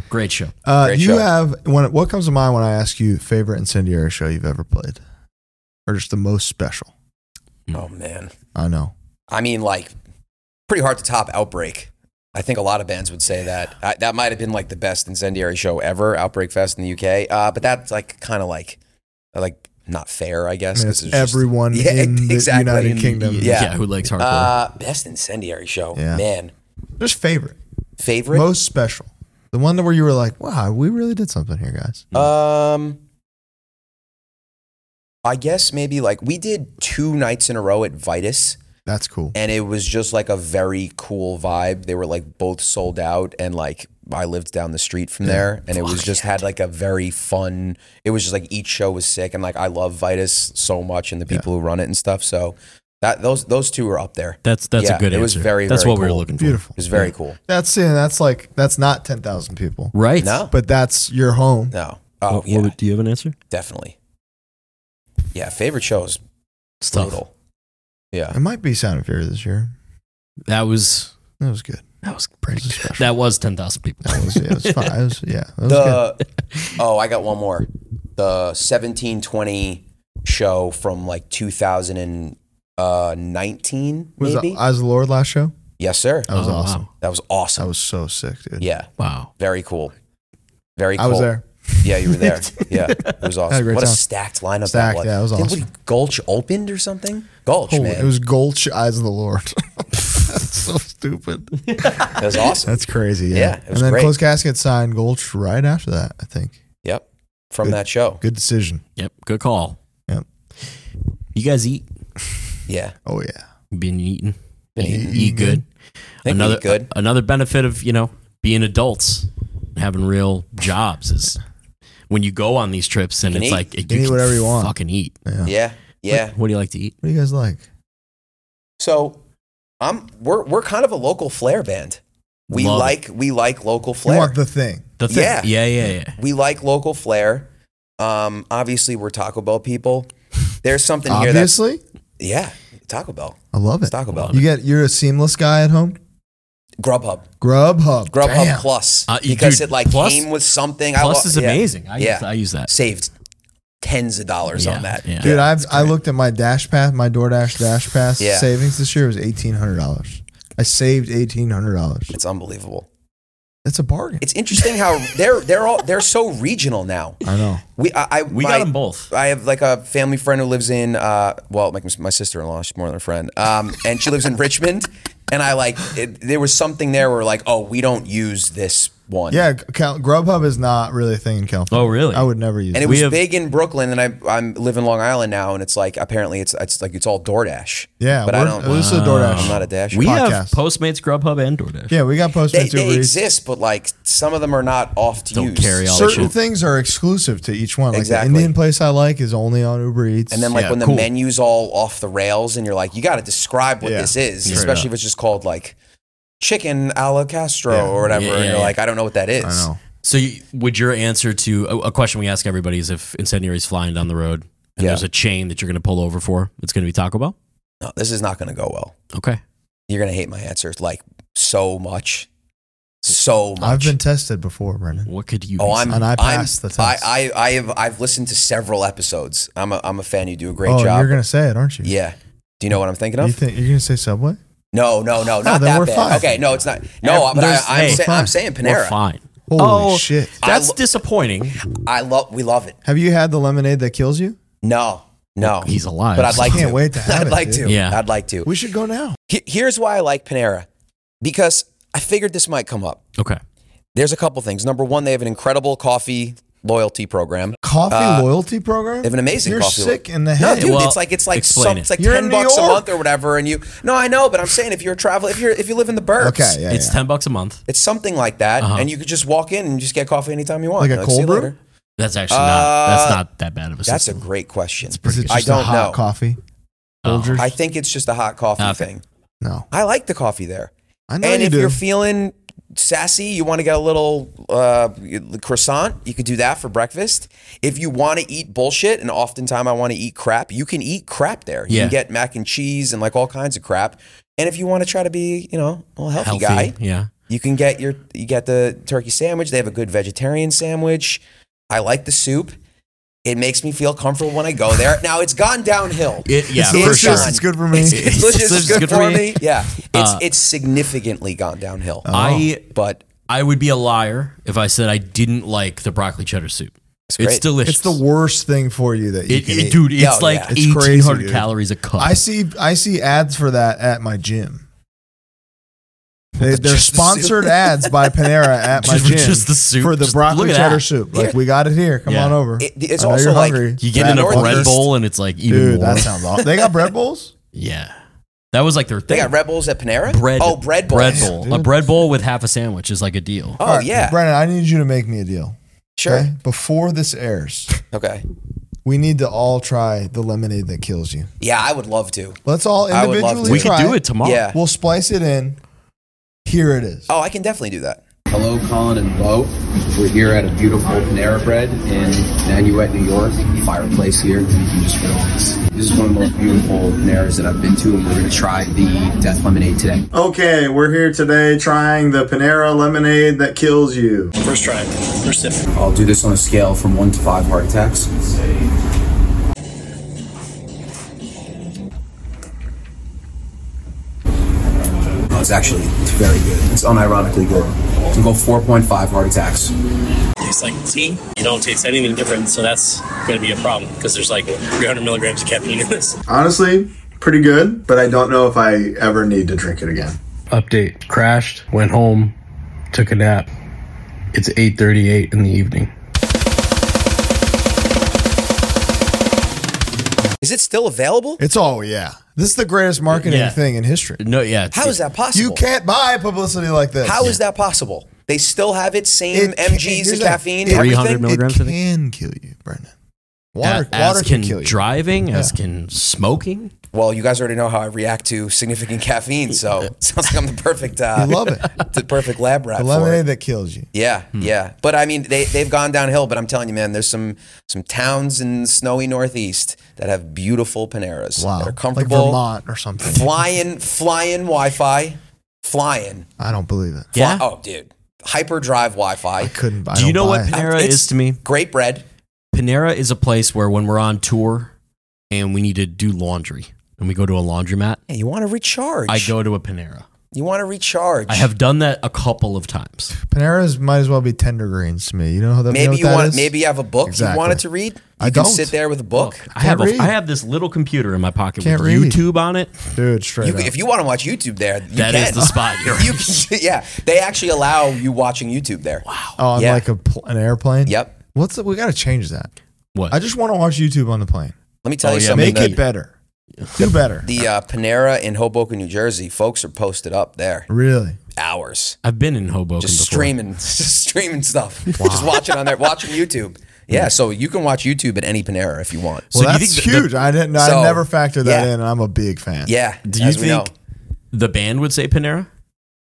S3: great show.
S2: Uh,
S1: Great
S2: you
S1: show.
S2: have when what comes to mind when I ask you favorite incendiary show you've ever played, or just the most special?
S1: Oh man,
S2: I know.
S1: I mean, like, pretty hard to top Outbreak. I think a lot of bands would say that. I, that might have been like the best incendiary show ever, Outbreak Fest in the UK. Uh, but that's like kind of like, like not fair, I
S2: I
S1: guess.
S2: mean,
S1: 'cause
S2: it's
S1: there's just-
S2: everyone
S1: Yeah,
S2: in the
S1: exactly.
S2: United
S1: In
S3: the-
S2: Kingdom.
S3: yeah,
S1: Yeah.
S3: who likes hardcore?
S1: uh, best incendiary show,
S2: Yeah.
S1: man.
S2: Just favorite,
S1: Favorite?
S2: most special, the one that where you were like, "Wow, we really did something here, guys."
S1: Um, I guess maybe like we did two nights in a row at Vitus,
S2: That's cool.
S1: and it was just like a very cool vibe. They were like both sold out, and like I lived down the street from there, and it was just had like a very fun. It was just like each show was sick, and like I love Vitus so much, and the people who run it and stuff. So that those those two are up there.
S3: that's that's
S1: yeah,
S3: a good
S1: it was
S3: answer.
S1: very,
S3: that's
S1: very
S3: what we were
S1: cool.
S3: looking for.
S2: Beautiful.
S1: It was very cool.
S2: That's yeah, that's like that's not ten thousand people,
S3: Right.
S1: No,
S2: but that's your home.
S1: no, oh
S3: What-
S1: yeah,
S3: what would- do you have an answer?
S1: definitely. Yeah, favorite shows
S3: It's tough.
S1: total. Yeah.
S2: It might be Sound of Fear this year.
S3: That was
S2: That was good.
S3: that was pretty.
S2: That was special.
S3: That was ten thousand people.
S1: Oh,
S2: That was yeah, it was fine. It was, yeah, that was good.
S1: the oh, I got one more. The seventeen twenty show from like two thousand and uh, nineteen,
S2: Was
S1: maybe.
S2: the Eyes of the Lord last show?
S1: yes, sir.
S2: That was
S3: Oh,
S2: awesome.
S3: wow.
S1: That was
S2: That
S1: awesome.
S2: was so sick, dude.
S1: yeah,
S3: Wow.
S1: very cool. Very cool.
S2: I was there.
S1: Yeah, you were there. Yeah, it was awesome.
S2: great
S1: What a
S2: time.
S1: stacked lineup that
S2: Stacked,
S1: was.
S2: yeah, it was
S1: Did- what,
S2: awesome.
S1: Gulch opened or something? Gulch,
S2: Holy-
S1: man.
S2: It was Gulch Eyes of the Lord. That's so stupid.
S1: that was awesome.
S2: That's crazy. Yeah.
S1: Yeah, it was
S2: and then
S1: great.
S2: Closed Casket signed Gulch right after that, I think.
S1: yep, from
S2: Good.
S1: that show.
S2: Good decision.
S3: Yep. Good call.
S2: Yep.
S3: You guys eat.
S1: Yeah,
S2: Oh, yeah.
S3: Been eating.
S1: Been
S3: Eat-
S1: eating.
S3: Eat good.
S1: I think we
S3: another
S1: did good.
S2: uh,
S3: a- another benefit of you know being adults, having real jobs is when you go on these trips and
S1: You can
S3: it's
S1: eat.
S3: like you
S2: can eat whatever you want.
S3: Fucking eat.
S2: Yeah.
S1: yeah, yeah.
S3: What do you like to eat?
S2: What do you guys like?
S1: So I'm we're we're kind of a local flair band. We
S3: Love it.
S1: like we like local
S2: You
S1: flair.
S2: want the thing.
S3: The thing.
S1: Yeah.
S3: Yeah. Yeah. Yeah.
S1: we like local flair. Um, obviously we're Taco Bell people. There's something here that's
S2: Obviously.
S1: yeah, Taco Bell.
S2: I love
S1: It's
S2: it.
S1: Taco Bell.
S2: You get you're a seamless guy at home?
S1: Grubhub.
S2: Grubhub.
S1: Grubhub
S2: Damn.
S1: Plus
S3: Uh, you-
S1: because
S3: dude,
S1: it like
S3: Plus-
S1: came with something.
S3: Plus
S1: wa-
S3: is
S1: yeah.
S3: amazing. I,
S1: Yeah.
S3: use, I use that.
S1: Saved tens of dollars
S3: Yeah,
S1: on that.
S3: yeah.
S2: Dude, I've I looked at my Dash Pass, my DoorDash Dash Pass
S1: Yeah.
S2: savings this year was eighteen hundred dollars. I saved eighteen hundred dollars.
S1: It's unbelievable.
S2: That's a bargain.
S1: It's interesting how they're they're all they're so regional now.
S2: I know.
S1: We I, I
S7: We
S1: my-
S7: got them both.
S1: I have like a family friend who lives in uh well like my sister in law she's more than a friend um and she lives in Richmond and I like it, there was something there where like oh we don't use this one
S2: Yeah, Cal- Grubhub is not really a thing in California.
S3: Oh, really?
S2: I would never use
S1: and
S2: it.
S1: it was
S3: have-
S1: big in Brooklyn and I I'm live in Long Island now and it's like apparently it's it's like it's all DoorDash
S2: Yeah,
S1: but I
S2: we're- uh,
S1: don't
S2: this is a DoorDash.
S1: I'm not a Dash
S3: we have
S2: podcast.
S3: Postmates, Grubhub, and DoorDash.
S2: yeah, we got
S1: they,
S2: Postmates
S1: they
S2: Uber Eats.
S1: exist but like some of them are not off to
S3: Don't
S1: use
S3: carry all-
S2: Certain
S3: Shit.
S2: things are exclusive to each one. Like
S1: Exactly.
S2: the Indian place I like is only on Uber Eats.
S1: And then like
S3: Yeah,
S1: when the
S3: cool.
S1: menu's all off the rails and you're like, you got to describe what
S2: Yeah.
S1: this is,
S3: Straight
S1: especially
S3: up.
S1: if it's just called like chicken a la Castro
S2: Yeah.
S1: or whatever.
S3: Yeah,
S1: and
S3: yeah,
S1: you're
S3: yeah.
S1: like, I don't know what that is.
S2: I know.
S3: So, you, would your answer to a, a question we ask everybody is if incendiary's flying down the road and
S1: Yeah.
S3: there's a chain that you're going to pull over for, it's going to be Taco Bell?
S1: No, this is not going to go well.
S3: Okay.
S1: You're going to hate my answer like so much. So much.
S2: I've been tested before, Brendan.
S3: What could you
S1: Oh,
S3: be
S1: I'm.
S2: And I
S1: I'm-
S2: passed the test.
S1: I, I, I have. I've listened to several episodes. I'm a. I'm a fan. You do a great
S2: oh,
S1: job.
S2: you're gonna say it, aren't you?
S1: yeah. Do you know what I'm thinking of?
S2: You think you're gonna say Subway?
S1: no, no, no. Not
S2: then
S1: that
S2: we're
S1: bad.
S2: fine.
S1: Okay. No, it's not. No,
S3: Ev-
S1: but I,
S3: there's-
S1: I'm,
S3: hey,
S1: say,
S2: fine.
S1: I'm saying
S3: We're
S1: Panera.
S3: fine.
S2: Holy
S3: Oh.
S2: shit!
S3: That's
S1: lo-
S3: disappointing.
S1: I love. We love it.
S2: Have you had the lemonade that kills you?
S1: No, no.
S3: He's alive.
S1: But I'd like
S2: Can't
S1: to.
S2: wait to have
S1: I'd
S2: it,
S1: like
S2: dude.
S1: to.
S3: Yeah.
S1: I'd like to.
S2: We should go now.
S1: He- Here's why I like Panera because I figured this might come up.
S3: Okay.
S1: There's a couple things. Number one, they have an incredible coffee loyalty program.
S2: Coffee
S1: Uh,
S2: loyalty program.
S1: They have an amazing
S2: You're
S1: coffee.
S2: sick in the
S1: No,
S2: head.
S1: dude,
S3: Well,
S1: it's like it's like
S3: explain
S1: some,
S3: it.
S1: it's like
S2: You're in
S1: ten
S2: New
S1: bucks a
S2: York.
S1: month or whatever, and you. No, I know, but I'm saying if you're a traveler, if you're if you live in the burbs,
S2: okay, yeah,
S3: It's
S2: yeah.
S3: 10 bucks a month.
S1: it's something like that,
S3: Uh-huh.
S1: and you could just walk in and just get coffee anytime you want.
S2: Like a
S1: You're "See
S2: cold
S1: you
S2: brew?
S1: later."
S3: That's actually not that's
S1: Uh,
S3: not that bad of a
S1: That's a
S3: system.
S1: great question.
S2: Is it just
S1: I
S2: a
S1: don't
S2: hot
S1: know.
S2: coffee?
S3: Oh.
S2: Folgers?
S1: I think it's just a hot coffee
S3: Okay.
S1: thing.
S2: No,
S1: I like the coffee there.
S2: I know
S1: and
S2: you
S1: if
S2: do.
S1: you're feeling sassy, you want to get a little uh, croissant, you could do that for breakfast. If you want to eat bullshit, and oftentimes I want to eat crap, you can eat crap there. You
S3: Yeah.
S1: can get mac and cheese and like all kinds of crap. And if you want to try to be, you know, a healthy,
S3: Healthy.
S1: guy,
S3: Yeah.
S1: you can get your you get the turkey sandwich. They have a good vegetarian sandwich. I like the soup. It makes me feel comfortable when I go there. Now it's gone downhill.
S3: It, yeah,
S1: It's
S3: for
S2: delicious.
S3: sure.
S1: gone.
S2: It's good for me.
S1: It's, it's delicious. It's good, for me. Yeah, it's
S3: Uh,
S1: it's significantly gone downhill.
S3: I
S2: Oh.
S1: but
S3: I would be a liar if I said I didn't like the broccoli cheddar soup. It's,
S1: great.
S3: delicious.
S2: It's the worst thing for you that you
S3: It,
S2: can
S3: it-
S2: eat.
S3: dude, it's
S1: Yeah,
S3: like
S1: yeah.
S2: It's crazy,
S3: 1800
S2: dude.
S3: calories a cup.
S2: I see. I see ads for that at my gym. They, they're
S1: Just the soup.
S2: sponsored ads by Panera at my
S3: Just for
S2: gym
S3: just the soup.
S2: for the
S3: Just look
S2: broccoli
S3: at
S2: cheddar
S3: that.
S2: soup. Like
S1: Yeah.
S2: we got it here. Come
S3: Yeah.
S2: on over.
S1: It- it's
S2: I know
S1: also
S2: you're
S1: like-
S2: hungry.
S3: you get
S2: That
S3: in a
S1: Northeast-
S3: Red Bull and it's like even
S2: dude.
S3: more.
S2: That sounds awesome. They got bread bowls.
S3: yeah. That was like their
S1: they
S3: thing.
S1: got Red Bulls at Panera.
S3: bread.
S1: Oh, bread Bulls.
S3: Bread bowl.
S2: dude.
S3: A bread bowl with half a sandwich is like a deal.
S1: Oh
S2: All right,
S1: yeah,
S2: Brennan. I need you to make me a deal.
S1: sure.
S2: okay? Before this airs,
S1: Okay.
S2: we need to all try the lemonade that kills you.
S1: Yeah, I would love to.
S2: Let's all
S1: I would love
S2: individually
S1: to.
S3: we could
S2: try
S3: do it tomorrow.
S1: Oh, Yeah.
S2: We'll splice it in. Here it is.
S1: Oh, I can definitely do that.
S8: Hello, Colin and Bo. We're here at a beautiful Panera Bread in Nanuet, New York. Fireplace here. You can just relax. This is one of the most beautiful Paneras that I've been to, and we're going to try the Death Lemonade today.
S4: Okay, we're here today trying the Panera lemonade that kills you.
S9: First try. First sip.
S8: I'll do this on a scale from one to five heart attacks. Oh, It's actually it's very good. It's unironically good. I'll go 4.5 heart attacks.
S9: Tastes like tea. You don't taste anything different, so that's going to be a problem because there's like 300 milligrams of caffeine in this.
S4: Honestly, pretty good, but I don't know if I ever need to drink it again.
S10: update crashed went home took a nap it's 8.38 in the evening
S1: Is it still available?
S2: It's all yeah. This is the greatest marketing
S3: Yeah.
S2: thing in history.
S3: No, yeah. it's-
S1: How is that possible?
S2: You can't buy publicity like this.
S1: How is that possible? They still have it, same
S2: It-
S1: MGs
S2: here's
S1: and
S2: the-
S1: caffeine,
S2: it-
S3: 300
S1: everything.
S2: It
S3: milligrams, I think.
S2: can kill you, Brendan. Water,
S3: A- as
S2: water
S3: can,
S2: can, kill you.
S3: driving, as can smoking.
S1: Well, you guys already know how I react to significant caffeine, so it sounds like I'm the perfect.
S2: I
S1: Uh,
S2: love it.
S1: the perfect lab rat.
S2: The
S1: for it.
S2: lemonade that kills you.
S1: Yeah,
S3: Hmm.
S1: yeah. But I mean, they they've gone downhill. But I'm telling you, man, there's some some towns in the snowy Northeast that have beautiful Paneras.
S2: Wow.
S1: that are
S2: Like
S1: comfortable.
S2: Vermont or something.
S1: Flying, flying Wi-Fi. flying.
S2: I don't believe it.
S1: Fly-
S3: Yeah?
S1: Oh, dude. Hyperdrive Wi
S2: I
S1: Fi.
S2: couldn't buy.
S3: Do you know what
S2: It.
S3: Panera
S1: It's-
S3: is to me?
S1: Great bread.
S3: Panera is a place where when we're on tour and we need to do laundry and we go to a laundromat,
S1: Hey, you want to recharge.
S3: I go to a Panera.
S1: You want to recharge.
S3: I have done that a couple of times.
S2: Panera's might as well be tender greens to me. You know how that.
S1: Maybe
S2: you
S1: you
S2: know what that
S1: want.
S2: is?
S1: Maybe you have a book you
S2: Exactly.
S1: wanted to read. You
S2: I
S1: can
S2: don't.
S1: sit there with a book.
S3: I have
S2: Can't read.
S3: a, I have this little computer in my pocket
S2: Can't
S3: with
S2: read.
S3: YouTube on it.
S2: dude. Straight
S1: You,
S2: up.
S1: if you want to watch YouTube there, you
S3: That
S1: can.
S3: is the spot. You're
S1: You can- yeah, they actually allow you watching YouTube there. Wow.
S2: oh, on
S1: yeah.
S2: like a pl- an airplane.
S1: Yep.
S2: What's the, we got to change that?
S3: What?
S2: I just want to watch YouTube on the plane.
S1: Let me tell
S3: Oh,
S1: you
S3: yeah,
S1: something.
S2: Make
S1: The,
S2: it better. Do better.
S1: the uh, Panera in Hoboken, New Jersey, folks are posted up there
S2: Really?
S1: hours,
S3: I've been in Hoboken
S1: just
S3: before.
S1: streaming, just streaming stuff, just watching on there, watching YouTube. Yeah, so you can watch YouTube at any Panera if you want.
S3: So
S2: Well,
S3: do you
S2: that's
S3: think the- the-
S2: huge. I didn't. I
S1: So,
S2: never factored that
S1: yeah.
S2: in, and I'm a big fan.
S1: Yeah.
S3: Do you
S1: as we know.
S3: think the band would say Panera,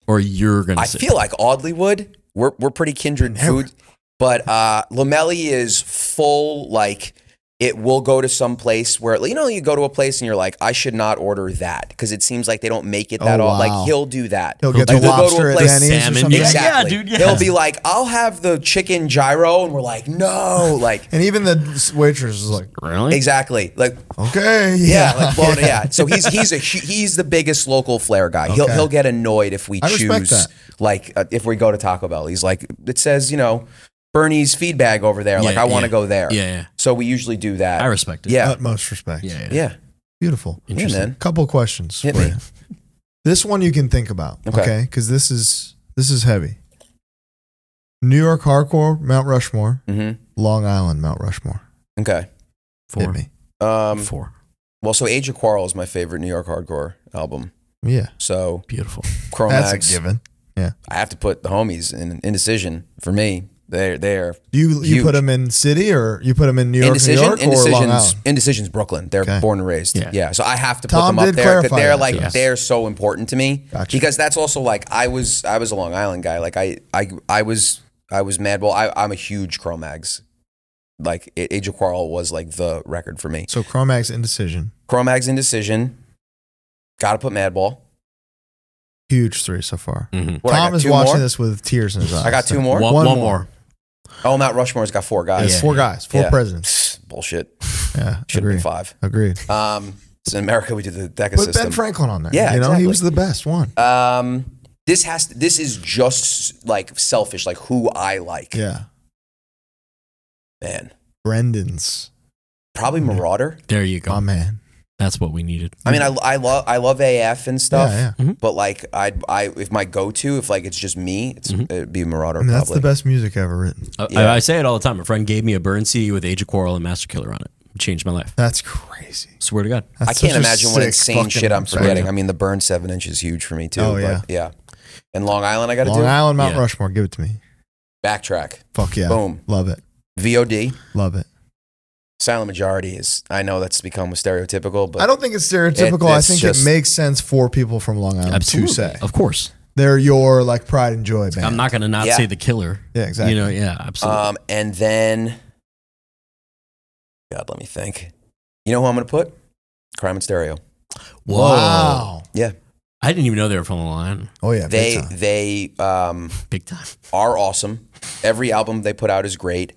S3: or you're gonna?
S1: I
S3: say
S1: feel like Audley would. We're we're pretty kindred food, but uh, Lamelli is full. Like it will go to some place where you know you go to a place and you're like, I should not order that because it seems like they don't make it that
S2: Oh,
S1: all.
S2: wow.
S1: Like he'll do that.
S2: He'll get
S3: Like,
S2: the
S1: they'll go to
S2: lobster
S1: a
S2: at
S1: place-
S2: Denny's or
S3: Salmon,
S2: something.
S3: yeah.
S1: Exactly.
S3: dude, yeah.
S1: He'll be like, I'll have the chicken gyro, and we're like, no, like
S2: And even the waitress is like,
S3: really?
S1: exactly, like
S2: okay,
S1: yeah,
S2: yeah.
S1: like blown, yeah. So he's he's a hu- he's the biggest local flair guy. He'll
S2: Okay.
S1: he'll get annoyed if we
S2: I respect
S1: choose
S2: that.
S1: like uh, if we go to Taco Bell. He's like it says you know Bernie's feed bag over there. like
S3: Yeah,
S1: I want to
S3: yeah.
S1: go there.
S3: Yeah, yeah.
S1: So we usually do that.
S3: I respect it.
S1: Yeah.
S2: Utmost respect.
S3: Yeah, yeah. yeah.
S1: yeah.
S2: Beautiful.
S1: Yeah, man.
S2: Couple questions.
S1: Hit
S2: for
S1: me.
S2: you. This one you can think about,
S1: Okay.
S2: okay? Because this is this is heavy. New York hardcore, Mount Rushmore,
S1: Mm-hmm.
S2: Long Island, Mount Rushmore.
S1: Okay.
S3: Four.
S2: Hit me.
S1: Um,
S3: Four.
S1: well, so Age of Quarrel is my favorite New York hardcore album.
S2: Yeah,
S1: So
S3: Beautiful.
S2: that's a
S1: Chromax,
S2: given.
S1: I have to put the homies in Indecision for me. They're they're
S2: Do you you
S1: Huge.
S2: put them in city or you put them in New York, New
S1: Indecision,
S2: York or Long
S1: indecision's,
S2: Island?
S1: indecision's Brooklyn. They're
S2: Okay.
S1: born and raised. Yeah.
S3: Yeah.
S1: So I have to put
S2: Tom
S1: them up
S2: did
S1: there. 'cause
S2: clarify
S1: They're
S2: that
S1: like
S2: to us.
S1: they're so important to me
S2: Gotcha.
S1: because that's also like I was I was a Long Island guy. Like I I I was I was mad. Well, I, I'm a huge Cro-Mags. Like A- Age of Quarrel was like the record for me.
S2: So Chromax Indecision,
S1: Cro-Mags Indecision. Got to put Madball.
S2: huge three so far.
S3: Mm-hmm.
S1: Mm. What, I
S2: Tom
S1: got
S2: is
S1: two
S2: watching
S1: more?
S2: this with tears in his eyes.
S1: I got two more.
S3: One,
S2: One
S3: one
S2: more.
S3: more.
S1: Oh, Mount Rushmore's got four
S2: Yes,
S1: guys.
S3: Yeah.
S2: four guys, four
S1: Yeah.
S2: presidents.
S1: Bullshit.
S2: Yeah,
S1: Should have been
S2: agreed.
S1: five.
S2: Agreed.
S1: Um, so in America, we did the DECA
S2: Put
S1: system.
S2: Ben Franklin on there.
S1: Yeah,
S2: you know
S1: exactly.
S2: he was the best one.
S1: Um, this has to, this is just like selfish, like who I like.
S2: Yeah,
S1: Man,
S2: Brendan's
S1: probably Marauder.
S3: There you go.
S2: my man.
S3: That's what we needed.
S1: I mean, I, I love I love AF and stuff.
S2: Yeah, yeah.
S1: But like, I I if my go to if like it's just me, it's, it'd be Marauder.
S2: I mean, that's
S1: probably.
S2: the best music ever written.
S3: I,
S1: Yeah.
S3: I say it all the time. A friend gave me a Burn CD with Age of Quarrel and Master Killer on it. It Changed my life.
S2: That's crazy.
S3: Swear to God.
S2: That's
S1: I can't
S2: such a
S1: imagine what
S2: sick
S1: insane
S2: fucking-
S1: shit I'm
S2: sorry.
S1: forgetting. I mean, the burn seven inch is huge for me too.
S2: Oh, yeah.
S1: But yeah. And Long Island, I got to do
S2: Long Island, Mount
S3: Yeah.
S2: Rushmore. Give it to me.
S1: backtrack.
S2: Fuck yeah.
S1: Boom.
S2: Love it.
S1: VOD,
S2: Love it.
S1: silent majority is. I know that's become stereotypical, but
S2: I don't think it's stereotypical.
S1: It-
S2: I
S1: it's
S2: think
S1: just-
S2: it makes sense for people from Long Island to say
S3: Of course.
S2: they're your like pride and joy band.
S3: I'm not going to not
S1: Yeah.
S3: say the killer.
S2: Yeah, exactly.
S3: You know, yeah, absolutely.
S1: Um, and then, God, let me think. You know who I'm going to put? Crime and Stereo.
S3: Whoa.
S2: Wow.
S1: Yeah,
S3: I didn't even know they were from the line.
S2: Oh yeah.
S1: they
S2: big time.
S1: they um,
S3: Big time.
S1: are awesome. Every album they put out is great.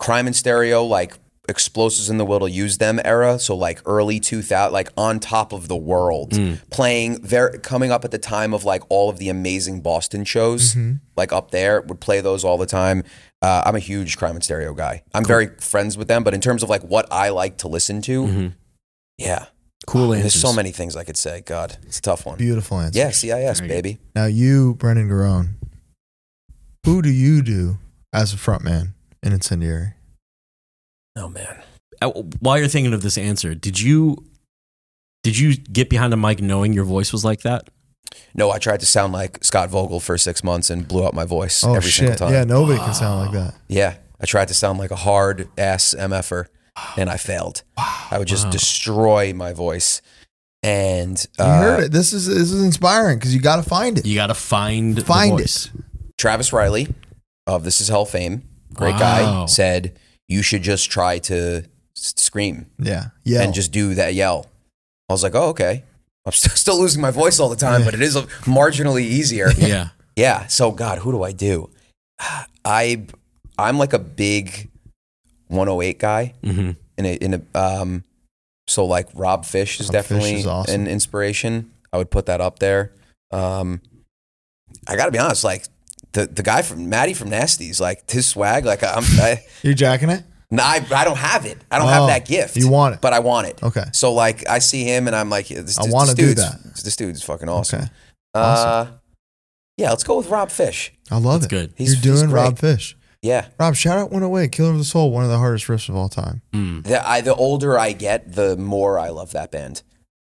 S1: Crime and Stereo, like Explosives in the Will to Use Them era, so like early 2000, like on top of the world, playing very coming up at the time of like all of the amazing Boston shows, like up there would play those all the time. Uh, I'm a huge Crime and Stereo guy. I'm very friends with them, but in terms of like what I like to listen to,
S3: Mm-hmm.
S2: Mm-hmm.
S1: yeah,
S3: Cool
S1: there's
S3: answers.
S1: so many things I could say. God, it's a tough one.
S2: Beautiful answer.
S1: Yeah, CIS
S3: Very good.
S1: baby.
S2: Now you, Brendan Garone, who do you do as a frontman in Incendiary?
S1: Oh man,
S3: Uh, While you're thinking of this answer, did you did you get behind a mic knowing your voice was like that?
S1: No, I tried to sound like Scott Vogel for six months and blew out my voice
S2: Oh
S1: every
S2: shit!
S1: single time.
S2: Yeah, nobody can sound like that.
S1: Yeah. I tried to sound like a hard ass MFer and I failed. I would just
S3: Wow.
S1: destroy my voice. And
S2: You
S1: uh,
S2: heard it. This is this is inspiring because you got to find it.
S3: You got to find the
S2: Find
S3: voice.
S1: Travis Riley of This Is Hell fame, great guy,
S3: Wow.
S1: said, You should just try to s- scream
S2: Yeah, yeah.
S1: and just do that yell. I was like, Oh, okay. I'm st- still losing my voice all the time, but it is marginally easier.
S3: Yeah.
S1: Yeah. So God, who do I do? I I'm like a big 108 guy
S3: Mm-hmm.
S1: in a in a um so like Rob Fish is
S2: Rob Fish
S1: definitely
S2: is awesome.
S1: an inspiration. I would put that up there. Um I got to be honest like the the guy from Maddie from Nasty's like his swag like I'm I,
S2: You jacking it?
S1: no, I, I don't have it. I don't
S2: Oh,
S1: have that gift.
S2: you want it.
S1: but I want it.
S2: Okay.
S1: So like, I see him and I'm like, yeah, this,
S2: I
S1: this
S2: wanna do
S1: dude's-
S2: that.
S1: This dude's fucking awesome.
S2: Okay.
S1: Uh, yeah, let's go with Rob Fish.
S2: I love
S3: That's
S2: it.
S3: good.
S1: He's-
S2: You're doing
S1: he's great.
S2: Rob Fish.
S1: Yeah.
S2: Rob, shout out 108, Killer of the Soul, one of the hardest riffs of all time.
S1: The, I, the older I get, the more I love that band.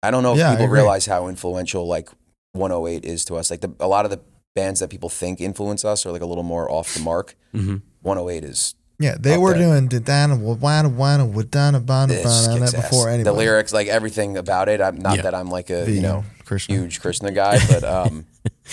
S1: I don't know if
S2: Yeah, I
S1: people
S2: agree.
S1: realize how influential like 108 is to us. Like the, a lot of the bands that people think influence us are like a little more off the mark.
S3: Mhm.
S1: 108 is
S2: Yeah, they
S1: Up
S2: were
S1: there.
S2: doing Didana, Wadana, Wadana, Wadana, Bana,
S1: it just
S2: Bana,
S1: kicks
S2: that before
S1: ass. The
S2: anybody.
S1: lyrics, like everything about it. I'm not
S3: Yeah.
S1: that I'm like a
S2: The,
S1: you know
S2: Krishna.
S1: huge Krishna guy, but um,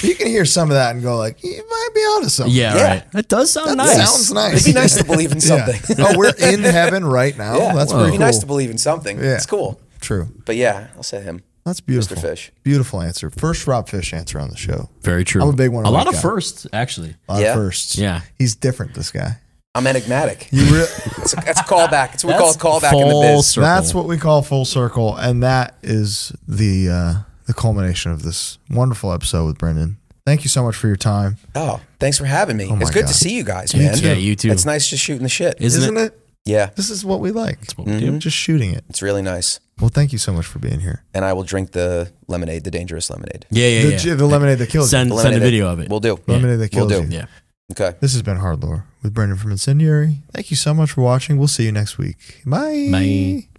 S2: You can hear some of that and go like, you might be onto something.
S3: Yeah,
S1: Yeah.
S3: right. That does sound
S2: that
S3: nice.
S2: sounds nice.
S1: it'd be nice to believe in
S2: Yeah.
S1: something.
S2: oh, we're in heaven right now.
S1: Yeah,
S2: Oh, That's
S1: it'd
S2: pretty
S1: be
S2: cool.
S1: nice to believe in something.
S2: Yeah.
S1: It's cool.
S2: True.
S1: But yeah, I'll say him.
S2: That's beautiful.
S1: Fish.
S2: Beautiful answer. First Rob Fish answer on the show.
S3: Very true.
S2: I'm a big one
S3: A
S2: of
S3: lot
S2: that
S3: of
S2: guy.
S3: firsts, actually.
S2: A lot
S1: Yeah.
S2: of firsts.
S3: Yeah.
S2: He's different, this guy.
S1: I'm enigmatic.
S2: You re-
S1: That's a, that's a callback. It's what we
S3: That's
S1: call a callback in
S3: full
S1: the biz.
S3: circle.
S2: That's what we call full circle, and that is the uh, the culmination of this wonderful episode with Brendan. Thank you so much for your time.
S1: Oh, thanks for having me. it's
S2: my
S1: good
S2: God.
S1: to see you guys,
S2: You
S1: man.
S2: too.
S3: Yeah, you too.
S1: It's nice just shooting the shit.
S3: Isn't,
S2: Isn't
S3: it?
S2: it?
S1: yeah,
S2: This is what we like.
S3: what we
S1: Mm-hmm.
S3: do.
S2: Just shooting it.
S1: it's really nice.
S2: Well, thank you so much for being here.
S1: And I will drink the lemonade, the dangerous lemonade.
S3: Yeah, yeah,
S2: the,
S3: yeah.
S2: the lemonade that kills you.
S3: send,
S1: The
S3: send a
S1: lemonade
S3: video
S1: that-
S3: of it.
S1: We'll do.
S2: Lemonade that
S1: We'll
S2: kills
S1: do.
S2: you.
S3: yeah.
S1: Okay.
S2: This has been Hard Lore with Brendan from Incendiary. Thank you so much for watching. We'll see you next week. Bye.
S3: Bye.